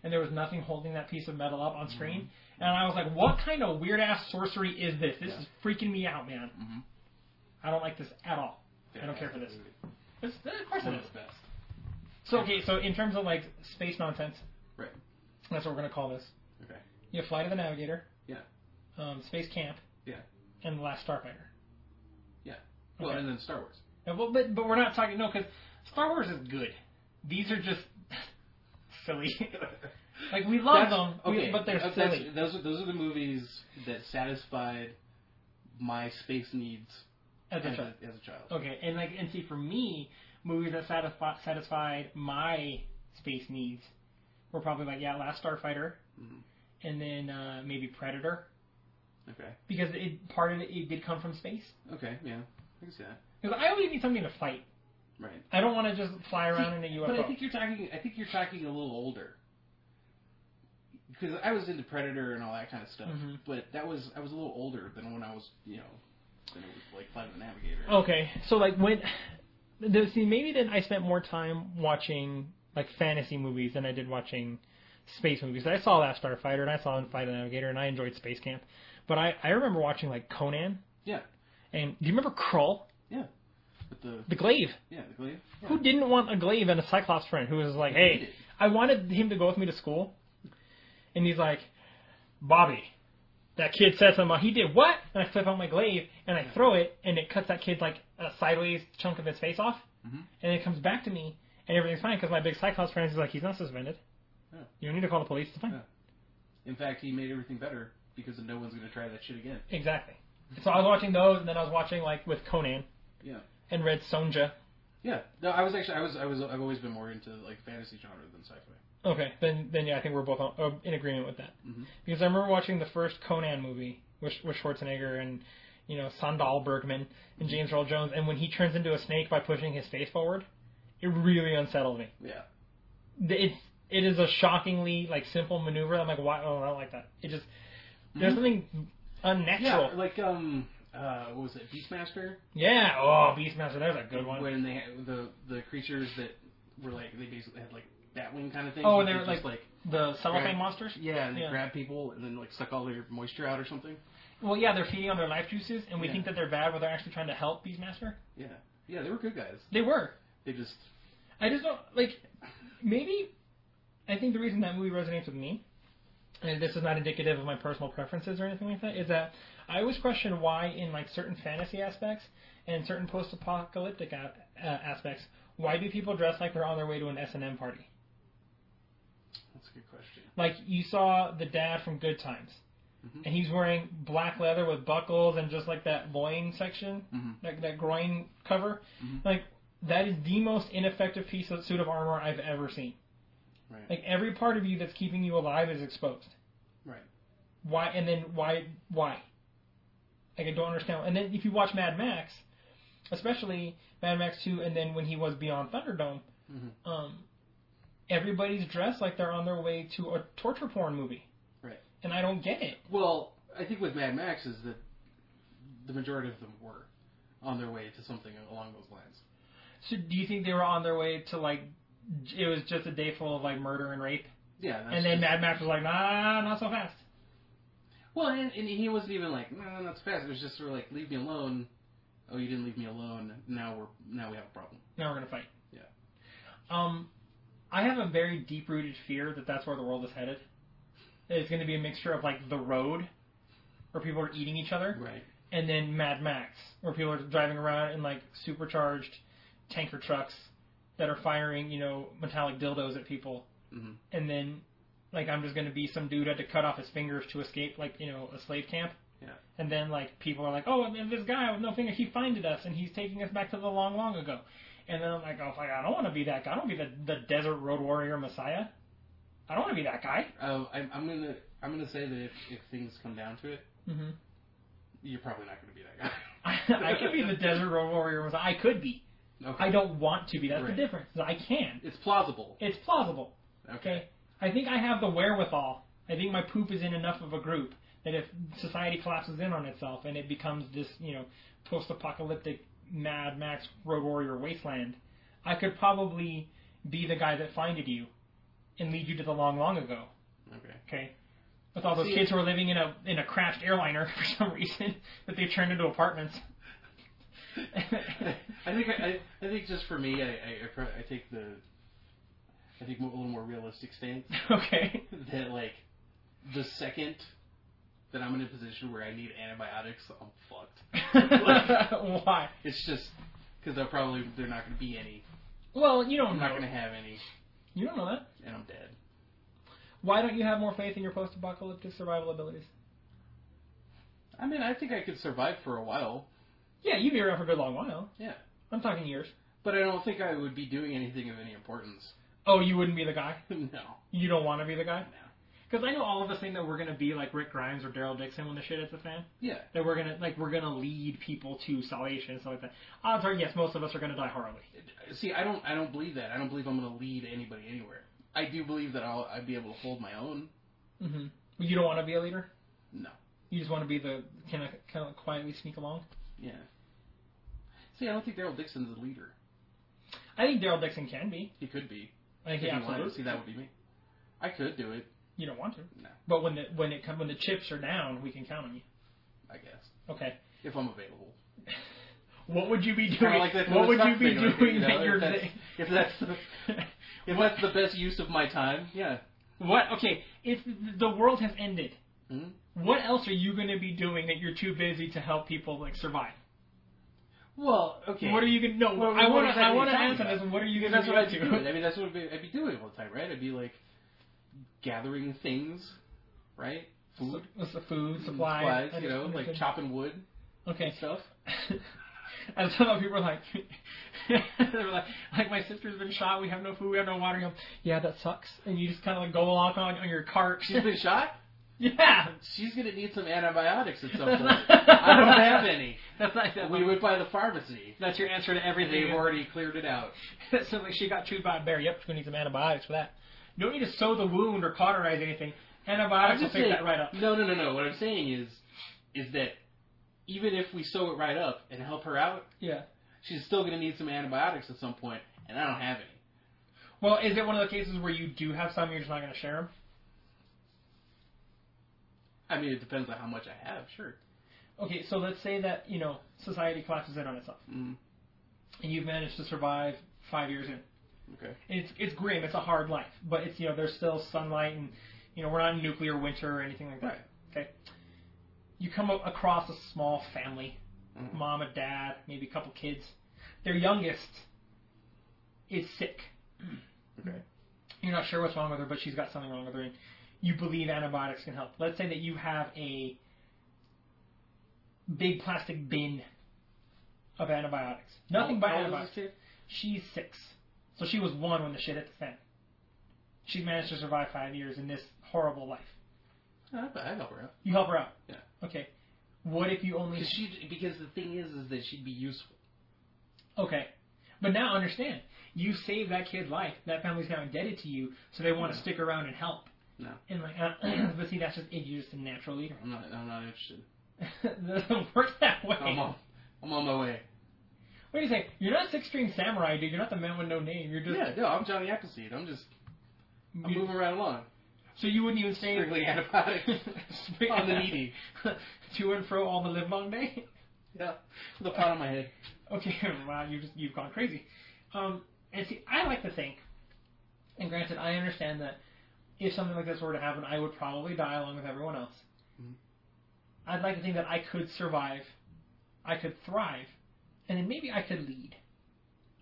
[SPEAKER 1] and there was nothing holding that piece of metal up on screen. And I was like, what kind of weird ass sorcery is this? This
[SPEAKER 2] Mm-hmm. Yeah.
[SPEAKER 1] is freaking me out, man.
[SPEAKER 2] Mhm.
[SPEAKER 1] I don't like this at all. I don't care for this. It's, of course it
[SPEAKER 2] One
[SPEAKER 1] is.
[SPEAKER 2] of the best.
[SPEAKER 1] So okay, so in terms of like space nonsense,
[SPEAKER 2] Right.
[SPEAKER 1] that's what we're gonna call this.
[SPEAKER 2] Okay.
[SPEAKER 1] You have Flight of the Navigator.
[SPEAKER 2] Yeah.
[SPEAKER 1] Um, space Camp.
[SPEAKER 2] Yeah.
[SPEAKER 1] And The Last Starfighter.
[SPEAKER 2] Yeah. Well,
[SPEAKER 1] Okay.
[SPEAKER 2] and then Star Wars.
[SPEAKER 1] Yeah, well, but but we're not talking no, because Star Wars is good. These are just silly. like we love them, we- but they're
[SPEAKER 2] that's- that's-
[SPEAKER 1] silly.
[SPEAKER 2] Those are, those are the movies that satisfied my space needs
[SPEAKER 1] As a
[SPEAKER 2] as
[SPEAKER 1] child.
[SPEAKER 2] a, as a child.
[SPEAKER 1] Okay, and like and see for me, movies that satisfi- satisfied my space needs were probably like yeah, Last Starfighter,
[SPEAKER 2] Mhm.
[SPEAKER 1] and then uh, maybe Predator
[SPEAKER 2] Okay.
[SPEAKER 1] because it part of it, it did come from space.
[SPEAKER 2] Okay. Yeah. I can see that.
[SPEAKER 1] Because I always need something to fight.
[SPEAKER 2] Right.
[SPEAKER 1] I don't want to just fly around in a UFO.
[SPEAKER 2] But I think you're talking. I think you're talking a little older. Because I was into Predator and all that kind of stuff,
[SPEAKER 1] Mhm.
[SPEAKER 2] but that was I was a little older than when I was, you know, than it was like Flight of the Navigator.
[SPEAKER 1] Okay, so like when, the- see, maybe then I spent more time watching like fantasy movies than I did watching space movies. I saw Last Starfighter and I saw Flight of the Navigator and I enjoyed Space Camp, but I I remember watching like Conan
[SPEAKER 2] Yeah,
[SPEAKER 1] and do you remember Krull?
[SPEAKER 2] yeah. With the
[SPEAKER 1] The Glaive.
[SPEAKER 2] yeah, the glaive. Yeah.
[SPEAKER 1] Who didn't want a glaive and a Cyclops friend who was like, hey, I wanted him to go with me to school. And he's like, Bobby, that kid said something about, he did what? And I flip out my glaive and I throw it and it cuts that kid like a sideways chunk of his face off.
[SPEAKER 2] Mhm.
[SPEAKER 1] And it comes back to me and everything's fine because my big Cyclops friend is like, he's not suspended.
[SPEAKER 2] Yeah.
[SPEAKER 1] You don't need to call the police. It's fine.
[SPEAKER 2] Yeah. In fact, he made everything better because no one's gonna try that shit again.
[SPEAKER 1] Exactly. So I was watching those and then I was watching like with Conan.
[SPEAKER 2] Yeah.
[SPEAKER 1] And read Sonja.
[SPEAKER 2] Yeah. No, I was actually I was I was I've always been more into like fantasy genre than sci-fi.
[SPEAKER 1] Okay, then then yeah, I think we're both on, uh, in agreement with that.
[SPEAKER 2] Mhm.
[SPEAKER 1] Because I remember watching the first Conan movie with, with Schwarzenegger and you know Sandal Bergman and James Earl Jones, and when he turns into a snake by pushing his face forward, it really unsettled me.
[SPEAKER 2] Yeah.
[SPEAKER 1] Th- It's it is a shockingly like simple maneuver. I'm like, why? Oh, I don't like that. It just there's
[SPEAKER 2] Mhm.
[SPEAKER 1] something
[SPEAKER 2] Yeah.
[SPEAKER 1] unnatural.
[SPEAKER 2] Like um uh what was it Beastmaster?
[SPEAKER 1] Yeah. Oh, Beastmaster, there's a good one.
[SPEAKER 2] When they had the the creatures that were like they basically had like Batwing kind of thing.
[SPEAKER 1] Oh, they were
[SPEAKER 2] just,
[SPEAKER 1] like- The cellophane
[SPEAKER 2] Right.
[SPEAKER 1] monsters.
[SPEAKER 2] yeah, and they
[SPEAKER 1] Yeah.
[SPEAKER 2] grab people and then like suck all their moisture out or something.
[SPEAKER 1] Well, yeah, they're feeding on their life juices, and we
[SPEAKER 2] Yeah.
[SPEAKER 1] think that they're bad, but they're actually trying to help Beastmaster.
[SPEAKER 2] Yeah. Yeah, they were good guys.
[SPEAKER 1] They were.
[SPEAKER 2] They just
[SPEAKER 1] I just don't like. Maybe I think the reason that movie resonates with me, and this is not indicative of my personal preferences or anything like that, is that I always question why in like certain fantasy aspects and certain post-apocalyptic a- uh, aspects, why do people dress like they're on their way to an S and M party?
[SPEAKER 2] that's a good question.
[SPEAKER 1] Like you saw the dad from Good Times,
[SPEAKER 2] Mhm.
[SPEAKER 1] and he's wearing black leather with buckles and just like that loin section,
[SPEAKER 2] Mm-hmm.
[SPEAKER 1] like that groin cover.
[SPEAKER 2] Mhm.
[SPEAKER 1] Like that is the most ineffective piece of suit of armor I've ever seen.
[SPEAKER 2] Right.
[SPEAKER 1] Like every part of you that's keeping you alive is exposed.
[SPEAKER 2] Right.
[SPEAKER 1] Why? And then why? Why? Like I don't understand. And then if you watch Mad Max, especially Mad Max Two, and then when he was Beyond Thunderdome,
[SPEAKER 2] Mhm.
[SPEAKER 1] um, everybody's dressed like they're on their way to a torture porn movie.
[SPEAKER 2] Right.
[SPEAKER 1] And I don't get it.
[SPEAKER 2] Well, I think with Mad Max is that the majority of them were on their way to something along those lines.
[SPEAKER 1] So do you think they were on their way to like? j- It was just a day full of like murder and rape,
[SPEAKER 2] Yeah. That's
[SPEAKER 1] and then
[SPEAKER 2] just-
[SPEAKER 1] Mad Max was like, nah, not so fast.
[SPEAKER 2] Well, and, and he wasn't even like, no, no, that's fast. It was just sort of like, leave me alone. Oh, you didn't leave me alone. Now we're now we have a problem.
[SPEAKER 1] Now we're gonna fight.
[SPEAKER 2] Yeah.
[SPEAKER 1] Um, I have a very deep-rooted fear that that's where the world is headed. That It's going to be a mixture of like the road, where people are eating each other,
[SPEAKER 2] Right.
[SPEAKER 1] and then Mad Max, where people are driving around in like supercharged tanker trucks that are firing, you know, metallic dildos at people,
[SPEAKER 2] hmm
[SPEAKER 1] and then like I'm just going to be some dude who had to cut off his fingers to escape, like you know, a slave camp.
[SPEAKER 2] Yeah.
[SPEAKER 1] And then like people are like, oh, and then this guy with no finger, he finded us, and he's taking us back to the long, long ago. And then I'm like, oh, fuck, I don't want to be that guy. I don't want to be the, the desert road warrior messiah. I don't want to be that guy.
[SPEAKER 2] Uh, I'm, I'm gonna I'm gonna say that if, if things come down to it,
[SPEAKER 1] Mm-hmm.
[SPEAKER 2] you're probably not gonna be that guy.
[SPEAKER 1] I could be the desert road warrior messiah. I could be.
[SPEAKER 2] Okay.
[SPEAKER 1] I don't want to be. That's
[SPEAKER 2] Right.
[SPEAKER 1] the difference. I can.
[SPEAKER 2] It's plausible.
[SPEAKER 1] It's plausible.
[SPEAKER 2] Okay.
[SPEAKER 1] Okay. I think I have the wherewithal. I think my poop is in enough of a group that if society collapses in on itself and it becomes this, you know, post-apocalyptic Mad Max Road Warrior wasteland, I could probably be the guy that finded you and lead you to the long, long ago.
[SPEAKER 2] Okay.
[SPEAKER 1] Okay. With all those
[SPEAKER 2] See-
[SPEAKER 1] kids who are living in a in a crashed airliner for some reason that they turned into apartments.
[SPEAKER 2] I think I, I think just for me, I I, I, pro- I take the I think a little more realistic stance
[SPEAKER 1] okay.
[SPEAKER 2] that like the second that I'm in a position where I need antibiotics, I'm fucked.
[SPEAKER 1] Why?
[SPEAKER 2] It's just because I probably they're not going to be any.
[SPEAKER 1] Well, you don't
[SPEAKER 2] I'm not
[SPEAKER 1] know.
[SPEAKER 2] going to have any,
[SPEAKER 1] You don't know that.
[SPEAKER 2] and I'm dead.
[SPEAKER 1] Why don't you have more faith in your post-apocalyptic survival abilities?
[SPEAKER 2] I mean, I think I could survive for a while.
[SPEAKER 1] Yeah, you'd be around for a good long while.
[SPEAKER 2] Yeah,
[SPEAKER 1] I'm talking years.
[SPEAKER 2] but I don't think I would be doing anything of any importance.
[SPEAKER 1] Oh, you wouldn't be the guy.
[SPEAKER 2] no,
[SPEAKER 1] You don't want to be the guy.
[SPEAKER 2] no.
[SPEAKER 1] Because I know all of us think that we're gonna be like Rick Grimes or Daryl Dixon when the shit hits the fan.
[SPEAKER 2] Yeah,
[SPEAKER 1] That we're gonna like we're gonna lead people to salvation and stuff like that. Odds are, yes, most of us are gonna die horribly.
[SPEAKER 2] see, I don't, I don't believe that. I don't believe I'm going to lead anybody anywhere. I do believe that I'll, I'd be able to hold my own.
[SPEAKER 1] Mm-hmm. You don't want to be a leader.
[SPEAKER 2] No.
[SPEAKER 1] You just want to be the kind of kind of quietly sneak along.
[SPEAKER 2] Yeah. See, I don't think Daryl Dixon's a leader.
[SPEAKER 1] I think Daryl Dixon can be.
[SPEAKER 2] He could be.
[SPEAKER 1] I think he
[SPEAKER 2] if he wanted to.
[SPEAKER 1] absolutely.
[SPEAKER 2] See, that would be me. I could do it.
[SPEAKER 1] You don't want to.
[SPEAKER 2] No.
[SPEAKER 1] But when the when it come when the chips are down, we can count on you.
[SPEAKER 2] I guess
[SPEAKER 1] Okay.
[SPEAKER 2] if I'm available.
[SPEAKER 1] What would you be
[SPEAKER 2] Kinda
[SPEAKER 1] doing?
[SPEAKER 2] like that
[SPEAKER 1] what would
[SPEAKER 2] Noah's
[SPEAKER 1] you
[SPEAKER 2] Ark
[SPEAKER 1] be
[SPEAKER 2] thing over
[SPEAKER 1] doing
[SPEAKER 2] here,
[SPEAKER 1] that
[SPEAKER 2] you know,
[SPEAKER 1] you're
[SPEAKER 2] if that's-
[SPEAKER 1] doing?
[SPEAKER 2] if that's the- If that's the best use of my time, yeah.
[SPEAKER 1] what? Okay, if the world has ended,
[SPEAKER 2] Hmm?
[SPEAKER 1] what else are you going to be doing that you're too busy to help people like survive?
[SPEAKER 2] Well, okay.
[SPEAKER 1] What are you going to? No,
[SPEAKER 2] Well,
[SPEAKER 1] I
[SPEAKER 2] what
[SPEAKER 1] want to.
[SPEAKER 2] exactly
[SPEAKER 1] I want
[SPEAKER 2] are
[SPEAKER 1] to
[SPEAKER 2] you
[SPEAKER 1] answer
[SPEAKER 2] talking
[SPEAKER 1] this. What are you
[SPEAKER 2] Because
[SPEAKER 1] going to
[SPEAKER 2] that's what I'd be
[SPEAKER 1] do?
[SPEAKER 2] doing. I mean, that's what I'd be, I'd be doing all the time, right? I'd be like gathering things, right? Food,
[SPEAKER 1] What's the food supply?
[SPEAKER 2] supplies,
[SPEAKER 1] and-
[SPEAKER 2] you know,
[SPEAKER 1] and
[SPEAKER 2] like
[SPEAKER 1] everything.
[SPEAKER 2] chopping wood
[SPEAKER 1] Okay.
[SPEAKER 2] and stuff.
[SPEAKER 1] I love how people are like, they were like, like my sister's been shot. We have no food. We have no water. You go, yeah, that sucks. And you just kind of like go along on, on your cart.
[SPEAKER 2] She's been shot.
[SPEAKER 1] yeah.
[SPEAKER 2] She's gonna need some antibiotics at some point. I don't have any.
[SPEAKER 1] That's not. That's,
[SPEAKER 2] We went by the pharmacy.
[SPEAKER 1] that's your answer to everything.
[SPEAKER 2] They've already cleared it out.
[SPEAKER 1] so like she got chewed by a bear. Yep, we need some antibiotics for that. You don't need to sew the wound or cauterize anything. Antibiotics will pick
[SPEAKER 2] saying-
[SPEAKER 1] that right up.
[SPEAKER 2] No, no, no, no. What I'm saying is, is that even if we sew it right up and help her out,
[SPEAKER 1] Yeah.
[SPEAKER 2] she's still gonna need some antibiotics at some point, and I don't have any.
[SPEAKER 1] Well, is it one of the cases where you do have some, you're just not going to share them?
[SPEAKER 2] I mean, it depends on how much I have. Sure.
[SPEAKER 1] Okay, so let's say that you know society collapses in on itself,
[SPEAKER 2] Mm.
[SPEAKER 1] and you've managed to survive five years in.
[SPEAKER 2] Okay.
[SPEAKER 1] it's it's grim. It's a hard life, but it's you know there's still sunlight and you know we're not in nuclear winter or anything like that.
[SPEAKER 2] Right.
[SPEAKER 1] Okay. You come a- across a small family,
[SPEAKER 2] Mhm.
[SPEAKER 1] mom and dad, maybe a couple kids. Their youngest is sick.
[SPEAKER 2] Okay.
[SPEAKER 1] You're not sure what's wrong with her, but she's got something wrong with her, and you believe antibiotics can help. Let's say that you have a big plastic bin of antibiotics. Nothing but
[SPEAKER 2] How old is
[SPEAKER 1] antibiotics.
[SPEAKER 2] this kid?
[SPEAKER 1] She's six. So she was one when the shit hit the fan. She's managed to survive five years in this horrible life.
[SPEAKER 2] No, I I help her out.
[SPEAKER 1] You help her out.
[SPEAKER 2] Yeah.
[SPEAKER 1] Okay. What if you only.
[SPEAKER 2] Because she, because the thing is, is that she'd be useful.
[SPEAKER 1] Okay. But now understand. You saved that kid's life. That family's now indebted to you, so they want to
[SPEAKER 2] Yeah.
[SPEAKER 1] stick around and help.
[SPEAKER 2] No.
[SPEAKER 1] And like, uh, but see, that's just it. You're just a natural leader.
[SPEAKER 2] I'm not. I'm not interested.
[SPEAKER 1] that doesn't work that way.
[SPEAKER 2] I'm on. I'm on my way.
[SPEAKER 1] Wait a second. You're not six string samurai, dude. You're not the man with no name. You're just.
[SPEAKER 2] Yeah. No, I'm Johnny Appleseed. I'm just. I'm
[SPEAKER 1] you-
[SPEAKER 2] moving right along.
[SPEAKER 1] so you wouldn't even stay
[SPEAKER 2] Strictly antibiotics on the needy.
[SPEAKER 1] to and fro all the livelong day.
[SPEAKER 2] Yeah. The pot on my head.
[SPEAKER 1] Okay, wow, you just you've gone crazy. Um, and see, I like to think, and granted, I understand that if something like this were to happen, I would probably die along with everyone else.
[SPEAKER 2] Mhm.
[SPEAKER 1] I'd like to think that I could survive, I could thrive, and then maybe I could lead.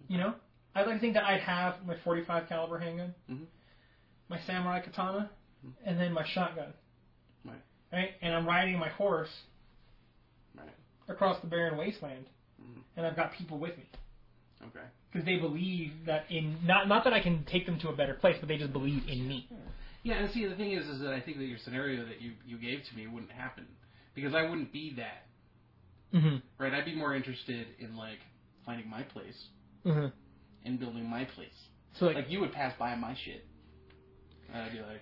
[SPEAKER 1] You know, I'd like to think that I'd have my 45 caliber handgun,
[SPEAKER 2] Mhm.
[SPEAKER 1] my samurai katana,
[SPEAKER 2] Mhm.
[SPEAKER 1] and then my shotgun.
[SPEAKER 2] Right.
[SPEAKER 1] Right, and I'm riding my horse
[SPEAKER 2] Right.
[SPEAKER 1] across the barren wasteland,
[SPEAKER 2] Mhm.
[SPEAKER 1] and I've got people with me
[SPEAKER 2] Okay.
[SPEAKER 1] because they believe that in not not that I can take them to a better place, but they just believe in me.
[SPEAKER 2] Yeah, and see, the thing is, is that I think that your scenario that you you gave to me wouldn't happen because I wouldn't be that.
[SPEAKER 1] Mm-hmm.
[SPEAKER 2] Right. I'd be more interested in like finding my place
[SPEAKER 1] Mm-hmm.
[SPEAKER 2] and building my place.
[SPEAKER 1] So like,
[SPEAKER 2] Like you would pass by my shit. And I'd be like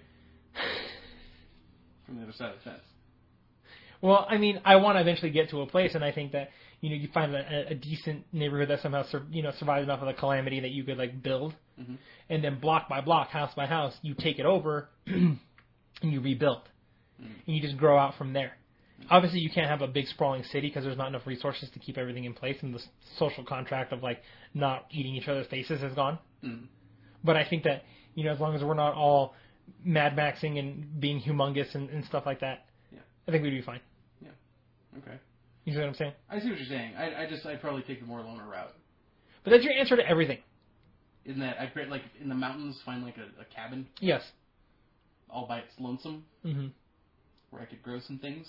[SPEAKER 2] from the other side of the fence.
[SPEAKER 1] well, I mean, I want to eventually get to a place, and I think that you know you find a, a decent neighborhood that somehow sur- you know survives enough of a calamity that you could like build,
[SPEAKER 2] Mhm.
[SPEAKER 1] and then block by block, house by house, you take it over, and you rebuild,
[SPEAKER 2] Mhm.
[SPEAKER 1] and you just grow out from there. Obviously, you can't have a big sprawling city because there's not enough resources to keep everything in place, and the s- social contract of like not eating each other's faces is gone.
[SPEAKER 2] Mm.
[SPEAKER 1] But I think that you know, as long as we're not all Mad Maxing and being humongous and, and stuff like that,
[SPEAKER 2] Yeah.
[SPEAKER 1] I think we'd be fine.
[SPEAKER 2] Okay.
[SPEAKER 1] You see what I'm saying?
[SPEAKER 2] I see what you're saying. I, I just I'd probably take the more loner route.
[SPEAKER 1] But that's your answer to everything.
[SPEAKER 2] In that I'd create like in the mountains find like a, a cabin
[SPEAKER 1] Yes.
[SPEAKER 2] all by its lonesome
[SPEAKER 1] hmm
[SPEAKER 2] where I could grow some things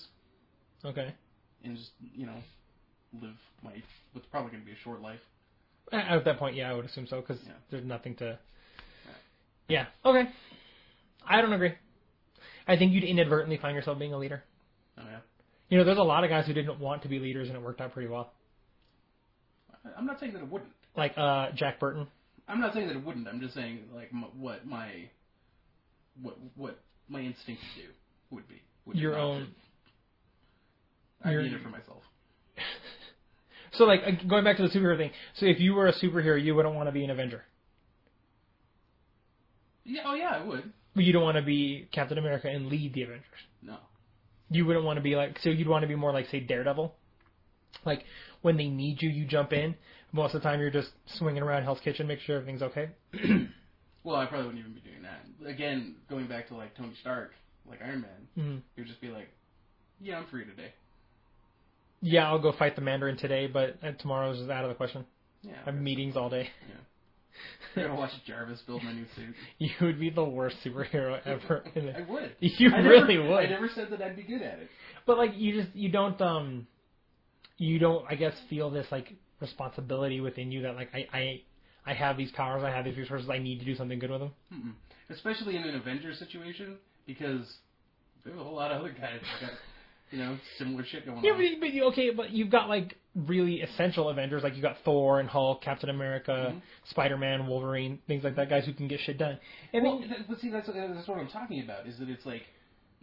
[SPEAKER 1] Okay.
[SPEAKER 2] and just you know live my what's probably gonna be a short life.
[SPEAKER 1] A- At that point, yeah, I would assume so because
[SPEAKER 2] Yeah.
[SPEAKER 1] there's nothing to.
[SPEAKER 2] Right.
[SPEAKER 1] Yeah. Okay. I don't agree. I think you'd inadvertently find yourself being a leader.
[SPEAKER 2] Oh yeah.
[SPEAKER 1] You know, there's a lot of guys who didn't want to be leaders and it worked out pretty well.
[SPEAKER 2] I- I'm not saying that it wouldn't.
[SPEAKER 1] Like uh, Jack Burton.
[SPEAKER 2] I'm not saying that it wouldn't. I'm just saying like m what my what what my instinct to do would be. Would be
[SPEAKER 1] Your
[SPEAKER 2] not to-
[SPEAKER 1] own-
[SPEAKER 2] I'd
[SPEAKER 1] your-
[SPEAKER 2] be in it for myself.
[SPEAKER 1] So like uh, going back to the superhero thing. So if you were a superhero, you wouldn't want to be an Avenger.
[SPEAKER 2] Yeah. Oh yeah, I would.
[SPEAKER 1] But you don't want to be Captain America and lead the Avengers.
[SPEAKER 2] No.
[SPEAKER 1] You wouldn't want to be like so you'd want to be more like say Daredevil. Like when they need you, you jump in. Most of the time, you're just swinging around Hell's Kitchen, make sure everything's okay.
[SPEAKER 2] Well, I probably wouldn't even be doing that. Again, going back to like Tony Stark, like Iron Man,
[SPEAKER 1] Mm.
[SPEAKER 2] he would just be like, "Yeah, I'm free today."
[SPEAKER 1] Yeah, I'll go fight the Mandarin today, but uh, tomorrow's is out of the question.
[SPEAKER 2] Yeah,
[SPEAKER 1] I have meetings all day.
[SPEAKER 2] I'm gonna watch Jarvis build my new suit.
[SPEAKER 1] You would be the worst superhero ever. in
[SPEAKER 2] I
[SPEAKER 1] it.
[SPEAKER 2] would.
[SPEAKER 1] You
[SPEAKER 2] I never-
[SPEAKER 1] really
[SPEAKER 2] I
[SPEAKER 1] would.
[SPEAKER 2] never said that I'd be good at it.
[SPEAKER 1] But like you just you don't um you don't I guess feel this like responsibility within you that like I I I have these powers, I have these resources, I need to do something good with them.
[SPEAKER 2] Mm-mm. Especially in an Avengers situation, because there's a whole lot of other guys that got, you know, similar shit going
[SPEAKER 1] Yeah,
[SPEAKER 2] on.
[SPEAKER 1] but, but you- okay, but you've got like really essential Avengers, like you got Thor and Hulk, Captain America, Spider Man, Wolverine, things like that, guys who can get shit done. And
[SPEAKER 2] well,
[SPEAKER 1] then,
[SPEAKER 2] th- but see, that's that's what I'm talking about. Is that it's like,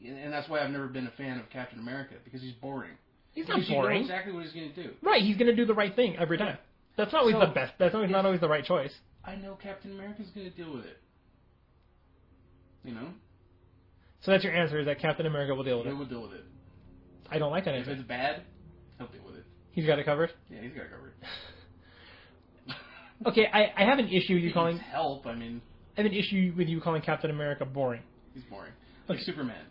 [SPEAKER 2] and that's why I've never been a fan of Captain America because he's boring.
[SPEAKER 1] he's not
[SPEAKER 2] Because you know
[SPEAKER 1] boring,
[SPEAKER 2] exactly what he's gonna do.
[SPEAKER 1] right? He's gonna do the right thing every time. That's not always
[SPEAKER 2] So-
[SPEAKER 1] the best. That's always not always the right choice.
[SPEAKER 2] I know Captain America's gonna deal with it. You know,
[SPEAKER 1] So that's your answer: is that Captain America will deal with
[SPEAKER 2] he
[SPEAKER 1] it.
[SPEAKER 2] will deal with it.
[SPEAKER 1] I don't like that
[SPEAKER 2] If
[SPEAKER 1] answer.
[SPEAKER 2] it's bad, he'll deal with it.
[SPEAKER 1] He's got it covered.
[SPEAKER 2] Yeah, he's got it covered.
[SPEAKER 1] Okay, I, I have an issue with you
[SPEAKER 2] He
[SPEAKER 1] calling.
[SPEAKER 2] needs help? I mean,
[SPEAKER 1] I have an issue with you calling Captain America boring.
[SPEAKER 2] he's boring.
[SPEAKER 1] Okay.
[SPEAKER 2] Like Superman.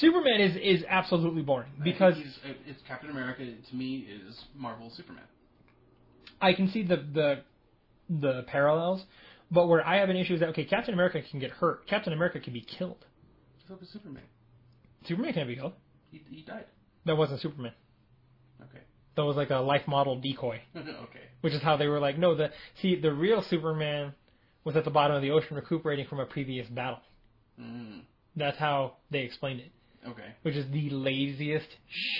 [SPEAKER 1] Superman is is absolutely boring
[SPEAKER 2] I think
[SPEAKER 1] because
[SPEAKER 2] he's, uh, it's Captain America to me is Marvel Superman.
[SPEAKER 1] I can see the the the parallels, but where I have an issue is that okay, Captain America can get hurt. Captain America can be killed.
[SPEAKER 2] So was Superman.
[SPEAKER 1] Superman can't be killed.
[SPEAKER 2] He, he died.
[SPEAKER 1] That wasn't Superman.
[SPEAKER 2] Okay.
[SPEAKER 1] That was like a life model decoy,
[SPEAKER 2] okay.
[SPEAKER 1] which is how they were like, no, the see the real Superman was at the bottom of the ocean recuperating from a previous battle.
[SPEAKER 2] Mm,
[SPEAKER 1] That's how they explained it,
[SPEAKER 2] okay.
[SPEAKER 1] which is the laziest,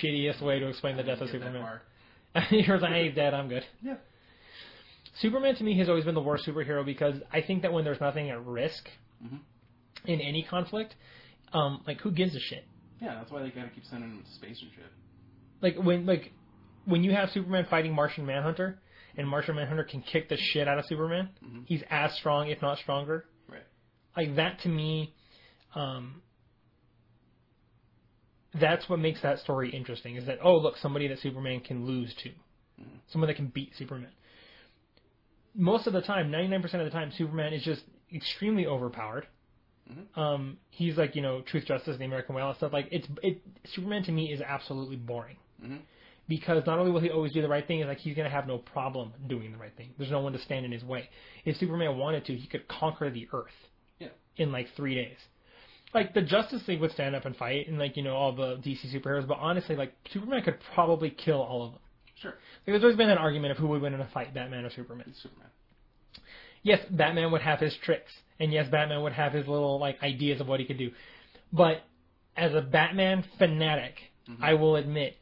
[SPEAKER 1] shittiest way to explain the death of
[SPEAKER 2] Get that
[SPEAKER 1] Superman.
[SPEAKER 2] far.
[SPEAKER 1] You're like, hey, Dad, I'm good.
[SPEAKER 2] Yeah.
[SPEAKER 1] Superman to me has always been the worst superhero because I think that when there's nothing at risk
[SPEAKER 2] Mhm.
[SPEAKER 1] in any conflict, um, like who gives a shit?
[SPEAKER 2] Yeah, that's why they gotta keep sending him to space and shit.
[SPEAKER 1] Like when like when you have Superman fighting Martian Manhunter and Martian Manhunter can kick the shit out of Superman,
[SPEAKER 2] Mhm.
[SPEAKER 1] he's as strong if not stronger.
[SPEAKER 2] Right.
[SPEAKER 1] Like that to me, um, that's what makes that story interesting. Is that oh look somebody that Superman can lose to, someone that can beat Superman. Most of the time, ninety nine percent of the time, Superman is just extremely overpowered.
[SPEAKER 2] Mhm.
[SPEAKER 1] Um, he's like you know truth, justice, and the American way, all that stuff. Like it's it Superman to me is absolutely boring.
[SPEAKER 2] Mhm.
[SPEAKER 1] Because not only will he always do the right thing, it's like he's gonna have no problem doing the right thing. There's no one to stand in his way. If Superman wanted to, he could conquer the Earth
[SPEAKER 2] Yeah.
[SPEAKER 1] in like three days. Like the Justice League would stand up and fight, and like you know all the DC superheroes. But honestly, like Superman could probably kill all of them.
[SPEAKER 2] Sure.
[SPEAKER 1] Like, there's always been an argument of who would win in a fight, Batman or Superman.
[SPEAKER 2] It's Superman.
[SPEAKER 1] Yes, Batman would have his tricks, and yes, Batman would have his little like ideas of what he could do. But as a Batman fanatic,
[SPEAKER 2] Mm-hmm.
[SPEAKER 1] I will admit,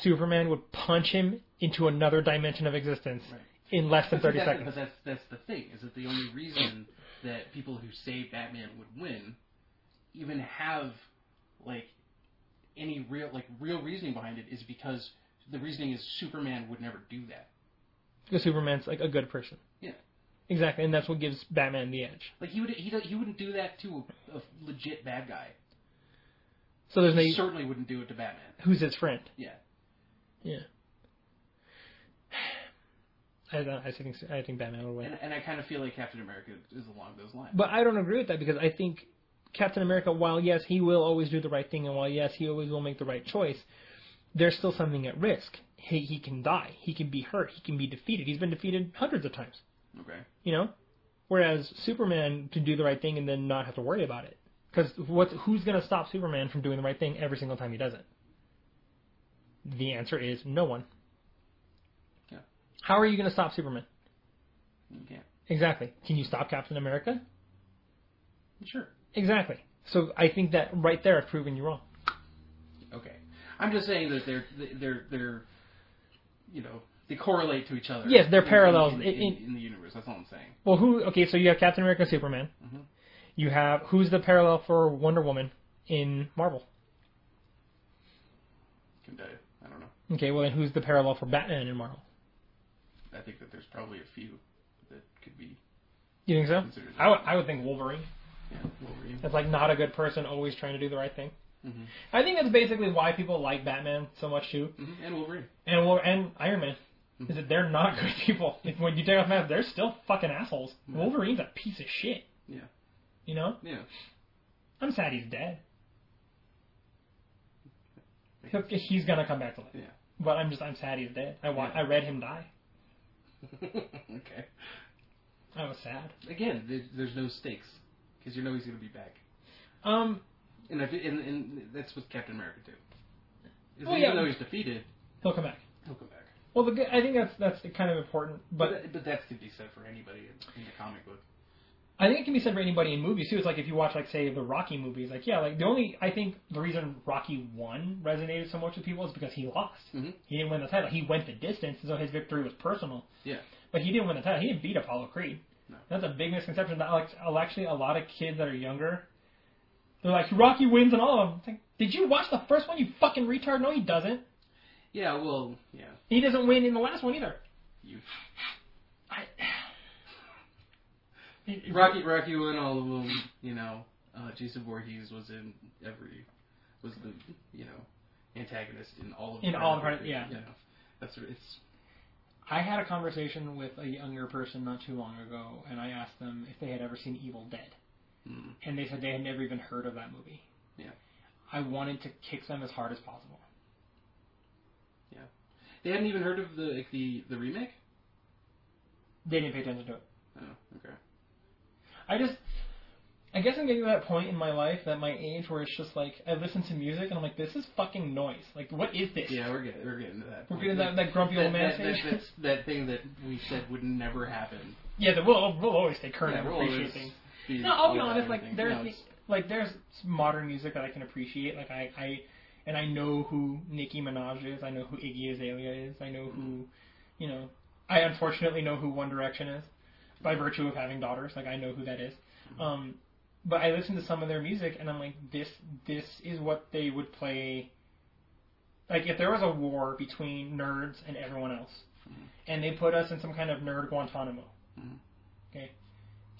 [SPEAKER 1] Superman would punch him into another dimension of existence
[SPEAKER 2] Right.
[SPEAKER 1] in less than
[SPEAKER 2] But
[SPEAKER 1] 30
[SPEAKER 2] that's-
[SPEAKER 1] seconds.
[SPEAKER 2] But that's that's the thing is that the only reason that people who say Batman would win even have like any real like real reasoning behind it is because the reasoning is Superman would never do that.
[SPEAKER 1] Because Superman's like a good person.
[SPEAKER 2] Yeah.
[SPEAKER 1] Exactly, and that's what gives Batman the edge.
[SPEAKER 2] Like he would he, do- he wouldn't do that to a, a legit bad guy.
[SPEAKER 1] So there's
[SPEAKER 2] He
[SPEAKER 1] no
[SPEAKER 2] certainly wouldn't do it to Batman.
[SPEAKER 1] who's his friend.
[SPEAKER 2] Yeah.
[SPEAKER 1] Yeah. I don't, I think I think Batman would win.
[SPEAKER 2] And, and I kind of feel like Captain America is along those lines.
[SPEAKER 1] But I don't agree with that because I think Captain America, while yes, he will always do the right thing, and while yes, he always will make the right choice, there's still something at risk. He he can die. He can be hurt. He can be defeated. He's been defeated hundreds of times.
[SPEAKER 2] okay.
[SPEAKER 1] You know, whereas Superman can do the right thing and then not have to worry about it. Because what? Who's gonna stop Superman from doing the right thing every single time he does it? The answer is no one.
[SPEAKER 2] Yeah.
[SPEAKER 1] How are you gonna stop Superman?
[SPEAKER 2] You can't.
[SPEAKER 1] Exactly. Can you stop Captain America?
[SPEAKER 2] Sure.
[SPEAKER 1] Exactly. So I think that right there, I've proven you wrong.
[SPEAKER 2] Okay. I'm just saying that they're they're they're you know they correlate to each other.
[SPEAKER 1] Yes, they're
[SPEAKER 2] in-
[SPEAKER 1] parallels
[SPEAKER 2] in,
[SPEAKER 1] in-
[SPEAKER 2] in,
[SPEAKER 1] in-
[SPEAKER 2] in the universe. That's all I'm saying.
[SPEAKER 1] Well, who? Okay, so you have Captain America, Superman.
[SPEAKER 2] Mhm.
[SPEAKER 1] You have who's the parallel for Wonder Woman in Marvel?
[SPEAKER 2] Can tell you. I don't know.
[SPEAKER 1] Okay, well then who's the parallel for Batman in Marvel?
[SPEAKER 2] I think that there's probably a few that could be
[SPEAKER 1] You think so?
[SPEAKER 2] considered.
[SPEAKER 1] I would, I would think Wolverine.
[SPEAKER 2] Yeah, Wolverine.
[SPEAKER 1] That's like not a good person, always trying to do the right thing.
[SPEAKER 2] Mhm.
[SPEAKER 1] I think that's basically why people like Batman so much too,
[SPEAKER 2] Mhm. And Wolverine.
[SPEAKER 1] and well, and Iron Man.
[SPEAKER 2] Mm-hmm.
[SPEAKER 1] Is that they're not good people. If, when you take off masks, they're still fucking assholes.
[SPEAKER 2] Yeah.
[SPEAKER 1] Wolverine's a piece of shit.
[SPEAKER 2] Yeah.
[SPEAKER 1] You know,
[SPEAKER 2] Yeah.
[SPEAKER 1] I'm sad he's dead. He'll- He's gonna come back to life.
[SPEAKER 2] Yeah.
[SPEAKER 1] But I'm just I'm sad he's dead. I wa-
[SPEAKER 2] Yeah.
[SPEAKER 1] I read him die.
[SPEAKER 2] okay.
[SPEAKER 1] I was sad.
[SPEAKER 2] Again, there, there's no stakes because you know he's going to be back,
[SPEAKER 1] Um,
[SPEAKER 2] and if and, and that's with Captain America too. Is
[SPEAKER 1] Well,
[SPEAKER 2] even
[SPEAKER 1] yeah.
[SPEAKER 2] though he's defeated,
[SPEAKER 1] he'll come back.
[SPEAKER 2] he'll come back.
[SPEAKER 1] Well, the good, I think that's that's kind of important, but
[SPEAKER 2] But but that could be said for anybody in, in the comic book.
[SPEAKER 1] I think it can be said for anybody in movies too. It's like if you watch like say the Rocky movies, like yeah, like the only I think the reason Rocky one resonated so much with people is because he lost.
[SPEAKER 2] Mhm.
[SPEAKER 1] He didn't win the title. He went the distance, so his victory was personal.
[SPEAKER 2] Yeah.
[SPEAKER 1] But he didn't win the title. He didn't beat Apollo Creed.
[SPEAKER 2] No.
[SPEAKER 1] That's a big misconception. That like actually a lot of kids that are younger, they're like Rocky wins and all of them. It's like, did you watch the first one? You fucking retard! No, he doesn't.
[SPEAKER 2] Yeah. Well. Yeah.
[SPEAKER 1] He doesn't win in the last one either.
[SPEAKER 2] You
[SPEAKER 1] I,
[SPEAKER 2] Rocky Rocky won all of them. You know, uh, Jason Voorhees was in every was the you know antagonist in all of
[SPEAKER 1] In
[SPEAKER 2] the
[SPEAKER 1] all the
[SPEAKER 2] Rocky
[SPEAKER 1] part-
[SPEAKER 2] movies,
[SPEAKER 1] yeah.
[SPEAKER 2] You know, that's what it's
[SPEAKER 1] I had a conversation with a younger person not too long ago, and I asked them if they had ever seen Evil Dead,
[SPEAKER 2] mm,
[SPEAKER 1] and they said they had never even heard of that movie.
[SPEAKER 2] Yeah.
[SPEAKER 1] I wanted to kick them as hard as possible.
[SPEAKER 2] they hadn't even heard of the like, the the remake.
[SPEAKER 1] They didn't pay attention to it.
[SPEAKER 2] Oh, okay.
[SPEAKER 1] I just, I guess I'm getting to that point in my life, that my age, where it's just like I listen to music and I'm like, this is fucking noise. Like, what is this?
[SPEAKER 2] Yeah, we're getting we're getting to that.
[SPEAKER 1] We're
[SPEAKER 2] point.
[SPEAKER 1] getting that, that grumpy
[SPEAKER 2] that,
[SPEAKER 1] old man
[SPEAKER 2] that, that,
[SPEAKER 1] stage.
[SPEAKER 2] that's- that thing that we said would never happen.
[SPEAKER 1] yeah, the, we'll we'll always stay current and
[SPEAKER 2] we'll
[SPEAKER 1] appreciate
[SPEAKER 2] always
[SPEAKER 1] things.
[SPEAKER 2] be
[SPEAKER 1] No, I'll be
[SPEAKER 2] all about
[SPEAKER 1] honest. Like
[SPEAKER 2] everything.
[SPEAKER 1] there's
[SPEAKER 2] No,
[SPEAKER 1] the-
[SPEAKER 2] it's-
[SPEAKER 1] like there's modern music that I can appreciate. Like I, I and I know who Nicki Minaj is. I know who Iggy Azalea is. I know
[SPEAKER 2] Mm-hmm.
[SPEAKER 1] who, you know, I unfortunately know who One Direction is by virtue of having daughters. Like I know who that is.
[SPEAKER 2] Mm-hmm.
[SPEAKER 1] Um, but I listen to some of their music and I'm like, this this is what they would play. Like if there was a war between nerds and everyone else, and they put us in some kind of nerd Guantanamo,
[SPEAKER 2] Mhm.
[SPEAKER 1] okay,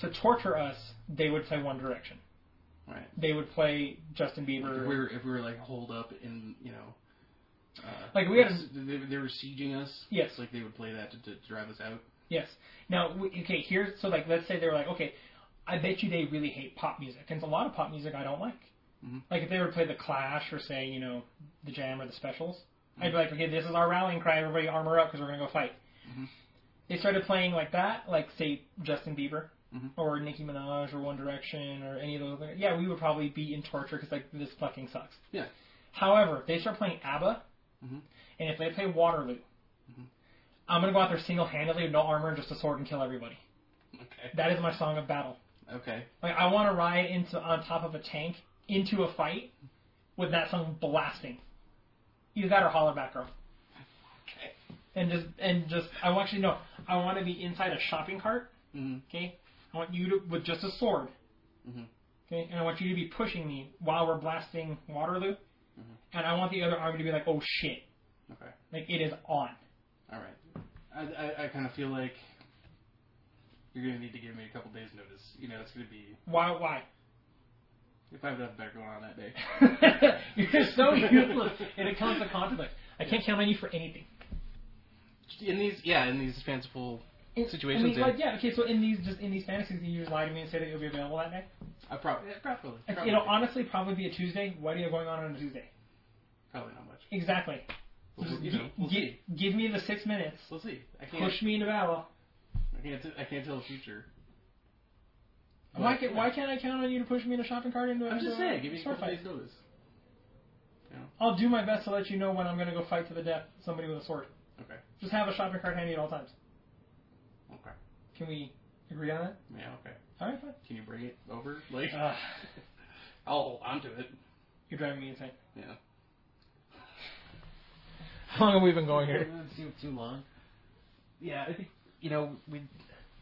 [SPEAKER 1] to torture us, they would play One Direction.
[SPEAKER 2] Right.
[SPEAKER 1] They would play Justin
[SPEAKER 2] If
[SPEAKER 1] Bieber.
[SPEAKER 2] we were if we were like holed up in you know. Uh,
[SPEAKER 1] Like, we had a-
[SPEAKER 2] s- they, they were sieging us.
[SPEAKER 1] Yes.
[SPEAKER 2] Like they would play that to, to drive us out.
[SPEAKER 1] Yes. Now, w- okay, here's so like let's say they were like, okay, I bet you they really hate pop music, and a lot of pop music I don't like.
[SPEAKER 2] Mhm.
[SPEAKER 1] Like if they were to play the Clash or say you know the Jam or the Specials, I'd be like, okay, this is our rallying cry, everybody armor up because we're gonna go fight.
[SPEAKER 2] Mhm.
[SPEAKER 1] They started playing like that, like say Justin Bieber.
[SPEAKER 2] Mhm.
[SPEAKER 1] Or Nicki Minaj, or One Direction, or any of those. Other, yeah, we would probably be in torture because like this fucking sucks.
[SPEAKER 2] Yeah.
[SPEAKER 1] However, if they start playing ABBA,
[SPEAKER 2] Mhm.
[SPEAKER 1] and if they play Waterloo, I'm gonna go out there single-handedly with no armor and just a sword and kill everybody.
[SPEAKER 2] Okay.
[SPEAKER 1] That is my song of battle.
[SPEAKER 2] Okay.
[SPEAKER 1] Like I want to ride into on top of a tank into a fight with that song blasting. Either that or holler back girl.
[SPEAKER 2] Okay.
[SPEAKER 1] And just and just I want you to know I want to be inside a shopping cart.
[SPEAKER 2] Mm-hmm.
[SPEAKER 1] Okay. I want you to with just a sword.
[SPEAKER 2] Mhm.
[SPEAKER 1] Okay. And I want you to be pushing me while we're blasting Waterloo. And I want the other army to be like, oh shit,
[SPEAKER 2] Okay.
[SPEAKER 1] like it is on.
[SPEAKER 2] All right. I I, I kind of feel like you're gonna need to give me a couple days notice. You know, it's gonna be
[SPEAKER 1] Why? Why?
[SPEAKER 2] if I have nothing better going on that day.
[SPEAKER 1] You're so useless. and it comes to conflict. I can't count on you for anything.
[SPEAKER 2] In these, yeah, in these fanciful
[SPEAKER 1] In-
[SPEAKER 2] situations,
[SPEAKER 1] I mean,
[SPEAKER 2] yeah.
[SPEAKER 1] like, yeah, okay, so in these just in these fantasies, you just lie to me and say that you'll be available that day.
[SPEAKER 2] I probably, yeah, probably,
[SPEAKER 1] It's-
[SPEAKER 2] probably,
[SPEAKER 1] It'll honestly probably be a Tuesday. What are you going on on a Tuesday?
[SPEAKER 2] probably not much.
[SPEAKER 1] Exactly.
[SPEAKER 2] We'll,
[SPEAKER 1] Just
[SPEAKER 2] you know,
[SPEAKER 1] gi-
[SPEAKER 2] we'll
[SPEAKER 1] gi-
[SPEAKER 2] see.
[SPEAKER 1] give me the six minutes.
[SPEAKER 2] We'll see. I can't.
[SPEAKER 1] Push me into battle.
[SPEAKER 2] I can't. T- I can't tell the future.
[SPEAKER 1] why
[SPEAKER 2] But,
[SPEAKER 1] can,
[SPEAKER 2] yeah.
[SPEAKER 1] why can't I count on you to push me in a shopping cart into a
[SPEAKER 2] I'm just
[SPEAKER 1] into
[SPEAKER 2] saying. Give
[SPEAKER 1] a
[SPEAKER 2] me a
[SPEAKER 1] sword
[SPEAKER 2] couple
[SPEAKER 1] fight?
[SPEAKER 2] days notice.
[SPEAKER 1] I'll do my best to let you know when I'm going to go fight to the death somebody with a sword.
[SPEAKER 2] Okay.
[SPEAKER 1] Just have a shopping cart handy at all times.
[SPEAKER 2] Okay.
[SPEAKER 1] Can we agree on that?
[SPEAKER 2] Yeah. Okay.
[SPEAKER 1] All right, fine.
[SPEAKER 2] Can you bring it over? Like,
[SPEAKER 1] Ah.
[SPEAKER 2] I'll hold onto it.
[SPEAKER 1] You're driving me insane.
[SPEAKER 2] Yeah.
[SPEAKER 1] How long have we been going here?
[SPEAKER 2] Too, too long. Yeah, I think you know we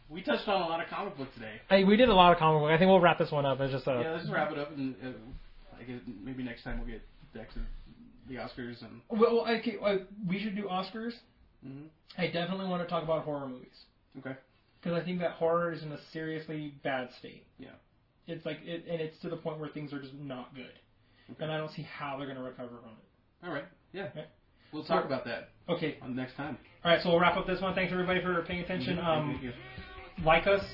[SPEAKER 2] we touched on a lot of comic book today.
[SPEAKER 1] I, we did a lot of comic book. I think we'll wrap this one up. It's just a
[SPEAKER 2] Yeah, let's wrap it up, and uh, I guess maybe next time we'll get back to the Oscars and.
[SPEAKER 1] Well, well, okay, uh, we should do Oscars.
[SPEAKER 2] Mm-hmm.
[SPEAKER 1] I definitely want to talk about horror movies
[SPEAKER 2] Okay.
[SPEAKER 1] because I think that horror is in a seriously bad state.
[SPEAKER 2] Yeah.
[SPEAKER 1] It's like, it, and it's to the point where things are just not good. and I don't see how they're going to recover from it.
[SPEAKER 2] All right. Yeah.
[SPEAKER 1] Okay.
[SPEAKER 2] We'll talk about that
[SPEAKER 1] Okay.
[SPEAKER 2] on next time.
[SPEAKER 1] All right. So we'll wrap up this one. Thanks everybody for paying attention.
[SPEAKER 2] Mm-hmm. Thank
[SPEAKER 1] Um,
[SPEAKER 2] you. Mm-hmm.
[SPEAKER 1] like us,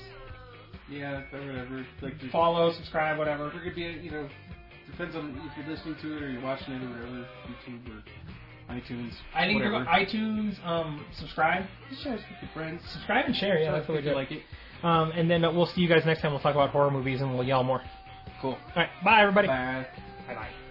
[SPEAKER 2] yeah, or whatever. Like, just-
[SPEAKER 1] follow, subscribe, whatever.
[SPEAKER 2] we're gonna be, you know, depends on if you're listening to it or you're watching it or whatever, YouTube or iTunes.
[SPEAKER 1] I think if you
[SPEAKER 2] whatever.
[SPEAKER 1] go iTunes, um, subscribe,
[SPEAKER 2] share it with your friends.
[SPEAKER 1] subscribe and share. Yeah,
[SPEAKER 2] Share
[SPEAKER 1] that's
[SPEAKER 2] it
[SPEAKER 1] what we
[SPEAKER 2] if you
[SPEAKER 1] do.
[SPEAKER 2] like it.
[SPEAKER 1] Um, and then uh, we'll see you guys next time. We'll talk about horror movies and we'll yell more. All
[SPEAKER 2] Cool.
[SPEAKER 1] right. Bye everybody.
[SPEAKER 2] Bye.
[SPEAKER 1] Bye bye.